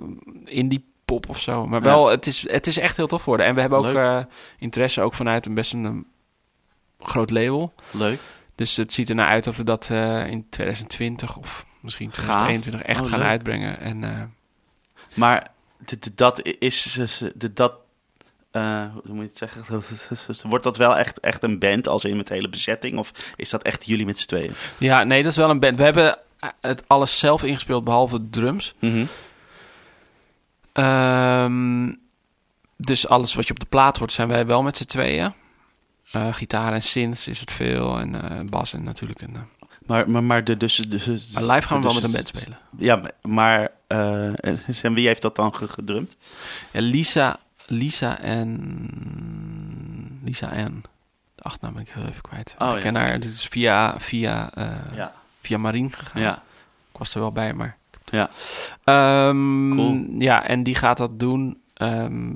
Speaker 2: indie pop of zo. Maar wel, het, is, het is echt heel tof geworden. En we hebben ook
Speaker 1: Leuk.
Speaker 2: eh, interesse ook vanuit een best een, um, groot label.
Speaker 1: Leuk.
Speaker 2: Dus het ziet ernaar uit dat we dat eh, in 2020 of misschien
Speaker 1: Gaaf.
Speaker 2: 2021 echt
Speaker 1: Oh,
Speaker 2: gaan
Speaker 1: leuk.
Speaker 2: uitbrengen. En eh,
Speaker 1: Maar d- d- dat is... d- Dat, eh, hoe moet je het zeggen? <laughs> Wordt dat wel echt, echt een band, als in met de hele bezetting? Of is dat echt jullie met z'n tweeën?
Speaker 2: ja, nee, dat is wel een band. We hebben eh, het alles zelf ingespeeld, behalve drums. Ehm, dus alles wat je op de plaat hoort, zijn wij wel met z'n tweeën. Eh, gitaar en synths is het veel. En eh, bas en natuurlijk. Een, eh,
Speaker 1: Maar, maar, maar, de, dus, dus,
Speaker 2: maar live gaan we wel
Speaker 1: dus-
Speaker 2: met een band spelen.
Speaker 1: Ja, maar... eh, <laughs> en wie heeft dat dan ge- gedrumd?
Speaker 2: Ja, Lisa, Lisa en... Lisa en... De achternaam ben ik heel even kwijt.
Speaker 1: Oh,
Speaker 2: ik ken
Speaker 1: ja.
Speaker 2: haar. Dit is via, via, eh,
Speaker 1: Ja.
Speaker 2: via Marien gegaan.
Speaker 1: Ja.
Speaker 2: Ik was er wel bij, maar...
Speaker 1: Ja.
Speaker 2: Ehm,
Speaker 1: Cool.
Speaker 2: Ja, en die gaat dat doen. Ehm,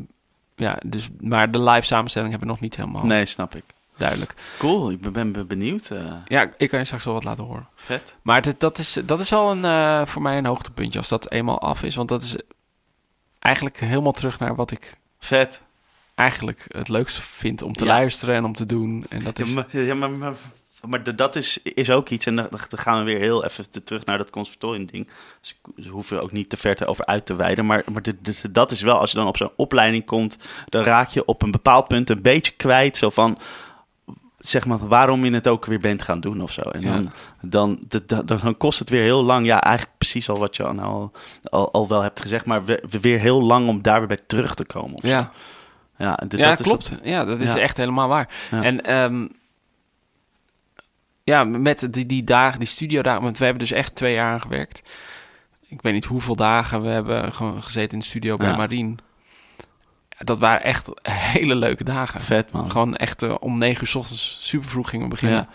Speaker 2: ja, dus, maar de live samenstelling hebben we nog niet helemaal
Speaker 1: Nee, snap ik.
Speaker 2: duidelijk.
Speaker 1: Cool, ik ben- ben ben benieuwd. eh,
Speaker 2: Ja, ik kan je straks wel wat laten horen.
Speaker 1: vet.
Speaker 2: Maar dit, dat, is, dat is al een, eh, voor mij een hoogtepuntje als dat eenmaal af is. Want dat is eigenlijk helemaal terug naar wat ik
Speaker 1: Vet.
Speaker 2: eigenlijk het leukst vind om te
Speaker 1: Ja.
Speaker 2: luisteren en om te doen. En dat is,
Speaker 1: Ja, maar, ja, maar, maar, maar d- dat is, is ook iets. En dan, dan gaan we weer heel even te- terug naar dat conservatorium-ding. Dus ik- dus we hoeven er ook niet te ver te- over uit te wijden. Maar, maar d- d- dat is wel, als je dan op zo'n opleiding komt, dan raak je op een bepaald punt een beetje kwijt. Zo van, zeg maar, waarom je het ook weer bent gaan doen of zo. En
Speaker 2: Ja.
Speaker 1: dan, dan, d- d- dan kost het weer heel lang. Ja, eigenlijk precies al wat je al, nou al, al, al wel hebt gezegd. Maar we- we- weer heel lang om daar weer bij terug te komen. Of zo.
Speaker 2: ja,
Speaker 1: ja, d-
Speaker 2: ja
Speaker 1: dat is
Speaker 2: klopt.
Speaker 1: het.
Speaker 2: ja, dat is
Speaker 1: Ja.
Speaker 2: echt helemaal waar.
Speaker 1: Ja.
Speaker 2: En ehm, ja, met die, die dagen, die studiodagen, want we hebben dus echt twee jaar aan gewerkt. Ik weet niet hoeveel dagen we hebben gewoon gezeten in de studio bij
Speaker 1: Ja.
Speaker 2: Marien. Dat waren echt hele leuke dagen.
Speaker 1: Vet man.
Speaker 2: Gewoon echt eh, om negen uur 's ochtends super vroeg gingen we beginnen.
Speaker 1: Oh. Ja.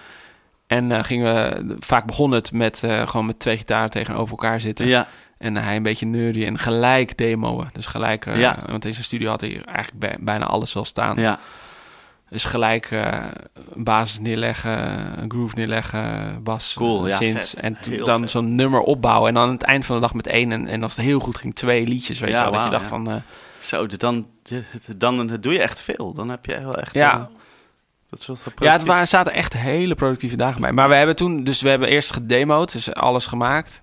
Speaker 2: En eh, gingen we, vaak begon het met eh, gewoon met twee gitaren tegenover elkaar zitten.
Speaker 1: Ja,
Speaker 2: En eh, hij een beetje neurien en gelijk demoen. Dus gelijk, eh,
Speaker 1: Ja.
Speaker 2: want in zijn studio had hij eigenlijk bij- bijna alles al staan.
Speaker 1: ja.
Speaker 2: Dus gelijk eh, een basis neerleggen, een groove neerleggen, bas, eh,
Speaker 1: Cool, ja,
Speaker 2: synths.
Speaker 1: vet.
Speaker 2: En toen
Speaker 1: Heel
Speaker 2: dan
Speaker 1: vet.
Speaker 2: zo'n nummer opbouwen. En dan aan het eind van de dag met één. En, en als het heel goed ging, twee liedjes, weet
Speaker 1: Ja,
Speaker 2: je wel. dat je
Speaker 1: wauw,
Speaker 2: dacht
Speaker 1: ja.
Speaker 2: van, eh,
Speaker 1: Zo, d- dan, d- dan doe je echt veel. Dan heb je wel echt...
Speaker 2: ja,
Speaker 1: eh, dat is wel productief.
Speaker 2: Ja, het waren, zaten echt hele productieve dagen bij. Maar we hebben toen, dus we hebben eerst gedemoed, dus alles gemaakt.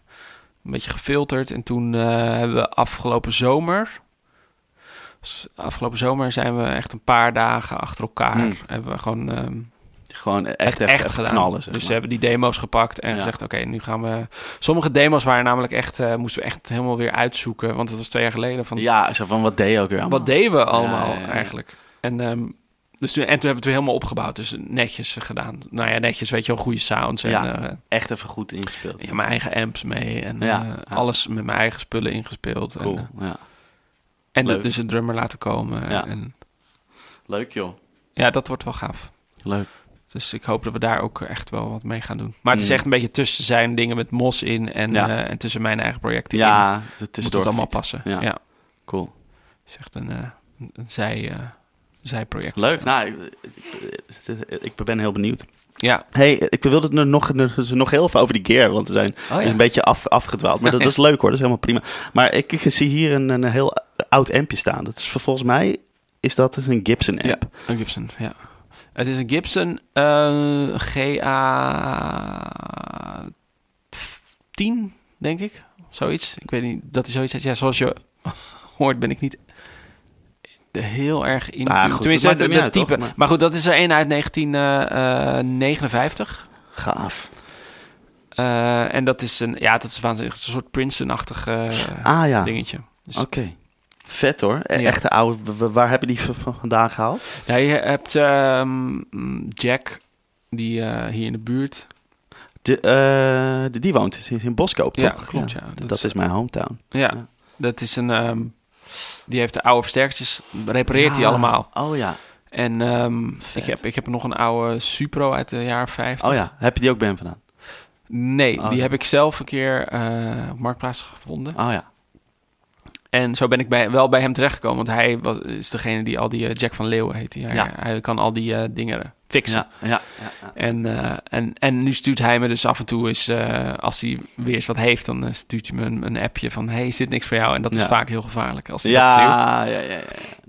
Speaker 2: Een beetje gefilterd. En toen eh, hebben we afgelopen zomer. dus afgelopen zomer zijn we echt een paar dagen achter elkaar.
Speaker 1: Hmm.
Speaker 2: Hebben we gewoon ehm,
Speaker 1: Gewoon echt,
Speaker 2: echt,
Speaker 1: even,
Speaker 2: echt
Speaker 1: even
Speaker 2: gedaan.
Speaker 1: knallen, zeg
Speaker 2: dus we
Speaker 1: maar.
Speaker 2: hebben die demo's gepakt en
Speaker 1: Ja.
Speaker 2: gezegd: oké, nu gaan we. Sommige demo's waren namelijk echt, eh, moesten we echt helemaal weer uitzoeken. Want het was twee jaar geleden. Van,
Speaker 1: Ja, zo van, wat deed je ook weer allemaal?
Speaker 2: wat deden we allemaal
Speaker 1: Ja, ja, ja.
Speaker 2: eigenlijk? En ehm, Dus toen, en toen hebben we het weer helemaal opgebouwd. Dus netjes gedaan. Nou ja, netjes weet je wel, goede sounds. En,
Speaker 3: Ja.
Speaker 2: eh,
Speaker 3: Echt even goed ingespeeld.
Speaker 2: ja, mijn eigen amps mee. En
Speaker 3: Ja,
Speaker 2: eh,
Speaker 3: ja.
Speaker 2: alles met mijn eigen spullen ingespeeld.
Speaker 3: Cool.
Speaker 2: En, eh,
Speaker 3: Ja.
Speaker 2: en de-
Speaker 3: Leuk.
Speaker 2: dus een drummer laten komen.
Speaker 3: Ja.
Speaker 2: En,
Speaker 3: Leuk joh.
Speaker 2: ja, dat wordt wel gaaf.
Speaker 3: Leuk.
Speaker 2: Dus ik hoop dat we daar ook echt wel wat mee gaan doen. Maar het is
Speaker 3: Mm.
Speaker 2: echt een beetje tussen zijn dingen met mos in en,
Speaker 3: Ja.
Speaker 2: eh, en tussen mijn eigen projecten in.
Speaker 3: Ja, het is
Speaker 2: Moet het allemaal passen. Ja.
Speaker 3: Ja. Cool.
Speaker 2: Het is echt een, eh, een zij, eh zijproject.
Speaker 3: Leuk. Nou, ik, ik- ik ben heel benieuwd.
Speaker 2: Ja.
Speaker 1: hey, ik wilde het nu nog, nog- nog heel even over die gear, want we zijn
Speaker 2: Oh,
Speaker 1: is
Speaker 3: Dus
Speaker 2: ja.
Speaker 1: een beetje af, afgedwaald. Maar dat, dat is leuk hoor, dat is helemaal prima. Maar ik, ik zie hier een, een heel oud ampje staan. Dat is volgens mij is dat dus een Gibson amp.
Speaker 2: Een Gibson, ja. Het is een Gibson eh, GA 10, denk ik. Zoiets. Ik weet niet dat hij zoiets heeft. Ja, zoals je <laughs> hoort ben ik niet heel erg in.
Speaker 1: Nou ja, goed,
Speaker 2: Tenminste,
Speaker 1: dat maakt
Speaker 2: dat
Speaker 1: ook niet uit,
Speaker 2: type.
Speaker 1: toch?
Speaker 2: maar...
Speaker 1: Maar-
Speaker 2: goed, dat is er een uit eh, 1959.
Speaker 1: Gaaf.
Speaker 2: Eh, en dat is een, ja, dat is waanzinnig. Het is een soort Princeton-achtig eh,
Speaker 1: Ah ja, oké.
Speaker 2: dingetje. Dus,
Speaker 1: Vet hoor. E-
Speaker 2: Ja.
Speaker 1: Echte oude. w- w- Waar heb je die v- v- vandaan gehaald?
Speaker 2: Ja, je hebt ehm, mm, Jack, die eh, hier in de buurt.
Speaker 1: De, eh, de- die woont in- in Boskoop, toch?
Speaker 2: Ja, klopt, ja.
Speaker 1: Dat, is mijn hometown.
Speaker 2: Ja,
Speaker 1: Ja.
Speaker 2: dat is een. ehm, die heeft de oude versterkertjes, repareert hij
Speaker 3: Ah.
Speaker 1: Ja.
Speaker 2: allemaal.
Speaker 1: Oh ja.
Speaker 2: En ehm,
Speaker 1: Vet.
Speaker 2: ik, heb, ik heb nog een oude Supro uit de jaren 50.
Speaker 1: Oh ja. Heb je die ook Ben vandaan?
Speaker 2: Nee,
Speaker 1: Oh,
Speaker 2: die
Speaker 1: ja.
Speaker 2: heb ik zelf een keer eh, op Marktplaats gevonden.
Speaker 1: Oh ja.
Speaker 2: En zo ben ik bij, wel bij hem terechtgekomen, want hij was, is degene die al die eh, Jack van Leeuwen heet. Hij,
Speaker 1: Ja.
Speaker 2: hij kan al die eh, dingen fixen.
Speaker 3: Ja, ja, ja, ja.
Speaker 2: En, eh, en, en nu stuurt hij me dus af en toe eens, eh, als hij weer eens wat heeft, dan eh, stuurt hij me een, een appje van: hey, is dit niks voor jou? En dat is
Speaker 3: Ja.
Speaker 2: vaak heel gevaarlijk als hij dat stuurt.
Speaker 3: Ja, ja, ja, ja.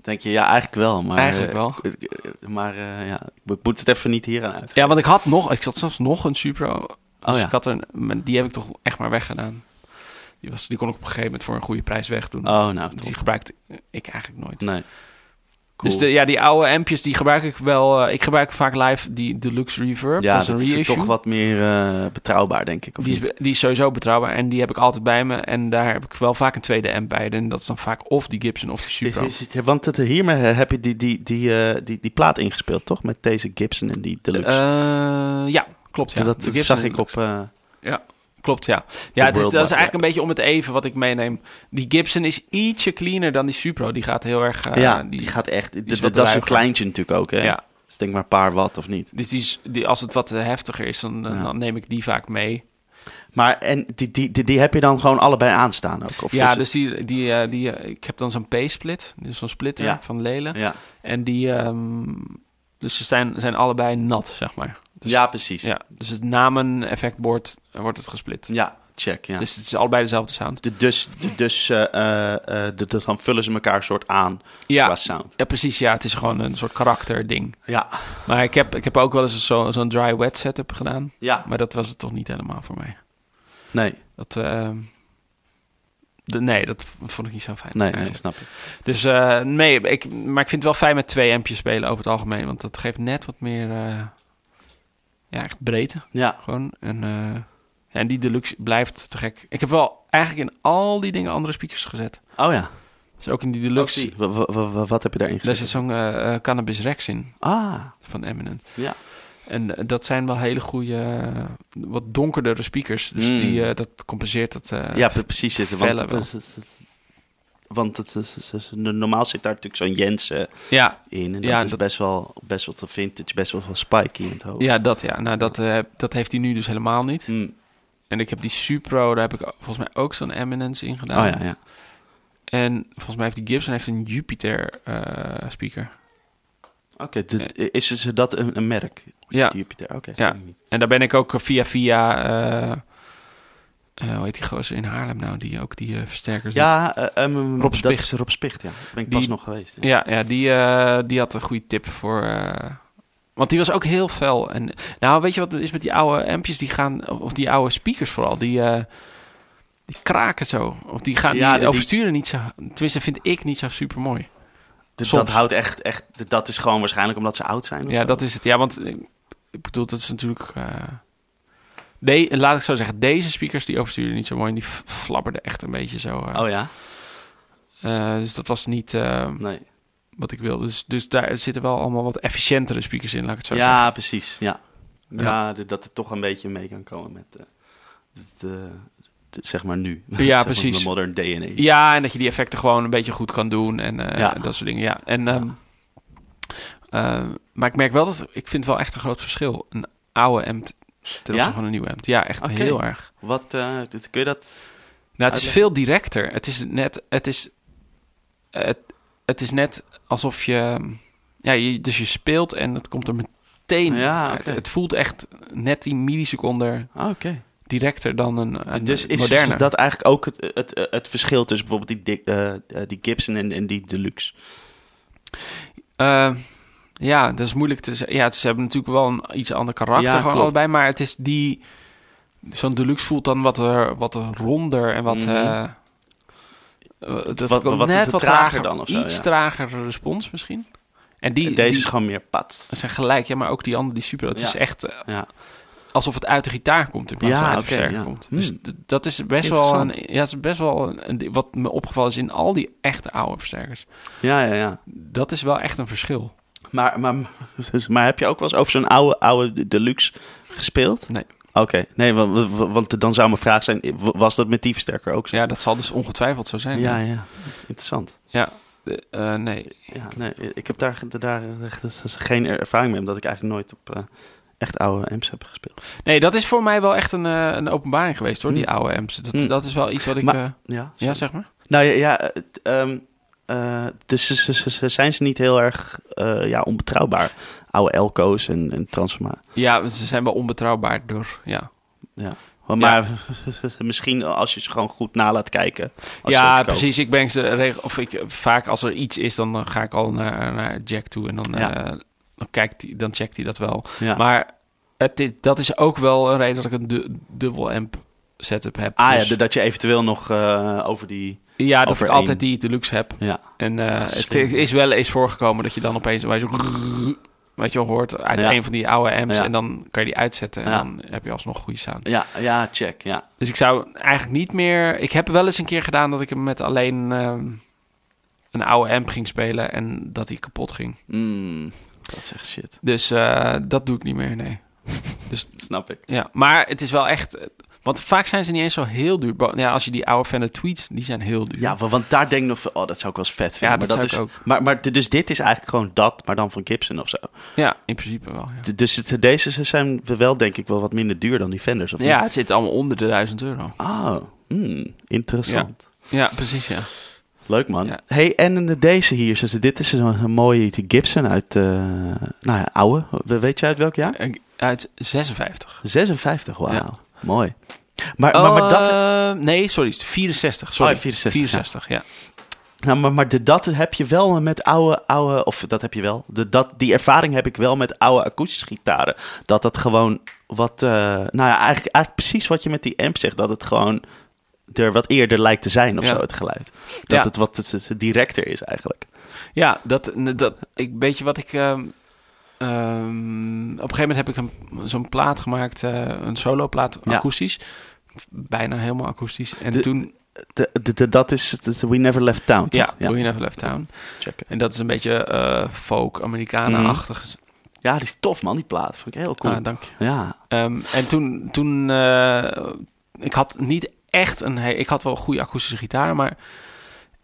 Speaker 3: Denk je, ja, eigenlijk wel. Maar,
Speaker 2: Eigenlijk
Speaker 3: eh,
Speaker 2: wel.
Speaker 3: ik- ik- Maar eh, ja, ik moet het even niet hier aan uit.
Speaker 2: Ja, want ik had nog, ik zat zelfs nog een Supro. Dus
Speaker 3: Oh ja.
Speaker 2: ik had er, maar die heb ik toch echt maar weggedaan. Die, was, die kon ik op een gegeven moment voor een goede prijs wegdoen. Dus
Speaker 3: Oh, nou,
Speaker 2: die
Speaker 3: toch.
Speaker 2: gebruikte ik eigenlijk nooit.
Speaker 3: Nee.
Speaker 2: Dus de, ja, die oude ampjes, die gebruik ik wel. eh, ik gebruik vaak live die Deluxe Reverb.
Speaker 3: ja,
Speaker 2: dat is een
Speaker 3: dat is
Speaker 2: reissue.
Speaker 3: toch wat meer eh, betrouwbaar, denk ik. Of
Speaker 2: die, is,
Speaker 3: niet?
Speaker 2: be- die is sowieso betrouwbaar en die heb ik altijd bij me. En daar heb ik wel vaak een tweede amp bij. En dat is dan vaak of die Gibson of die
Speaker 3: <laughs>
Speaker 2: Supro.
Speaker 1: Is- is- Want het, hiermee heb je die, die, die, eh, die, die plaat ingespeeld, toch? Met deze Gibson en die Deluxe. Dus
Speaker 2: Eh, ja, klopt. Ja.
Speaker 1: dat
Speaker 2: De Gibson
Speaker 1: zag ik op... eh,
Speaker 2: Klopt, ja. Ja, het is, dat
Speaker 1: World
Speaker 2: is
Speaker 1: Wide
Speaker 2: eigenlijk een beetje om het even wat ik meeneem. Die Gibson is ietsje cleaner dan die Supro. Die gaat heel erg... eh,
Speaker 1: ja, die, gaat echt...
Speaker 2: is
Speaker 1: d-
Speaker 2: wat
Speaker 1: d- Dat is een
Speaker 2: ruiger.
Speaker 1: kleintje natuurlijk ook, hè?
Speaker 2: ja.
Speaker 1: Dat is denk ik maar een paar watt, of niet?
Speaker 2: Dus die, is- die, als het wat eh, heftiger is, dan, dan-
Speaker 1: Ja.
Speaker 2: dan neem ik die vaak mee.
Speaker 1: Maar en die, die, die, die heb je dan gewoon allebei aanstaan ook? Of
Speaker 2: ja,
Speaker 1: is het-
Speaker 2: dus die, die, eh, die, eh, ik heb dan zo'n P-split. Dus zo'n splitter
Speaker 1: Ja.
Speaker 2: van Lelen.
Speaker 3: Ja,
Speaker 2: En die... ehm, dus ze zijn, zijn allebei nat, zeg maar. Dus,
Speaker 3: ja precies. Ja,
Speaker 2: ja. Dus het namen-effectbord eh, wordt het gesplit.
Speaker 3: check. Ja.
Speaker 2: Dus het is allebei dezelfde sound.
Speaker 1: de- dus de- dus eh, eh, eh, de- de- dan vullen ze elkaar soort aan qua
Speaker 2: Ja,
Speaker 1: sound.
Speaker 2: ja, precies. Ja, het is gewoon een soort karakter-ding.
Speaker 1: Ja,
Speaker 2: Maar ik heb, ik heb ook wel eens zo- zo'n dry wet setup gedaan.
Speaker 1: ja.
Speaker 2: Maar dat was het toch niet helemaal voor mij.
Speaker 1: Nee,
Speaker 2: Dat, eh, de, nee, dat v- vond ik niet zo fijn.
Speaker 1: nee, nee,
Speaker 2: Eigenlijk.
Speaker 1: snap ik.
Speaker 2: Dus eh, nee, ik, maar ik vind het wel fijn met twee ampjes spelen over het algemeen. Want dat geeft net wat meer eh, ja, echt breedte
Speaker 1: Ja.
Speaker 2: gewoon. En, eh, en die deluxe blijft te gek. Ik heb wel eigenlijk in al die dingen andere speakers gezet.
Speaker 1: Oh ja.
Speaker 2: Dus ook in die
Speaker 1: Lux.
Speaker 2: deluxe.
Speaker 1: Wat heb je daarin
Speaker 2: Daar
Speaker 1: gezet?
Speaker 2: zit zo'n eh, eh, Cannabis Rex in.
Speaker 1: Ah,
Speaker 2: van Eminem.
Speaker 1: Ja.
Speaker 2: En eh, dat zijn wel hele goede, eh, wat donkerdere speakers. Dus
Speaker 3: Mm.
Speaker 2: die, eh, dat compenseert dat. eh,
Speaker 1: Hmm. ja, pre- precies. het- Want,
Speaker 2: felle
Speaker 1: het,
Speaker 2: wel.
Speaker 1: is- het- het- want het is- het is- normaal zit daar natuurlijk zo'n Jensen
Speaker 2: ja,
Speaker 1: in. En dat
Speaker 2: Ja,
Speaker 1: is
Speaker 2: dat-
Speaker 1: best wel, best wel te vintage, best wel spiky in het hoofd. Hmm.
Speaker 2: ja, dat ja. Nou, dat, eh, dat heeft hij nu dus helemaal niet.
Speaker 3: Mm.
Speaker 2: En ik heb die Supro, daar heb ik volgens mij ook zo'n Eminence in
Speaker 1: Oh
Speaker 2: gedaan.
Speaker 1: ja, ja.
Speaker 2: En volgens mij heeft die Gibson heeft een Jupiter eh, speaker.
Speaker 1: Oké, dit- is dus dat een, een merk?
Speaker 2: Ja,
Speaker 1: Jupiter, oké.
Speaker 2: Ja.
Speaker 1: weet ik niet.
Speaker 2: en daar ben ik ook via via... eh, eh, hoe heet die gozer in Haarlem nou? Die ook die eh, versterkers doet?
Speaker 1: Ja, eh, ehm,
Speaker 2: Rob
Speaker 1: dat
Speaker 2: Spicht.
Speaker 1: is Rob Spicht, ja. Daar ben ik
Speaker 2: Die-
Speaker 1: pas nog geweest. ja.
Speaker 2: Ja, ja die, eh, die had een goede tip voor. eh, want die was ook heel fel. En, nou, weet je wat het is met die oude ampjes? Die gaan, of die oude speakers vooral, die, eh, die kraken zo. Of die gaan
Speaker 1: Ja,
Speaker 2: die
Speaker 1: die-
Speaker 2: oversturen niet zo. Tenminste, vind ik niet zo super mooi.
Speaker 1: Dus
Speaker 2: Soms.
Speaker 1: dat houdt echt, echt, dat is gewoon waarschijnlijk omdat ze oud zijn. of
Speaker 2: Ja,
Speaker 1: zo.
Speaker 2: dat is het. Ja, want eh, ik bedoel, dat is natuurlijk. eh, de, laat ik zo zeggen, deze speakers die oversturen niet zo mooi. En die f- flapperden echt een beetje zo. eh.
Speaker 1: Oh ja?
Speaker 2: Eh, dus dat was niet. eh,
Speaker 1: Nee.
Speaker 2: wat ik wil. Dus, dus daar zitten wel allemaal wat efficiëntere speakers in, laat ik het zo zeggen.
Speaker 1: Ja, precies. Ja. Ja,
Speaker 2: Ja.
Speaker 1: de- dat het toch een beetje mee kan komen met eh, de, de, de- zeg maar nu. <laughs>
Speaker 2: Ja,
Speaker 1: Zeg maar
Speaker 2: precies.
Speaker 1: De modern E. day and age.
Speaker 2: Ja, en dat je die effecten gewoon een beetje goed kan doen en eh,
Speaker 1: Ja.
Speaker 2: dat soort dingen. Ja, en, ehm, eh, maar ik merk wel dat ik vind wel echt een groot verschil. Een oude amp ten
Speaker 1: Ja?
Speaker 2: opzichte van een nieuwe amp. Ja, echt
Speaker 1: Oké.
Speaker 2: heel erg.
Speaker 1: Wat, eh, dit- kun je dat...
Speaker 2: Nou, het is
Speaker 1: Uitleg.
Speaker 2: veel directer. Het is net, het is, het, het is net alsof je, ja, je, dus je speelt en het komt er meteen.
Speaker 1: Ja,
Speaker 2: uit.
Speaker 1: oké.
Speaker 2: Het voelt echt net die milliseconde
Speaker 1: Ah, Oké.
Speaker 2: directer dan een, een
Speaker 1: Dus is
Speaker 2: moderne.
Speaker 1: dat eigenlijk ook het, het, het, verschil tussen bijvoorbeeld die, dik- eh, eh, die Gibson en, en die Deluxe?
Speaker 2: Eh, ja, dat is moeilijk te zeggen. Ja, het- ze hebben natuurlijk wel een iets ander karakter
Speaker 1: Ja,
Speaker 2: gewoon
Speaker 1: klopt.
Speaker 2: allebei, maar het is die zo'n deluxe voelt dan wat er wat ronder en wat
Speaker 1: Mhm.
Speaker 2: eh, eh, dat
Speaker 1: Wat-
Speaker 2: komt
Speaker 1: wat is
Speaker 2: net
Speaker 1: het
Speaker 2: wat
Speaker 1: trager
Speaker 2: trager
Speaker 1: dan of zo,
Speaker 2: iets
Speaker 1: ja.
Speaker 2: trager respons misschien. En die
Speaker 1: En deze
Speaker 2: die-
Speaker 1: is gewoon meer pat.
Speaker 2: Dat zijn gelijk, ja, maar ook die andere, die super. Het
Speaker 1: Ja.
Speaker 2: is echt eh,
Speaker 1: Ja.
Speaker 2: alsof het uit de gitaar komt in plaats
Speaker 1: Ja,
Speaker 2: van uit de
Speaker 1: oké,
Speaker 2: versterker
Speaker 1: ja.
Speaker 2: komt.
Speaker 1: Hmm.
Speaker 2: Dus d- dat is best wel een,
Speaker 1: Interessant.
Speaker 2: ja, het is best wel een, een- wat me opgevallen is in al die echte oude versterkers.
Speaker 1: Ja, ja, ja.
Speaker 2: Dat is wel echt een verschil.
Speaker 1: Maar, maar, <laughs> maar heb je ook wel eens over zo'n oude, oude deluxe gespeeld?
Speaker 2: Nee.
Speaker 1: Oké, nee, want, want- want dan zou mijn vraag zijn, was dat met die versterker ook zo?
Speaker 2: Ja, dat zal dus ongetwijfeld zo zijn.
Speaker 1: ja, ja. Interessant.
Speaker 2: Ja, de- eh, nee.
Speaker 1: Ja, nee, ik heb daar, daar echt dus geen ervaring mee, omdat ik eigenlijk nooit op eh, echt oude amps heb gespeeld.
Speaker 2: Nee, dat is voor mij wel echt een, eh, een openbaring geweest hoor, die
Speaker 1: Hmm.
Speaker 2: oude amps. Dat,
Speaker 1: Hmm.
Speaker 2: dat is wel iets wat ik...
Speaker 1: Maar-
Speaker 2: eh,
Speaker 1: Ja,
Speaker 2: ja, zeg maar.
Speaker 1: Nou ja, ja het, ehm, eh, dus ze- ze- ze- ze zijn ze niet heel erg eh, ja, onbetrouwbaar. Oude Elco's en, en Transforma.
Speaker 2: Ja, ze zijn wel onbetrouwbaar door, ja.
Speaker 1: Maar, maar <laughs> misschien als je ze gewoon goed na laat kijken. als ze het
Speaker 2: Ja,
Speaker 1: kopen.
Speaker 2: precies. Ik ben ze regel, of ik, vaak als er iets is, dan eh, ga ik al naar, naar Jack toe en dan,
Speaker 1: Ja.
Speaker 2: eh, dan, kijkt hij, dan checkt hij dat wel.
Speaker 1: Ja.
Speaker 2: Maar het, is- dat is ook wel een reden dat ik een du- dubbel amp setup heb.
Speaker 1: ah
Speaker 2: Dus-
Speaker 1: ja, dat je eventueel nog eh, over die...
Speaker 2: ja, dat
Speaker 1: over
Speaker 2: ik altijd
Speaker 1: één.
Speaker 2: die deluxe heb.
Speaker 1: Ja.
Speaker 2: En eh, het
Speaker 1: slim.
Speaker 2: is wel eens voorgekomen dat je dan opeens bij zo'n wat je wel hoort uit
Speaker 1: Ja.
Speaker 2: een van die oude amps
Speaker 1: Ja.
Speaker 2: en dan kan je die uitzetten en
Speaker 1: Ja.
Speaker 2: dan heb je alsnog goede sound.
Speaker 1: Ja, ja check. Ja.
Speaker 2: Dus ik zou eigenlijk niet meer. Ik heb wel eens een keer gedaan dat ik hem met alleen ehm, een oude amp ging spelen en dat hij kapot ging.
Speaker 1: Mm, dat is echt shit.
Speaker 2: Dus eh, dat doe ik niet meer, nee.
Speaker 1: Dat snap ik.
Speaker 2: Ja, maar het is wel echt. eh, Want vaak zijn ze niet eens zo heel duur. Bo- Ja, als je die oude fan tweets, die zijn heel duur.
Speaker 1: Ja, wa- want daar denk ik nog van, oh, dat zou ik wel eens vet
Speaker 2: ja
Speaker 1: vinden.
Speaker 2: dat,
Speaker 1: maar
Speaker 2: zou
Speaker 1: is,
Speaker 2: ik ook.
Speaker 1: Maar, maar d- dus dit is eigenlijk gewoon dat, maar dan van Gibson of zo.
Speaker 2: Ja, in principe wel. Ja,
Speaker 1: D- Dus het, deze zijn wel, denk ik, wel wat minder duur dan die Fenders. Of
Speaker 2: ja het zit allemaal onder de 1000 euro.
Speaker 1: Oh, hmm, interessant.
Speaker 2: Ja, precies, ja.
Speaker 1: Leuk man.
Speaker 2: Ja.
Speaker 1: Hey, en eh, deze hier, dus dit is een, een mooie Gibson uit, eh nou ja, oude. We- Weet je uit welk jaar?
Speaker 2: Eh, Uit 56.
Speaker 1: 56, wauw.
Speaker 2: Ja.
Speaker 1: Mooi. Maar, maar, maar dat,
Speaker 2: Eh, nee, sorry, 64. Sorry,
Speaker 1: Oh, 64, ja.
Speaker 2: 64, ja.
Speaker 1: nou, maar, maar de, dat heb je wel met oude, oude of dat heb je wel, de, dat, die ervaring heb ik wel met oude akoestische gitaren. Dat dat gewoon wat, eh, nou ja, eigenlijk, eigenlijk precies wat je met die amp zegt, dat het gewoon er wat eerder lijkt te zijn of
Speaker 2: Ja.
Speaker 1: zo, het geluid. Dat
Speaker 2: Ja.
Speaker 1: het wat het, het directer is eigenlijk.
Speaker 2: Ja, dat, dat, ik, weet je wat ik... ehm, ehm, op een gegeven moment heb ik een- zo'n plaat gemaakt, eh, een solo plaat,
Speaker 1: Ja.
Speaker 2: akoestisch. Bijna helemaal akoestisch. En
Speaker 1: De-
Speaker 2: toen,
Speaker 1: De, de, de- dat is het- het We Never Left Town. toch?
Speaker 2: ja, Will You Never Left Town.
Speaker 1: checken.
Speaker 2: En dat is een beetje eh, folk, Amerikanen-achtig.
Speaker 1: Ja, die is tof man, die plaat. Vond ik heel Mm-hmm. cool.
Speaker 2: Ah, dank je.
Speaker 1: ja.
Speaker 2: Ehm, en toen, toen eh, ik had niet echt een, he- ik had wel goede akoestische gitaar, maar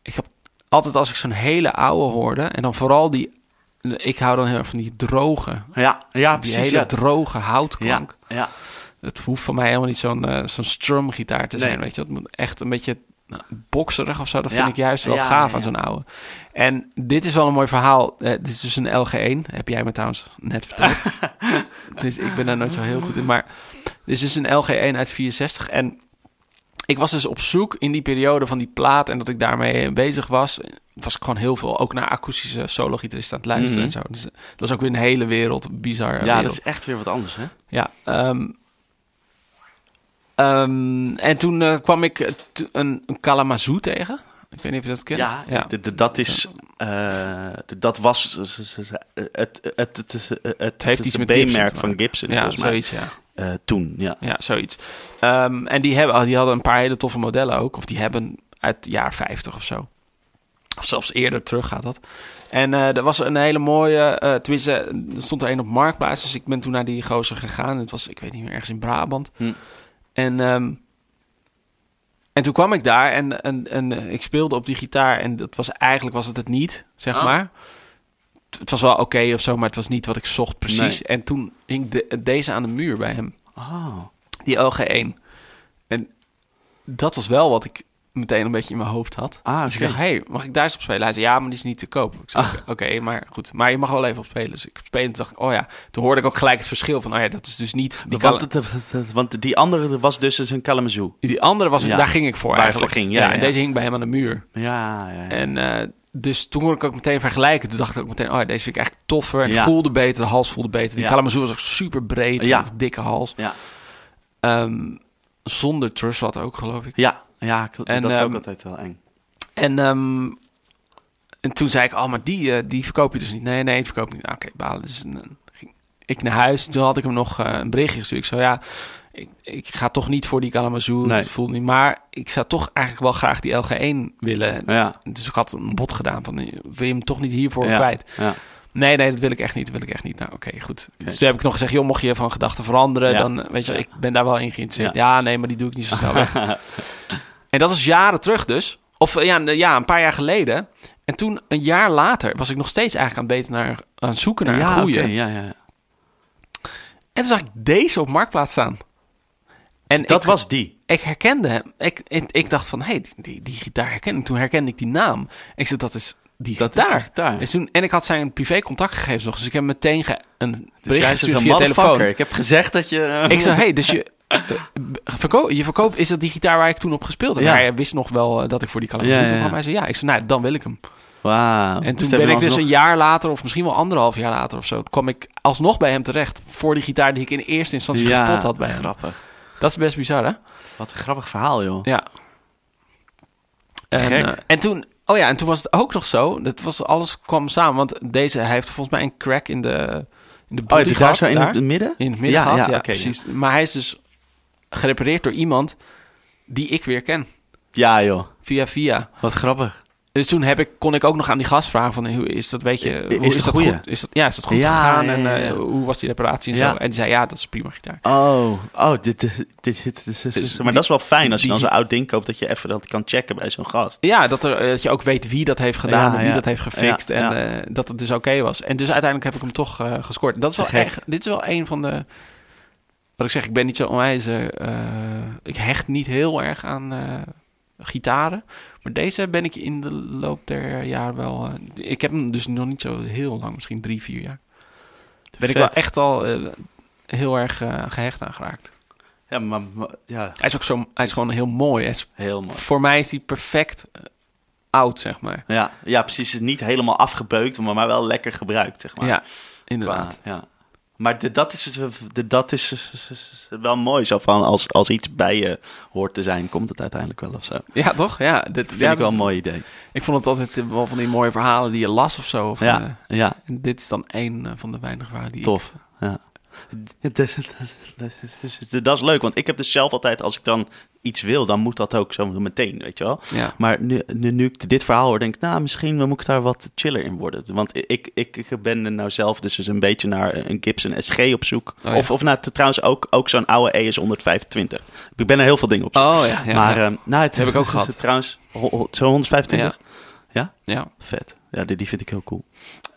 Speaker 2: ik heb altijd als ik zo'n hele oude hoorde, en dan vooral die, ik hou dan heel erg van die droge,
Speaker 1: Ja, ja,
Speaker 2: die
Speaker 1: precies.
Speaker 2: hele
Speaker 1: Ja.
Speaker 2: droge
Speaker 1: Ja,
Speaker 2: houtklank.
Speaker 1: ja.
Speaker 2: Het hoeft voor mij helemaal niet zo'n eh, zo'n strumgitaar te zijn,
Speaker 1: Nee.
Speaker 2: weet je. Het moet echt een beetje nou, bokserig of zo. Dat vind
Speaker 1: Ja.
Speaker 2: ik juist wel
Speaker 1: Ja,
Speaker 2: gaaf
Speaker 1: ja,
Speaker 2: aan
Speaker 1: ja.
Speaker 2: zo'n oude. En dit is wel een mooi verhaal. Eh, dit is dus een LG1. Heb jij me trouwens net
Speaker 1: <laughs>
Speaker 2: verteld. dus ik ben daar nooit zo heel goed in. Maar dit is dus een LG1 uit 64. En ik was dus op zoek in die periode van die plaat... en dat ik daarmee bezig was... was ik gewoon heel veel ook naar akoestische solo-gitaristen aan het luisteren
Speaker 1: Mhm.
Speaker 2: en zo. Dus eh, dat is ook weer een hele wereld, bizar wereld.
Speaker 1: ja, dat is echt weer wat anders, hè?
Speaker 2: Ja, ehm, ehm, en toen eh, kwam ik eh, to- een, een Kalamazoo tegen. Ik weet niet of je dat kent.
Speaker 1: Ja,
Speaker 2: ja.
Speaker 1: de- de- dat is... eh, de- dat was het, het, het, het, is- het, het
Speaker 2: heeft
Speaker 1: is
Speaker 2: iets
Speaker 1: een
Speaker 2: met Gibson
Speaker 1: B-merk
Speaker 2: te
Speaker 1: van
Speaker 2: maken.
Speaker 1: Gibson,
Speaker 2: Ja,
Speaker 1: volgens mij.
Speaker 2: zoiets, ja.
Speaker 1: Eh, toen, ja.
Speaker 2: Ja, zoiets. oh, Ehm, en die, hebben, die hadden een paar hele toffe modellen ook. Of die hebben uit het jaar 50 of zo. Of zelfs eerder terug gaat dat. En eh, er was een hele mooie. eh tenminste, er stond er een op Marktplaats. Dus ik ben toen naar die gozer gegaan. Het was, ik weet niet meer, ergens in Brabant.
Speaker 1: Hm.
Speaker 2: En, ehm, en toen kwam ik daar en, en, en eh, ik speelde op die gitaar. En dat was, eigenlijk was het het niet, zeg
Speaker 1: Ah.
Speaker 2: maar. Het- Het was wel oké of zo, maar het was niet wat ik zocht precies.
Speaker 1: Nee.
Speaker 2: En toen hing de- deze aan de muur bij hem.
Speaker 1: Oh.
Speaker 2: Die LG1. En dat was wel wat ik meteen een beetje in mijn hoofd had.
Speaker 1: Ah,
Speaker 2: Dus ik dacht, hey, mag ik daar eens op spelen? Hij zei, ja, maar die is niet te koop. Ik zei, oké, maar goed. Maar je mag wel even op spelen. Dus ik speel en toen dacht ik, oh ja. Toen hoorde ik ook gelijk het verschil van, oh ja, dat is dus niet... Die,
Speaker 1: want,
Speaker 2: kale-
Speaker 1: het- want die andere was dus een Kalamazoo.
Speaker 2: die andere was,
Speaker 1: Ja,
Speaker 2: daar ging ik voor
Speaker 1: waarvoor
Speaker 2: eigenlijk.
Speaker 1: ging, ja,
Speaker 2: en
Speaker 1: ja.
Speaker 2: deze hing bij hem aan de muur.
Speaker 1: Ja, ja, ja.
Speaker 2: En eh, dus toen kon ik ook meteen vergelijken. Toen dacht ik ook meteen, oh ja, deze vind ik eigenlijk toffer. En
Speaker 1: Ja.
Speaker 2: voelde beter, de hals voelde beter. Die
Speaker 1: Ja.
Speaker 2: Kalamazoo was ook super breed,
Speaker 1: Ja.
Speaker 2: met een dikke hals.
Speaker 1: Ja.
Speaker 2: Ehm, zonder trusvat ook, geloof ik.
Speaker 1: ja, ja, klopt.
Speaker 2: En,
Speaker 1: dat is ook
Speaker 2: ehm,
Speaker 1: altijd wel eng.
Speaker 2: En, ehm, en toen zei ik, oh, maar die, eh, die verkoop je dus niet. Nee, nee, die verkoop ik niet. Nou, Oké, balen. Dus eh, ging ik naar huis. Toen had ik hem nog eh, een berichtje gestuurd. Ik zei, ja, ik, ik ga toch niet voor die Kalamazoo.
Speaker 1: Nee.
Speaker 2: Dat voelt niet. Maar ik zou toch eigenlijk wel graag die LG1 willen.
Speaker 1: Ja,
Speaker 2: Dus ik had een bod gedaan van, eh, wil je hem toch niet hiervoor
Speaker 1: ja,
Speaker 2: kwijt?
Speaker 1: Ja.
Speaker 2: Nee, nee, dat wil ik echt niet. Dat wil ik echt niet. Nou, oké, goed. Dus toen heb ik nog gezegd, joh, mocht je van gedachten veranderen,
Speaker 1: Ja.
Speaker 2: dan eh, weet je,
Speaker 1: Ja.
Speaker 2: ik ben daar wel in geïnteresseerd. Ja. nee, maar die doe ik niet zo snel
Speaker 1: <laughs>
Speaker 2: weg. en dat is jaren terug dus. Of eh, ja, n- ja, een paar jaar geleden. En toen, een jaar later, was ik nog steeds eigenlijk aan het beter naar, aan het zoeken naar een
Speaker 1: ja,
Speaker 2: goede.
Speaker 1: oké, ja, ja.
Speaker 2: En toen zag ik deze op Marktplaats staan. En
Speaker 1: Dus dat
Speaker 2: ik,
Speaker 1: was die.
Speaker 2: ik herkende hem. Ik, ik, ik dacht van, hé, hey, die, die, die gitaar herken ik. Toen herkende ik die naam. Ik zei, dat is die
Speaker 1: Dat
Speaker 2: gitaar.
Speaker 1: is die gitaar.
Speaker 2: Dus toen- en ik had zijn privé contactgegevens nog. Dus ik heb hem meteen ge- een
Speaker 1: Dus
Speaker 2: bericht
Speaker 1: jij is
Speaker 2: gestuurd
Speaker 1: een
Speaker 2: via telefoon.
Speaker 1: motherfucker. Ik heb gezegd dat je... eh,
Speaker 2: Ik zei, hey, dus
Speaker 1: <laughs>
Speaker 2: je, eh, b- verko je verkoopt, is dat die gitaar waar ik toen op gespeeld heb?
Speaker 1: Ja.
Speaker 2: Hij wist nog wel eh, dat ik voor die kalamazoo
Speaker 1: Ja,
Speaker 2: toen
Speaker 1: ja, ja.
Speaker 2: kwam. Hij zei, ja. Ik zei, nou, dan wil ik hem.
Speaker 1: Wauw.
Speaker 2: En toen
Speaker 1: hebben
Speaker 2: ben
Speaker 1: we
Speaker 2: ik dus
Speaker 1: alsnog-
Speaker 2: een jaar later, of misschien wel anderhalf jaar later of zo, kwam ik alsnog bij hem terecht. Voor die gitaar die ik in eerste instantie
Speaker 1: Ja,
Speaker 2: gespot had bij hem.
Speaker 1: grappig.
Speaker 2: Dat is best bizar, hè?
Speaker 1: Wat een grappig verhaal, joh.
Speaker 2: Ja. En,
Speaker 1: Oh. gek.
Speaker 2: eh, en toen, oh ja, en toen was het ook nog zo. Dat was, alles kwam samen. Want deze, hij heeft volgens mij een crack in de, in de
Speaker 1: Oh,
Speaker 2: body
Speaker 1: heb je daar
Speaker 2: gehad,
Speaker 1: zo in
Speaker 2: daar.
Speaker 1: het midden?
Speaker 2: In het midden
Speaker 1: Ja,
Speaker 2: gehad, ja,
Speaker 1: ja, oké, ja.
Speaker 2: precies. Maar hij is dus gerepareerd door iemand die ik weer ken.
Speaker 1: Ja, joh.
Speaker 2: Via via.
Speaker 1: Wat grappig.
Speaker 2: Dus toen heb ik, kon ik ook nog aan die gast vragen van... Hoe is dat, weet je...
Speaker 1: I-
Speaker 2: hoe
Speaker 1: is het
Speaker 2: dat
Speaker 1: goeie?
Speaker 2: goed? Is dat, ja, is dat goed
Speaker 1: Ja,
Speaker 2: gegaan?
Speaker 1: ja,
Speaker 2: en
Speaker 1: ja,
Speaker 2: eh,
Speaker 1: ja.
Speaker 2: hoe was die reparatie en
Speaker 1: Ja.
Speaker 2: zo? En die zei, ja, dat is prima gitaar.
Speaker 1: Oh, oh dit, dit, dit, dit- dit- dit-
Speaker 2: Dus
Speaker 1: maar
Speaker 2: die-
Speaker 1: dat is wel fijn als je dan
Speaker 2: die-
Speaker 1: zo'n oud ding koopt... dat je even dat kan checken bij zo'n gast.
Speaker 2: Ja, dat, er, eh, dat je ook weet wie dat heeft gedaan
Speaker 1: Ja,
Speaker 2: en wie
Speaker 1: ja.
Speaker 2: dat heeft gefixt.
Speaker 1: Ja,
Speaker 2: en
Speaker 1: ja.
Speaker 2: eh, dat het dus oké was. En dus uiteindelijk heb ik hem toch eh, gescoord. Dat is wel
Speaker 1: Te gek.
Speaker 2: echt, dit is wel een van de... Wat ik zeg, ik ben niet zo onwijs... eh, eh, ik hecht niet heel erg aan eh, gitaren. Maar deze ben ik in de loop der jaren wel... eh, ik heb hem dus nog niet zo heel lang, misschien drie, vier jaar. Ben ik
Speaker 1: Vet.
Speaker 2: wel echt al eh, heel erg eh, gehecht aan geraakt.
Speaker 1: Ja, maar, maar- ja,
Speaker 2: Hij is ook zo... Hij is gewoon heel mooi. Hij is-
Speaker 1: heel mooi.
Speaker 2: voor mij is hij perfect eh, oud, zeg maar.
Speaker 1: Ja, ja, precies. Het is Niet helemaal afgebeukt, maar maar wel lekker gebruikt, zeg maar.
Speaker 2: Ja,
Speaker 1: Qua-
Speaker 2: inderdaad.
Speaker 1: ja. Maar de, dat is, dus de, dat is dus, wel mooi. Zo van als, als iets bij je hoort te zijn, komt het uiteindelijk wel of zo. Dat
Speaker 2: Ja, toch? Ja, dit,
Speaker 1: vind
Speaker 2: ja,
Speaker 1: ik wel een
Speaker 2: dit-
Speaker 1: mooi idee.
Speaker 2: Ik vond het altijd eh, wel van die mooie verhalen die je las of zo. Of, eh,
Speaker 1: Ja, ja,
Speaker 2: en dit is dan één eh, van de weinige verhalen die ik-
Speaker 1: tof. Ja. Dat is leuk, want ik heb dus zelf altijd, als ik dan iets wil, dan moet dat ook zo meteen, weet je wel.
Speaker 2: ja.
Speaker 1: Maar nu, nu, nu ik dit verhaal hoor, denk ik, nou, misschien moet ik daar wat chiller in worden. Want ik, ik, ik ben er nou zelf dus eens een beetje naar een Gibson SG op zoek.
Speaker 2: Oh, ja.
Speaker 1: Of, of nou, t- trouwens ook, ook zo'n oude ES 125. Ik ben er heel veel dingen op zoek.
Speaker 2: Oh ja, ja.
Speaker 1: maar
Speaker 2: ja.
Speaker 1: ehm, nou, het
Speaker 2: Heb ik
Speaker 1: <laughs>
Speaker 2: ook gehad.
Speaker 1: Trouwens, ho- ho- zo'n 125.
Speaker 2: ja.
Speaker 1: Vet. Ja, die, die vind ik heel cool.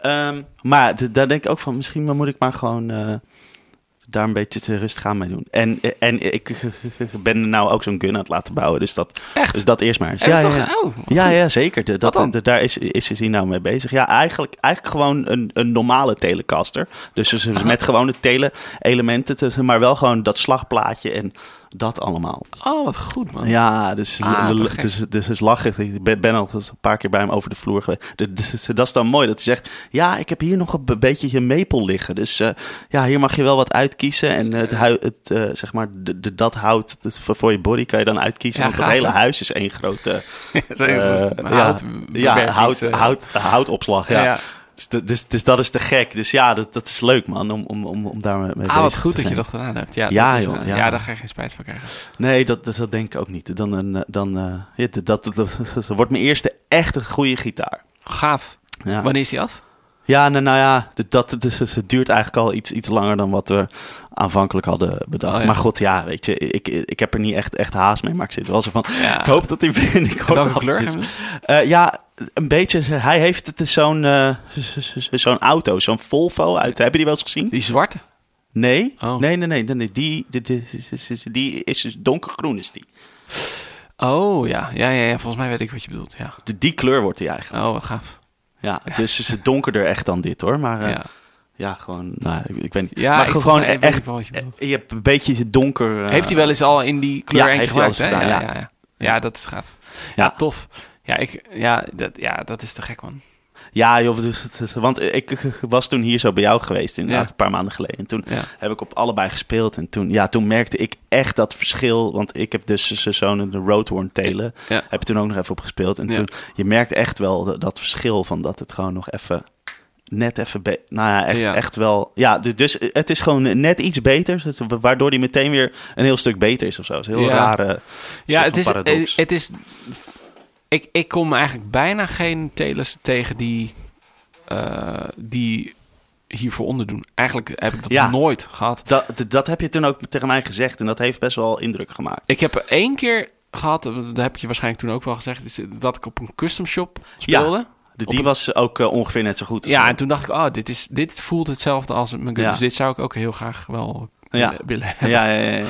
Speaker 1: Ehm, maar d- daar denk ik ook van, misschien moet ik maar gewoon eh, daar een beetje te rustig aan mee doen. En, en ik <laughs> ben er nou ook zo'n gun aan het laten bouwen. Dus dat,
Speaker 2: Echt?
Speaker 1: dus dat eerst maar eens.
Speaker 2: En toch, oh, wat
Speaker 1: Ja,
Speaker 2: goed.
Speaker 1: ja, zeker. De- dat,
Speaker 2: Wat dan?
Speaker 1: de- daar is, is, is hij nou mee bezig. Ja, eigenlijk, eigenlijk gewoon een, een normale telecaster. Dus, dus met gewone tele-elementen, dus- maar wel gewoon dat slagplaatje en dat allemaal.
Speaker 2: Oh, wat goed, man.
Speaker 1: Ja, dus,
Speaker 2: Ah,
Speaker 1: l- l-
Speaker 2: te gek.
Speaker 1: dus, dus is lachen. Ik ben, ben al eens een paar keer bij hem over de vloer geweest. De- de- de- dat is dan mooi dat hij zegt... Ja, ik heb hier nog een be- beetje je maple liggen. Dus eh, ja, hier mag je wel wat uitkiezen. En eh, het, hui- het, eh, zeg maar, de, de, dat hout dat voor voor je body kan je dan uitkiezen.
Speaker 2: Ja,
Speaker 1: want het
Speaker 2: gaaf,
Speaker 1: hele
Speaker 2: hè?
Speaker 1: huis is één
Speaker 2: <laughs>
Speaker 1: grote...
Speaker 2: <laughs> Zo is het.
Speaker 1: Eh,
Speaker 2: Hout-
Speaker 1: ja, ja,
Speaker 2: bewerking,
Speaker 1: hout,
Speaker 2: eh,
Speaker 1: hout, houtopslag. Ja.
Speaker 2: Ja, ja.
Speaker 1: Dus, de- dus, dus dat is te gek. Dus ja, dat, dat is leuk, man, om, om, om, om daar mee bezig
Speaker 2: Ah, wat
Speaker 1: te
Speaker 2: goed dat
Speaker 1: zijn.
Speaker 2: je dat gedaan hebt. Ja,
Speaker 1: Ja,
Speaker 2: dat is,
Speaker 1: joh,
Speaker 2: eh, ja.
Speaker 1: ja.
Speaker 2: daar ga je geen spijt van krijgen.
Speaker 1: Nee, dat, dat, dat denk ik ook niet. Dan, een, eh, dan, eh, ja, dat, dat, dat- dat wordt mijn eerste echt een goede gitaar.
Speaker 2: Gaaf.
Speaker 1: Ja.
Speaker 2: Wanneer is die af?
Speaker 1: Ja, nou, nou ja, d- dat, het, is- het duurt eigenlijk al iets, iets langer dan wat we aanvankelijk hadden bedacht.
Speaker 2: Oh ja.
Speaker 1: Maar god, ja, weet je, ik, ik heb er niet echt, echt haast mee, maar ik zit wel zo van...
Speaker 2: Ja.
Speaker 1: Ik hoop dat hij binnenkort
Speaker 2: Ah. Welke
Speaker 1: af
Speaker 2: kleur
Speaker 1: is.
Speaker 2: hebben we?
Speaker 1: Eh, ja, een beetje. Hij heeft het is zo'n eh, zo'n auto, zo'n Volvo uit. Heb je die wel eens gezien?
Speaker 2: Die zwarte?
Speaker 1: Nee.
Speaker 2: Oh.
Speaker 1: Nee, nee, nee, nee, nee. Die, die, die, die- die is dus donkergroen is die.
Speaker 2: Oh, ja. Ja, ja, ja. Volgens mij weet ik wat je bedoelt, ja.
Speaker 1: Die, die kleur wordt die eigenlijk.
Speaker 2: Oh, wat gaaf.
Speaker 1: Ja, dus is het donkerder echt dan dit hoor. Maar eh, ja.
Speaker 2: Ja,
Speaker 1: gewoon, nou, ik, ik weet niet.
Speaker 2: ja
Speaker 1: maar
Speaker 2: ik-
Speaker 1: gewoon
Speaker 2: ik
Speaker 1: e-
Speaker 2: weet
Speaker 1: echt,
Speaker 2: ook wel wat je bedoelt.
Speaker 1: je hebt een beetje donker. eh,
Speaker 2: heeft hij wel eens al in die kleur
Speaker 1: ja,
Speaker 2: eentje
Speaker 1: heeft hij al
Speaker 2: gemaakt,
Speaker 1: eens
Speaker 2: hè?
Speaker 1: gedaan,
Speaker 2: ja,
Speaker 1: ja.
Speaker 2: ja, ja. Ja, dat is gaaf. Ja,
Speaker 1: Ja.
Speaker 2: tof. Ja, ik, ja, dat, ja, dat is te gek, man.
Speaker 1: Ja, joh, dus het- het- want ik was toen hier zo bij jou geweest, inderdaad,
Speaker 2: Ja.
Speaker 1: een paar maanden geleden. En toen
Speaker 2: Ja.
Speaker 1: heb ik op allebei gespeeld. En toen, ja, toen merkte ik echt dat verschil. Want ik heb dus zo- zo'n de Roadhorn telen.
Speaker 2: Ja.
Speaker 1: Heb ik toen ook nog even op gespeeld. En
Speaker 2: Ja.
Speaker 1: toen, je merkt echt wel dat, dat verschil van dat het gewoon nog even... Net even, be- nou ja echt,
Speaker 2: Ja.
Speaker 1: echt wel. Ja, du- dus het is gewoon net iets beter, dus het- waardoor die meteen weer een heel stuk beter is of zo. Het is een heel
Speaker 2: Ja.
Speaker 1: rare.
Speaker 2: Ja,
Speaker 1: soort
Speaker 2: het
Speaker 1: van
Speaker 2: is, eh,
Speaker 1: paradox.
Speaker 2: het is. Ik, ik kom eigenlijk bijna geen telers tegen die. eh, die hiervoor onderdoen. Eigenlijk heb ik dat
Speaker 1: Ja.
Speaker 2: nooit gehad.
Speaker 1: Dat, dat heb je toen ook tegen mij gezegd en dat heeft best wel indruk gemaakt.
Speaker 2: Ik heb er één keer gehad, eh, dat heb ik je waarschijnlijk toen ook wel gezegd, is dat ik op een custom shop speelde. Ja,
Speaker 1: De,
Speaker 2: Op
Speaker 1: die
Speaker 2: een-
Speaker 1: was ook eh, ongeveer net zo goed. of zo.
Speaker 2: en toen dacht ik, oh, dit, is, dit voelt hetzelfde als mijn gun.
Speaker 1: Ja.
Speaker 2: Dus dit zou ik ook heel graag wel
Speaker 1: Ja.
Speaker 2: willen- willen hebben.
Speaker 1: Ja, ja, ja, ja.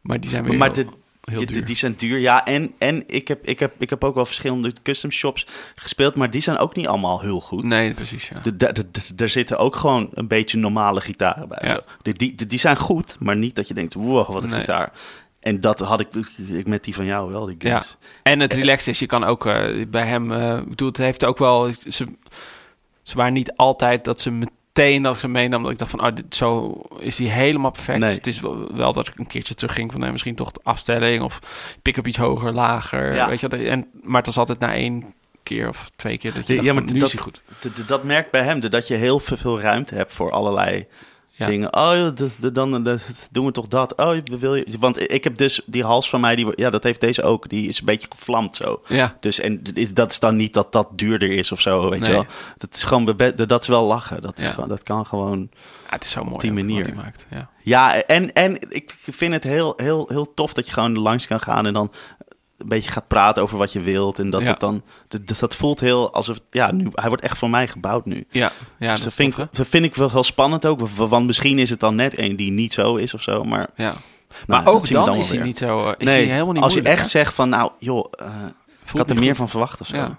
Speaker 2: Maar die zijn weer
Speaker 1: Maar
Speaker 2: heel,
Speaker 1: de-
Speaker 2: heel
Speaker 1: Je-
Speaker 2: duur.
Speaker 1: die zijn duur, ja. En, en ik, heb, ik, heb, ik heb ook wel verschillende custom shops gespeeld, maar die zijn ook niet allemaal heel goed.
Speaker 2: Nee, precies, ja.
Speaker 1: De- de- de- de- Daar zitten ook gewoon een beetje normale gitaren bij.
Speaker 2: Ja.
Speaker 1: zo. Die, die, die- die zijn goed, maar niet dat je denkt, wow, wat een
Speaker 2: Nee.
Speaker 1: gitaar. En dat had ik, ik met die van jou wel, die
Speaker 2: Ja.
Speaker 1: games.
Speaker 2: En het relaxed is, je kan ook eh, bij hem... eh, ik bedoel, het heeft ook wel... Ze, ze waren niet altijd dat ze meteen dat ze meenam. Dat ik dacht van, oh, dit, zo is hij helemaal perfect.
Speaker 1: Nee.
Speaker 2: Dus het is wel, wel dat ik een keertje terugging van... nee, misschien toch de afstelling of pick-up iets hoger, lager.
Speaker 1: Ja.
Speaker 2: Weet je, wel. en, maar het was altijd na één keer of twee keer dat je
Speaker 1: Ja,
Speaker 2: dacht
Speaker 1: ja,
Speaker 2: van,
Speaker 1: maar
Speaker 2: nu
Speaker 1: dat-
Speaker 2: is hij goed.
Speaker 1: D- d- Dat merkt bij hem, d- dat je heel veel, veel ruimte hebt voor allerlei
Speaker 2: Ja.
Speaker 1: dingen. Oh, joh, d- d- dan eh, d- doen we toch dat. Oh, je- wil je... Want ik heb dus die hals van mij, die, wo- ja, dat heeft deze ook. Die is een beetje gevlamd zo.
Speaker 2: Ja,
Speaker 1: Dus en d- is- dat is dan niet dat dat duurder is of zo, weet je
Speaker 2: Nee.
Speaker 1: wel. Dat is gewoon, bebe- d- dat is wel lachen. Dat, is
Speaker 2: Ja.
Speaker 1: gewoon, dat kan gewoon.
Speaker 2: Ja, het is zo mooi
Speaker 1: die
Speaker 2: ook wat
Speaker 1: manier.
Speaker 2: hij maakt. Ja.
Speaker 1: Ja, en, en ik vind het heel, heel, heel tof dat je gewoon langs kan gaan en dan een beetje gaat praten over wat je wilt. En dat
Speaker 2: Ja.
Speaker 1: het dan, d- d- dat voelt heel alsof, ja, nu, hij wordt echt voor mij gebouwd nu.
Speaker 2: Ja, ja
Speaker 1: dus
Speaker 2: dat
Speaker 1: dat
Speaker 2: is
Speaker 1: vind,
Speaker 2: tof,
Speaker 1: ik, dat vind ik wel, wel spannend ook, w- want misschien is het dan net één die niet zo is of zo, maar...
Speaker 2: hè? Ja.
Speaker 1: nou,
Speaker 2: Maar
Speaker 1: dat
Speaker 2: ook
Speaker 1: zien we
Speaker 2: dan,
Speaker 1: wel
Speaker 2: is hij
Speaker 1: weer.
Speaker 2: niet zo... eh, Is
Speaker 1: nee,
Speaker 2: hij helemaal niet
Speaker 1: als je
Speaker 2: moeilijk,
Speaker 1: echt
Speaker 2: hè?
Speaker 1: zegt van, nou joh, eh, ik
Speaker 2: Voelt
Speaker 1: had er
Speaker 2: niet
Speaker 1: meer
Speaker 2: goed.
Speaker 1: van verwacht of zo.
Speaker 2: Ja.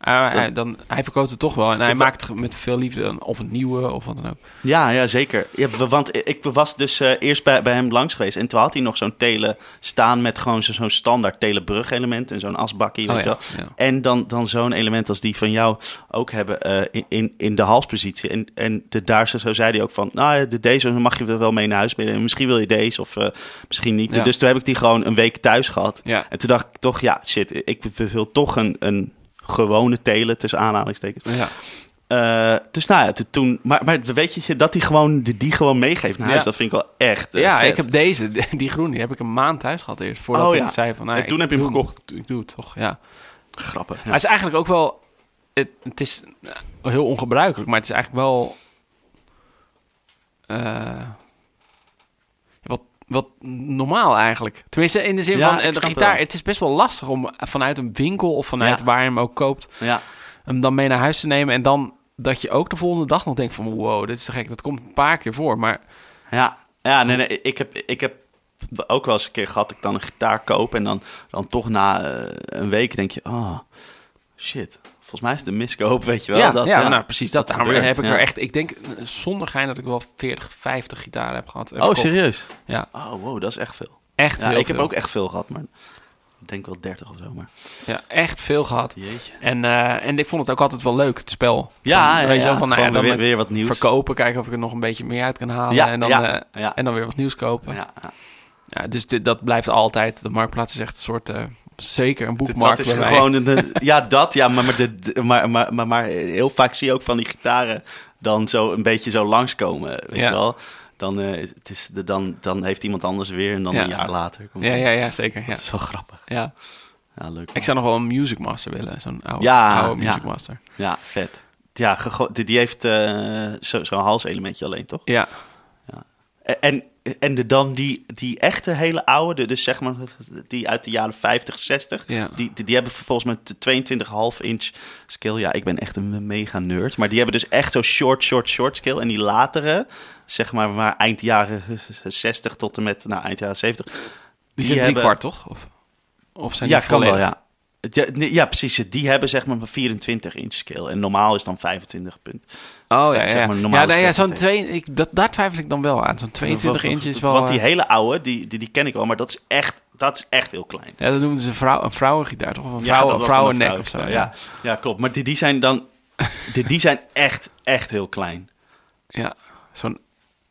Speaker 2: Ah, hij,
Speaker 1: Dat-
Speaker 2: dan, hij verkoopt het toch wel. En hij
Speaker 1: Ik-
Speaker 2: maakt met veel liefde een- of een nieuwe of wat dan ook.
Speaker 1: Ja, ja zeker. Ja, w- want i- ik was dus eh, eerst bij, bij hem langs geweest. En toen had hij nog zo'n tele staan met gewoon zo- zo'n standaard telebrug element. En zo'n asbakkie, weet
Speaker 2: Oh,
Speaker 1: je
Speaker 2: ja.
Speaker 1: wel.
Speaker 2: Ja.
Speaker 1: En dan, dan zo'n element als die van jou ook hebben eh, in, in, in de halspositie. En, en de, daar zo, zo zei hij ook van, nou ja, de, deze mag je wel wel mee naar huis meenemen. Misschien wil je deze of eh, misschien niet.
Speaker 2: Ja.
Speaker 1: Dus toen heb ik die gewoon een week thuis gehad.
Speaker 2: Ja.
Speaker 1: En toen dacht ik toch, ja shit, ik wil toch een, een gewone tele tussen aanhalingstekens.
Speaker 2: Ja.
Speaker 1: Eh, dus nou ja, t- toen. Maar, maar weet je dat hij gewoon, die, die gewoon meegeeft naar huis?
Speaker 2: Ja.
Speaker 1: Dat vind ik wel echt. eh,
Speaker 2: ja,
Speaker 1: vet.
Speaker 2: ik heb deze, <laughs> die groen, die heb ik een maand thuis gehad eerst. Voordat
Speaker 1: Oh,
Speaker 2: ik
Speaker 1: ja.
Speaker 2: zei van... nou,
Speaker 1: En toen heb je hem
Speaker 2: doe
Speaker 1: gekocht.
Speaker 2: Ik doe het toch, ja.
Speaker 1: grappen.
Speaker 2: Hij is eigenlijk ook wel... Het, het is eh, heel ongebruikelijk, maar het is eigenlijk wel... eh, wat, wat normaal eigenlijk. Tenminste, in de zin
Speaker 1: Ja,
Speaker 2: van
Speaker 1: ik
Speaker 2: eh, de
Speaker 1: snap het
Speaker 2: gitaar.
Speaker 1: wel.
Speaker 2: Het is best wel lastig om vanuit een winkel of vanuit
Speaker 1: Ja.
Speaker 2: waar je hem ook koopt...
Speaker 1: Ja.
Speaker 2: hem dan mee naar huis te nemen en dan dat je ook de volgende dag nog denkt van wow, dit is te gek. Dat komt een paar keer voor, maar
Speaker 1: Ja, ja nee, nee, ik heb, ik heb ook wel eens een keer gehad dat ik dan een gitaar koop en dan, dan toch na eh, een week denk je, oh, shit, volgens mij is het een miskoop, weet je wel.
Speaker 2: ja,
Speaker 1: dat, eh.
Speaker 2: ja, nou precies dat.
Speaker 1: dat
Speaker 2: Daarom
Speaker 1: gebeurt,
Speaker 2: heb ik
Speaker 1: ja.
Speaker 2: er echt, ik denk eh, zonder gein dat ik wel 40, 50 gitaren heb gehad. heb
Speaker 1: oh,
Speaker 2: verkocht.
Speaker 1: serieus?
Speaker 2: Ja,
Speaker 1: Oh, wow, dat is echt veel.
Speaker 2: echt
Speaker 1: Ja,
Speaker 2: heel
Speaker 1: ik heb
Speaker 2: veel.
Speaker 1: ook echt veel gehad, maar ik denk wel 30 of zo, maar
Speaker 2: ja, echt veel gehad.
Speaker 1: jeetje.
Speaker 2: En, eh, en ik vond het ook altijd wel leuk, het spel.
Speaker 1: Ja,
Speaker 2: Van,
Speaker 1: ja,
Speaker 2: weet je wel,
Speaker 1: ja,
Speaker 2: van, nou ja,
Speaker 1: gewoon
Speaker 2: dan
Speaker 1: weer, weer wat nieuws.
Speaker 2: verkopen, kijken of ik er nog een beetje meer uit kan halen.
Speaker 1: Ja,
Speaker 2: en, dan,
Speaker 1: ja,
Speaker 2: eh,
Speaker 1: ja.
Speaker 2: en dan weer wat nieuws kopen. Ja.
Speaker 1: Ja, ja.
Speaker 2: dus dit, dat blijft altijd. De marktplaats is echt een soort, eh, zeker een boekmarkt
Speaker 1: Dat is
Speaker 2: bij mij.
Speaker 1: gewoon een, een- ja, dat ja, maar, maar, de- de- maar, maar, maar, maar heel vaak zie je ook van die gitaren dan zo een beetje zo langskomen, weet
Speaker 2: Ja.
Speaker 1: je wel. Dan, eh, het is de, dan, dan heeft iemand anders weer en dan
Speaker 2: Ja.
Speaker 1: een jaar later. Komt
Speaker 2: Ja,
Speaker 1: het.
Speaker 2: ja, ja, zeker. Ja.
Speaker 1: Dat is wel grappig.
Speaker 2: Ja.
Speaker 1: Ja, leuk.
Speaker 2: Ik zou nog wel een Music Master willen, zo'n oude,
Speaker 1: Ja,
Speaker 2: oude
Speaker 1: ja.
Speaker 2: Music Master.
Speaker 1: Ja, vet. Ja, gego- die, die heeft eh, zo- zo'n halselementje alleen, toch?
Speaker 2: Ja,
Speaker 1: En- En, en de, dan die, die echte hele oude, de- dus zeg maar die uit de jaren 50, 60...
Speaker 2: ja.
Speaker 1: Die, die, die hebben volgens mij 22,5 inch scale. Ja, ik ben echt een mega nerd. Maar die hebben dus echt zo short, short, short scale. En die latere, zeg maar, maar eind jaren <laughs> 60 tot en met nou, eind jaren 70.
Speaker 2: die zijn
Speaker 1: hebben-
Speaker 2: drie kwart, toch? Of, of zijn
Speaker 1: ja,
Speaker 2: die
Speaker 1: kan wel,
Speaker 2: volledig?
Speaker 1: ja. Het- Ja, nee, ja, precies. Die hebben zeg maar 24 inch scale. En normaal is dan 25 punt.
Speaker 2: Oh ja, ja.
Speaker 1: Zeg
Speaker 2: ja.
Speaker 1: maar een
Speaker 2: ja,
Speaker 1: normale
Speaker 2: nee, ja, zo'n
Speaker 1: sterrenteam.
Speaker 2: twee, ik, dat, daar twijfel ik dan wel aan. Zo'n 22
Speaker 1: Want-
Speaker 2: inch is wel...
Speaker 1: want- Want die
Speaker 2: eh,
Speaker 1: hele oude, die, die, die ken ik wel. Maar dat is echt, dat is echt heel klein.
Speaker 2: eh, ja, dat noemen ze een, vrouw, een vrouwengitaar, toch? Of
Speaker 1: Ja,
Speaker 2: een vrouwen,
Speaker 1: dat was dan een
Speaker 2: vrouwennek of zo, ja.
Speaker 1: vrouwengitaar, Ja, klopt. Maar die, die zijn dan... Die, die zijn echt, echt heel klein.
Speaker 2: Ja, zo'n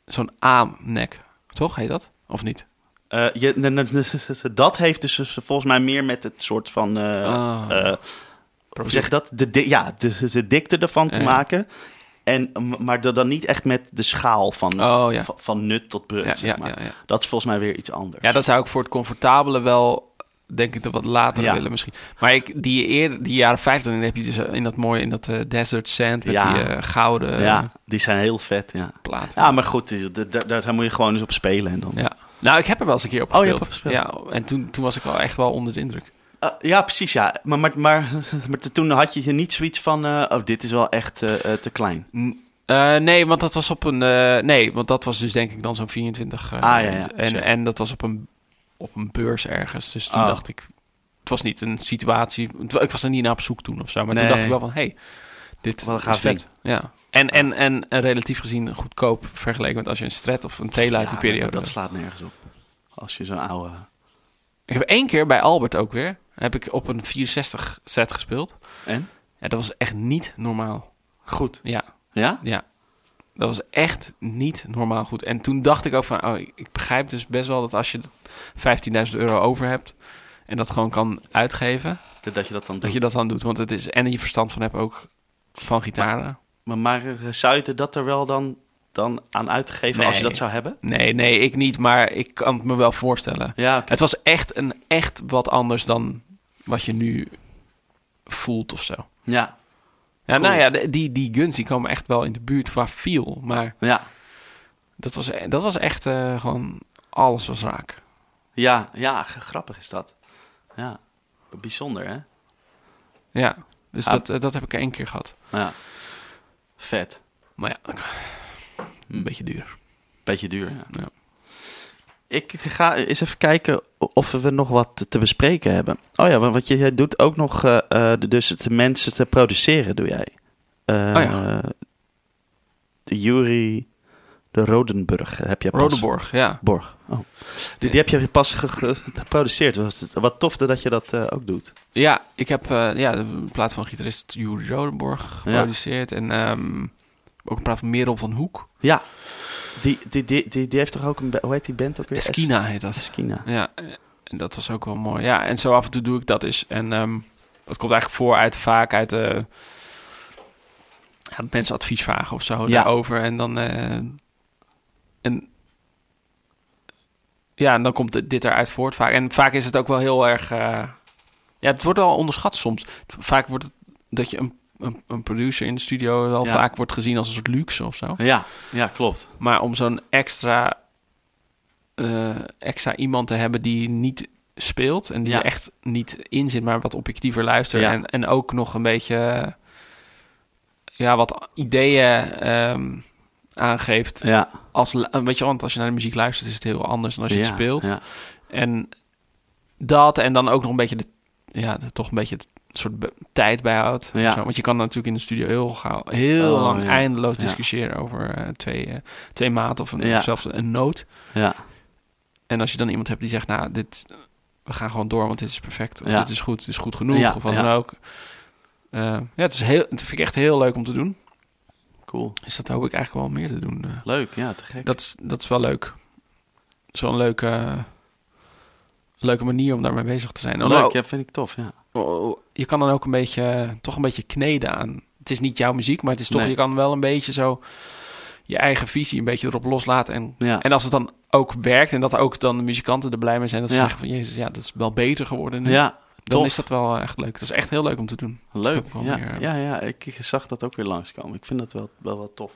Speaker 2: zo'n A-nek, toch heet dat? Of niet?
Speaker 1: Eh, je, n- n- n- <laughs> dat heeft dus volgens mij meer met het soort van. eh
Speaker 2: Ah.
Speaker 1: eh, hoe zeg je dat? De, di- ja, de, de dikte ervan te
Speaker 2: Ja.
Speaker 1: maken. En, m- maar da- dan niet echt met de schaal van,
Speaker 2: Oh, ja.
Speaker 1: eh, van, van nut tot brug.
Speaker 2: Ja,
Speaker 1: zeg
Speaker 2: ja,
Speaker 1: maar.
Speaker 2: ja, ja.
Speaker 1: Dat is volgens mij weer iets anders.
Speaker 2: ja, dat zou ik voor het comfortabele wel, denk ik, dat wat later
Speaker 1: Ja.
Speaker 2: willen misschien. Maar ik, die, eer, die jaren 50, dan heb je dus eh, in dat mooie, in dat eh, desert sand met
Speaker 1: Ja.
Speaker 2: die eh, gouden
Speaker 1: Ja, die zijn heel vet. Ja,
Speaker 2: platen.
Speaker 1: ja maar goed, die- d- d- daar daar moet je gewoon eens op spelen. En dan... ja.
Speaker 2: Ja. Nou, ik heb er wel eens een keer op
Speaker 1: Oh, je
Speaker 2: gespeeld.
Speaker 1: hebt
Speaker 2: Ja, en toen, toen was ik wel echt wel onder de indruk.
Speaker 1: Eh, ja, precies. Ja. Maar, maar, maar, <laughs> maar toen had je hier niet zoiets van: eh, oh, dit is wel echt eh, eh, te klein.
Speaker 2: N- eh, nee, want dat was op een. eh, nee, want dat was dus denk ik dan zo'n 24. eh,
Speaker 1: Ah, ja, ja,
Speaker 2: en,
Speaker 1: check.
Speaker 2: en dat was op een, op een beurs ergens. Dus toen
Speaker 1: Oh.
Speaker 2: dacht ik. Het was niet een situatie. het wa- Ik was er niet naar op zoek toen of zo. Maar toen
Speaker 1: Nee.
Speaker 2: dacht ik wel van: hé, hey, dit
Speaker 1: Wat een
Speaker 2: is
Speaker 1: gaaf
Speaker 2: vet. Ja. En, en, en, en relatief gezien goedkoop vergeleken met als je een stret of een tele uit
Speaker 1: Ja,
Speaker 2: die periode.
Speaker 1: dat- Dat slaat nergens op. Als je zo'n oude.
Speaker 2: Ik heb één keer bij Albert ook weer. Heb ik op een 64 set gespeeld.
Speaker 1: En?
Speaker 2: Ja, dat was echt niet normaal.
Speaker 1: Goed.
Speaker 2: Ja.
Speaker 1: Ja?
Speaker 2: Ja, dat was echt niet normaal goed. En toen dacht ik ook van, oh, ik- ik begrijp dus best wel dat als je dat 15.000 euro over hebt en dat gewoon kan uitgeven,
Speaker 1: Dat je dat dan
Speaker 2: dat
Speaker 1: doet.
Speaker 2: je dat dan doet. Want het is, en je verstand van hebt ook van gitaren.
Speaker 1: Maar, maar eh, zou je er dat er wel dan, dan aan uitgeven als je
Speaker 2: Nee.
Speaker 1: dat zou hebben?
Speaker 2: Nee, nee, ik niet, maar ik kan het me wel voorstellen.
Speaker 1: Ja, oké.
Speaker 2: Het was echt, een, echt wat anders dan wat je nu voelt of zo.
Speaker 1: ja,
Speaker 2: Ja, nou
Speaker 1: Cool.
Speaker 2: ja, de- die, die guns die komen echt wel in de buurt qua feel, maar
Speaker 1: ja,
Speaker 2: dat was, e- dat was echt eh, gewoon alles was raak.
Speaker 1: ja, ja, g- grappig is dat. Ja, bijzonder hè?
Speaker 2: Ja, dus
Speaker 1: Ah.
Speaker 2: dat, eh, dat heb ik één keer gehad.
Speaker 1: Ja, vet.
Speaker 2: Maar ja, ik-
Speaker 1: Hm.
Speaker 2: een beetje duur.
Speaker 1: Beetje duur. Ja.
Speaker 2: Ja.
Speaker 1: Ik ga eens even kijken of we nog wat te bespreken hebben. Oh ja, want wat je jij doet ook nog, eh, eh, de- dus het mensen te produceren doe jij. Eh,
Speaker 2: Oh ja.
Speaker 1: De Jury de Rodenburg heb je pas.
Speaker 2: Rodeborg, ja.
Speaker 1: Borg. Oh. Die, die heb je pas ge- ge- geproduceerd. Wat, wat tof dat je dat eh, ook doet.
Speaker 2: Ja, ik heb eh, ja, de plaat van gitarist Juri Rodeborg geproduceerd. En ehm, ook een plaat van Merel van Hoek.
Speaker 1: Ja. Die, die, die, die, die heeft toch ook een... ba- Hoe heet die band ook weer?
Speaker 2: Eskina heet dat.
Speaker 1: Eskina.
Speaker 2: Ja, en dat was ook wel mooi. Ja, en zo af en toe doe ik dat eens. En ehm, dat komt eigenlijk voor uit vaak uit... eh ja, dat mensen advies vragen of zo
Speaker 1: Ja.
Speaker 2: daarover. En dan... eh, en, ja, en dan komt dit- dit eruit voort vaak. En vaak is het ook wel heel erg... eh, ja, het wordt al onderschat soms. Vaak wordt het dat je een, een, een producer in de studio... wel
Speaker 1: Ja.
Speaker 2: vaak wordt gezien als een soort luxe of zo.
Speaker 1: Ja, ja, klopt.
Speaker 2: Maar om zo'n extra, eh, extra iemand te hebben die niet speelt en die
Speaker 1: Ja.
Speaker 2: er echt niet in zit, maar wat objectiever luistert.
Speaker 1: Ja.
Speaker 2: En, en ook nog een beetje eh, ja, wat ideeën ehm, aangeeft.
Speaker 1: Ja.
Speaker 2: Als, lu- weet je, want als je naar de muziek luistert, is het heel anders dan als je
Speaker 1: ja,
Speaker 2: het speelt.
Speaker 1: Ja.
Speaker 2: En dat en dan ook nog een beetje de, ja, de- toch een beetje het soort be- tijd bijhoudt.
Speaker 1: Ja.
Speaker 2: Zo, want je kan natuurlijk in de studio heel gauw, heel
Speaker 1: Oh,
Speaker 2: lang
Speaker 1: ja.
Speaker 2: eindeloos
Speaker 1: Ja.
Speaker 2: discussiëren over eh, twee, eh, twee maten of, een,
Speaker 1: Ja.
Speaker 2: of zelfs een noot.
Speaker 1: ja.
Speaker 2: En als je dan iemand hebt die zegt, nou, dit, we gaan gewoon door, want dit is perfect. Of
Speaker 1: Ja.
Speaker 2: dit is goed, dit is goed genoeg,
Speaker 1: Ja,
Speaker 2: of wat
Speaker 1: ja.
Speaker 2: dan ook. Eh, ja, het, is heel, het vind ik echt heel leuk om te doen.
Speaker 1: Cool.
Speaker 2: Dus dat hoop ik eigenlijk wel meer te doen. eh.
Speaker 1: Leuk, ja, te gek.
Speaker 2: dat, is, dat is wel leuk. Zo'n leuke, leuke manier om daarmee bezig te zijn. Alhoewel-
Speaker 1: Leuk, ja, vind ik tof, ja.
Speaker 2: Oh, je kan dan ook een beetje, eh, toch een beetje kneden aan. Het is niet jouw muziek, maar het is toch,
Speaker 1: Nee.
Speaker 2: je kan wel een beetje zo je eigen visie een beetje erop loslaten. En,
Speaker 1: Ja,
Speaker 2: en als het dan ook werkt en dat ook dan de muzikanten er blij mee zijn, dat ze
Speaker 1: Ja.
Speaker 2: zeggen van, jezus, ja, dat is wel beter geworden nu.
Speaker 1: ja
Speaker 2: dan
Speaker 1: Tof.
Speaker 2: is dat wel eh, echt leuk. Dat is echt heel leuk om te doen. Dat
Speaker 1: Leuk.
Speaker 2: is ook wel
Speaker 1: Ja,
Speaker 2: weer, eh,
Speaker 1: ja, ja, ik ik zag dat ook weer langskomen. Ik vind dat wel, wel, wel tof.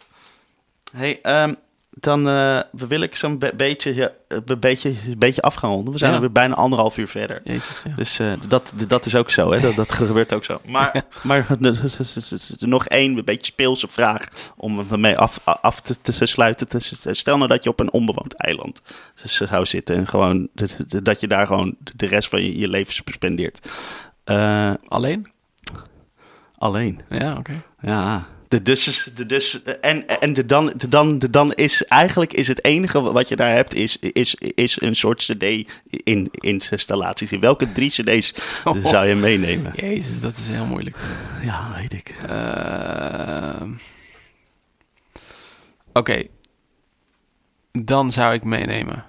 Speaker 1: hey, ehm, dan eh, wil ik zo'n be- beetje, ja, een beetje, een beetje af gaan ronden. We zijn
Speaker 2: Ja.
Speaker 1: alweer bijna anderhalf uur verder.
Speaker 2: Jezus, ja.
Speaker 1: Dus eh, dat, dat is ook zo, hè? Dat, <laughs> dat gebeurt ook zo. Maar, maar <laughs> nog één een beetje speelse vraag om ermee af, af te, te sluiten. Stel nou dat je op een onbewoond eiland dus, eh, zou zitten en gewoon dus, dat je daar gewoon de rest van je, je leven spendeert. Eh,
Speaker 2: Alleen?
Speaker 1: alleen.
Speaker 2: Ja, oké.
Speaker 1: Ja. De, dus, de, dus, en en de, dan, de, dan, de, dan is eigenlijk is het enige wat je daar hebt, is, is, is een soort CD-installaties. In, welke drie CD's
Speaker 2: Oh.
Speaker 1: zou je meenemen?
Speaker 2: Jezus, dat is heel moeilijk.
Speaker 1: Ja, weet ik.
Speaker 2: Ehm. Oké. Dan zou ik meenemen.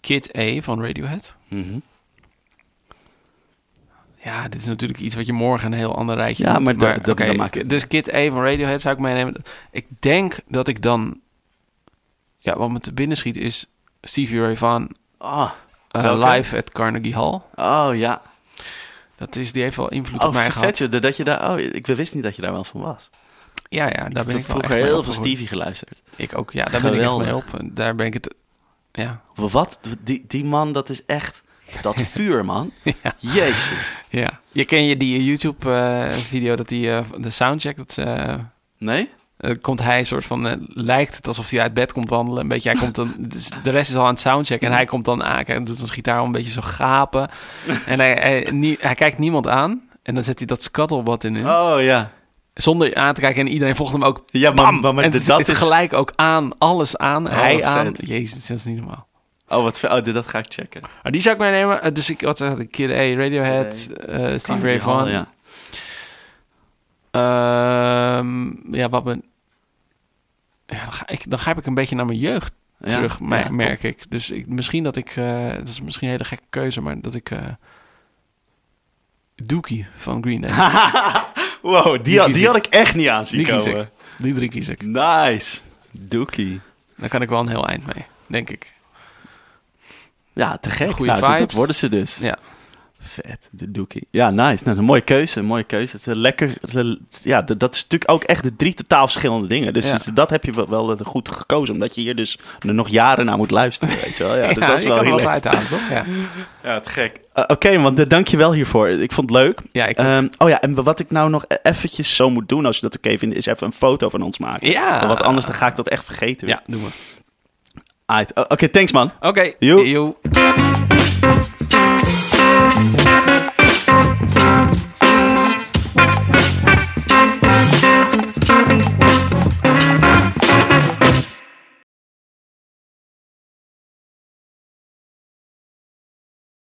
Speaker 2: Kid A van Radiohead. Ja, dit is natuurlijk iets wat je morgen een heel ander rijtje
Speaker 1: Ja,
Speaker 2: doet,
Speaker 1: maar dat- dat-
Speaker 2: oké,
Speaker 1: dat maakt het
Speaker 2: Dus Kid A van Radiohead zou ik meenemen. Ik denk dat ik dan... Ja, wat me te binnen schiet is Stevie Ray Vaughan
Speaker 1: Oh,
Speaker 2: eh,
Speaker 1: Welke?
Speaker 2: live at Carnegie Hall.
Speaker 1: oh ja.
Speaker 2: Dat is, die heeft wel invloed op
Speaker 1: Oh,
Speaker 2: mij
Speaker 1: vet
Speaker 2: gehad.
Speaker 1: joh, dat je daar... Oh, ik wist niet dat je daar wel van was.
Speaker 2: Ja, ja, daar ben ik
Speaker 1: heb
Speaker 2: wel
Speaker 1: vroeger
Speaker 2: echt mee
Speaker 1: heel veel
Speaker 2: opgegroeid.
Speaker 1: Stevie geluisterd.
Speaker 2: Ik ook, ja, daar ben ik echt
Speaker 1: Geweldig.
Speaker 2: mee op. En Daar ben ik het... Ja,
Speaker 1: Wat? Die, die man, dat is echt...
Speaker 2: <laughs>
Speaker 1: Dat vuur, man.
Speaker 2: Ja.
Speaker 1: Jezus.
Speaker 2: ja. Je ken je die YouTube-video dat die... eh, de soundcheck, dat... eh,
Speaker 1: Nee?
Speaker 2: eh, komt hij een soort van... eh, lijkt het alsof hij uit bed komt wandelen. Een beetje, hij komt dan... <laughs> dus De rest is al aan het soundcheck. En hij komt dan aan. En doet zijn gitaar al een beetje zo
Speaker 1: <laughs>
Speaker 2: gapen. En hij, hij, nie- hij kijkt niemand aan. En dan zet hij dat scuttlebot in.
Speaker 1: Oh ja.
Speaker 2: Zonder aan te kijken. En iedereen volgt hem ook.
Speaker 1: Ja, maar,
Speaker 2: Bam!
Speaker 1: maar, maar
Speaker 2: en
Speaker 1: dit-
Speaker 2: het,
Speaker 1: dat
Speaker 2: is
Speaker 1: is... Oh,
Speaker 2: gelijk ook aan. Alles aan. hij
Speaker 1: wat
Speaker 2: aan.
Speaker 1: vet.
Speaker 2: Jezus, dat is niet normaal.
Speaker 1: Oh, wat, vet. oh, dit- dat ga ik checken.
Speaker 2: Maar die zou ik meenemen. Eh, dus ik wat zeg ik? Kid A, Radiohead, eh, Steve Ray Vaughan.
Speaker 1: Oh, ja.
Speaker 2: Ehm, ja, wat ben... Ja, dan, ga ik, dan grijp ik een beetje naar mijn jeugd
Speaker 1: Ja.
Speaker 2: terug, me-
Speaker 1: Ja, top.
Speaker 2: merk ik. Dus ik, misschien dat ik... eh, dat is misschien een hele gekke keuze, maar dat ik... eh Dookie van Green Day.
Speaker 1: wow, die,
Speaker 2: Die
Speaker 1: had,
Speaker 2: kies
Speaker 1: die had ik echt niet aan zien
Speaker 2: Die kies
Speaker 1: komen.
Speaker 2: ik. Die drie kies ik.
Speaker 1: Nice. Dookie.
Speaker 2: Daar kan ik wel een heel eind mee, denk ik.
Speaker 1: Ja, te gek.
Speaker 2: Goeie
Speaker 1: nou, dat- dat
Speaker 2: vibes.
Speaker 1: worden ze dus.
Speaker 2: Ja.
Speaker 1: Vet, de doekie. Ja, nice. Nou, dat is een mooie keuze, een mooie keuze. Het is lekker. het is- Ja, d- dat is natuurlijk ook echt de drie totaal verschillende dingen. Dus
Speaker 2: Ja.
Speaker 1: het- dat heb je wel- wel eh, goed gekozen, omdat je hier dus er nog jaren naar moet luisteren, weet je wel.
Speaker 2: <laughs>
Speaker 1: Ja, dus dat is
Speaker 2: je
Speaker 1: wel
Speaker 2: kan er
Speaker 1: heel
Speaker 2: wat
Speaker 1: leuk.
Speaker 2: uithalen, toch?
Speaker 1: <laughs>
Speaker 2: Ja,
Speaker 1: Ja, te gek. Eh, Oké, want eh, dank je wel hiervoor. Ik vond het leuk.
Speaker 2: ja ik...
Speaker 1: Ehm, oh ja, en wat ik nou nog e- eventjes zo moet doen, als je dat oké vindt, is even een foto van ons maken.
Speaker 2: ja.
Speaker 1: Want anders dan ga ik dat echt vergeten. weer.
Speaker 2: Ja, doen we.
Speaker 1: Aight. O- Oké, thanks man.
Speaker 2: Oké.
Speaker 1: Joe.
Speaker 2: Joe.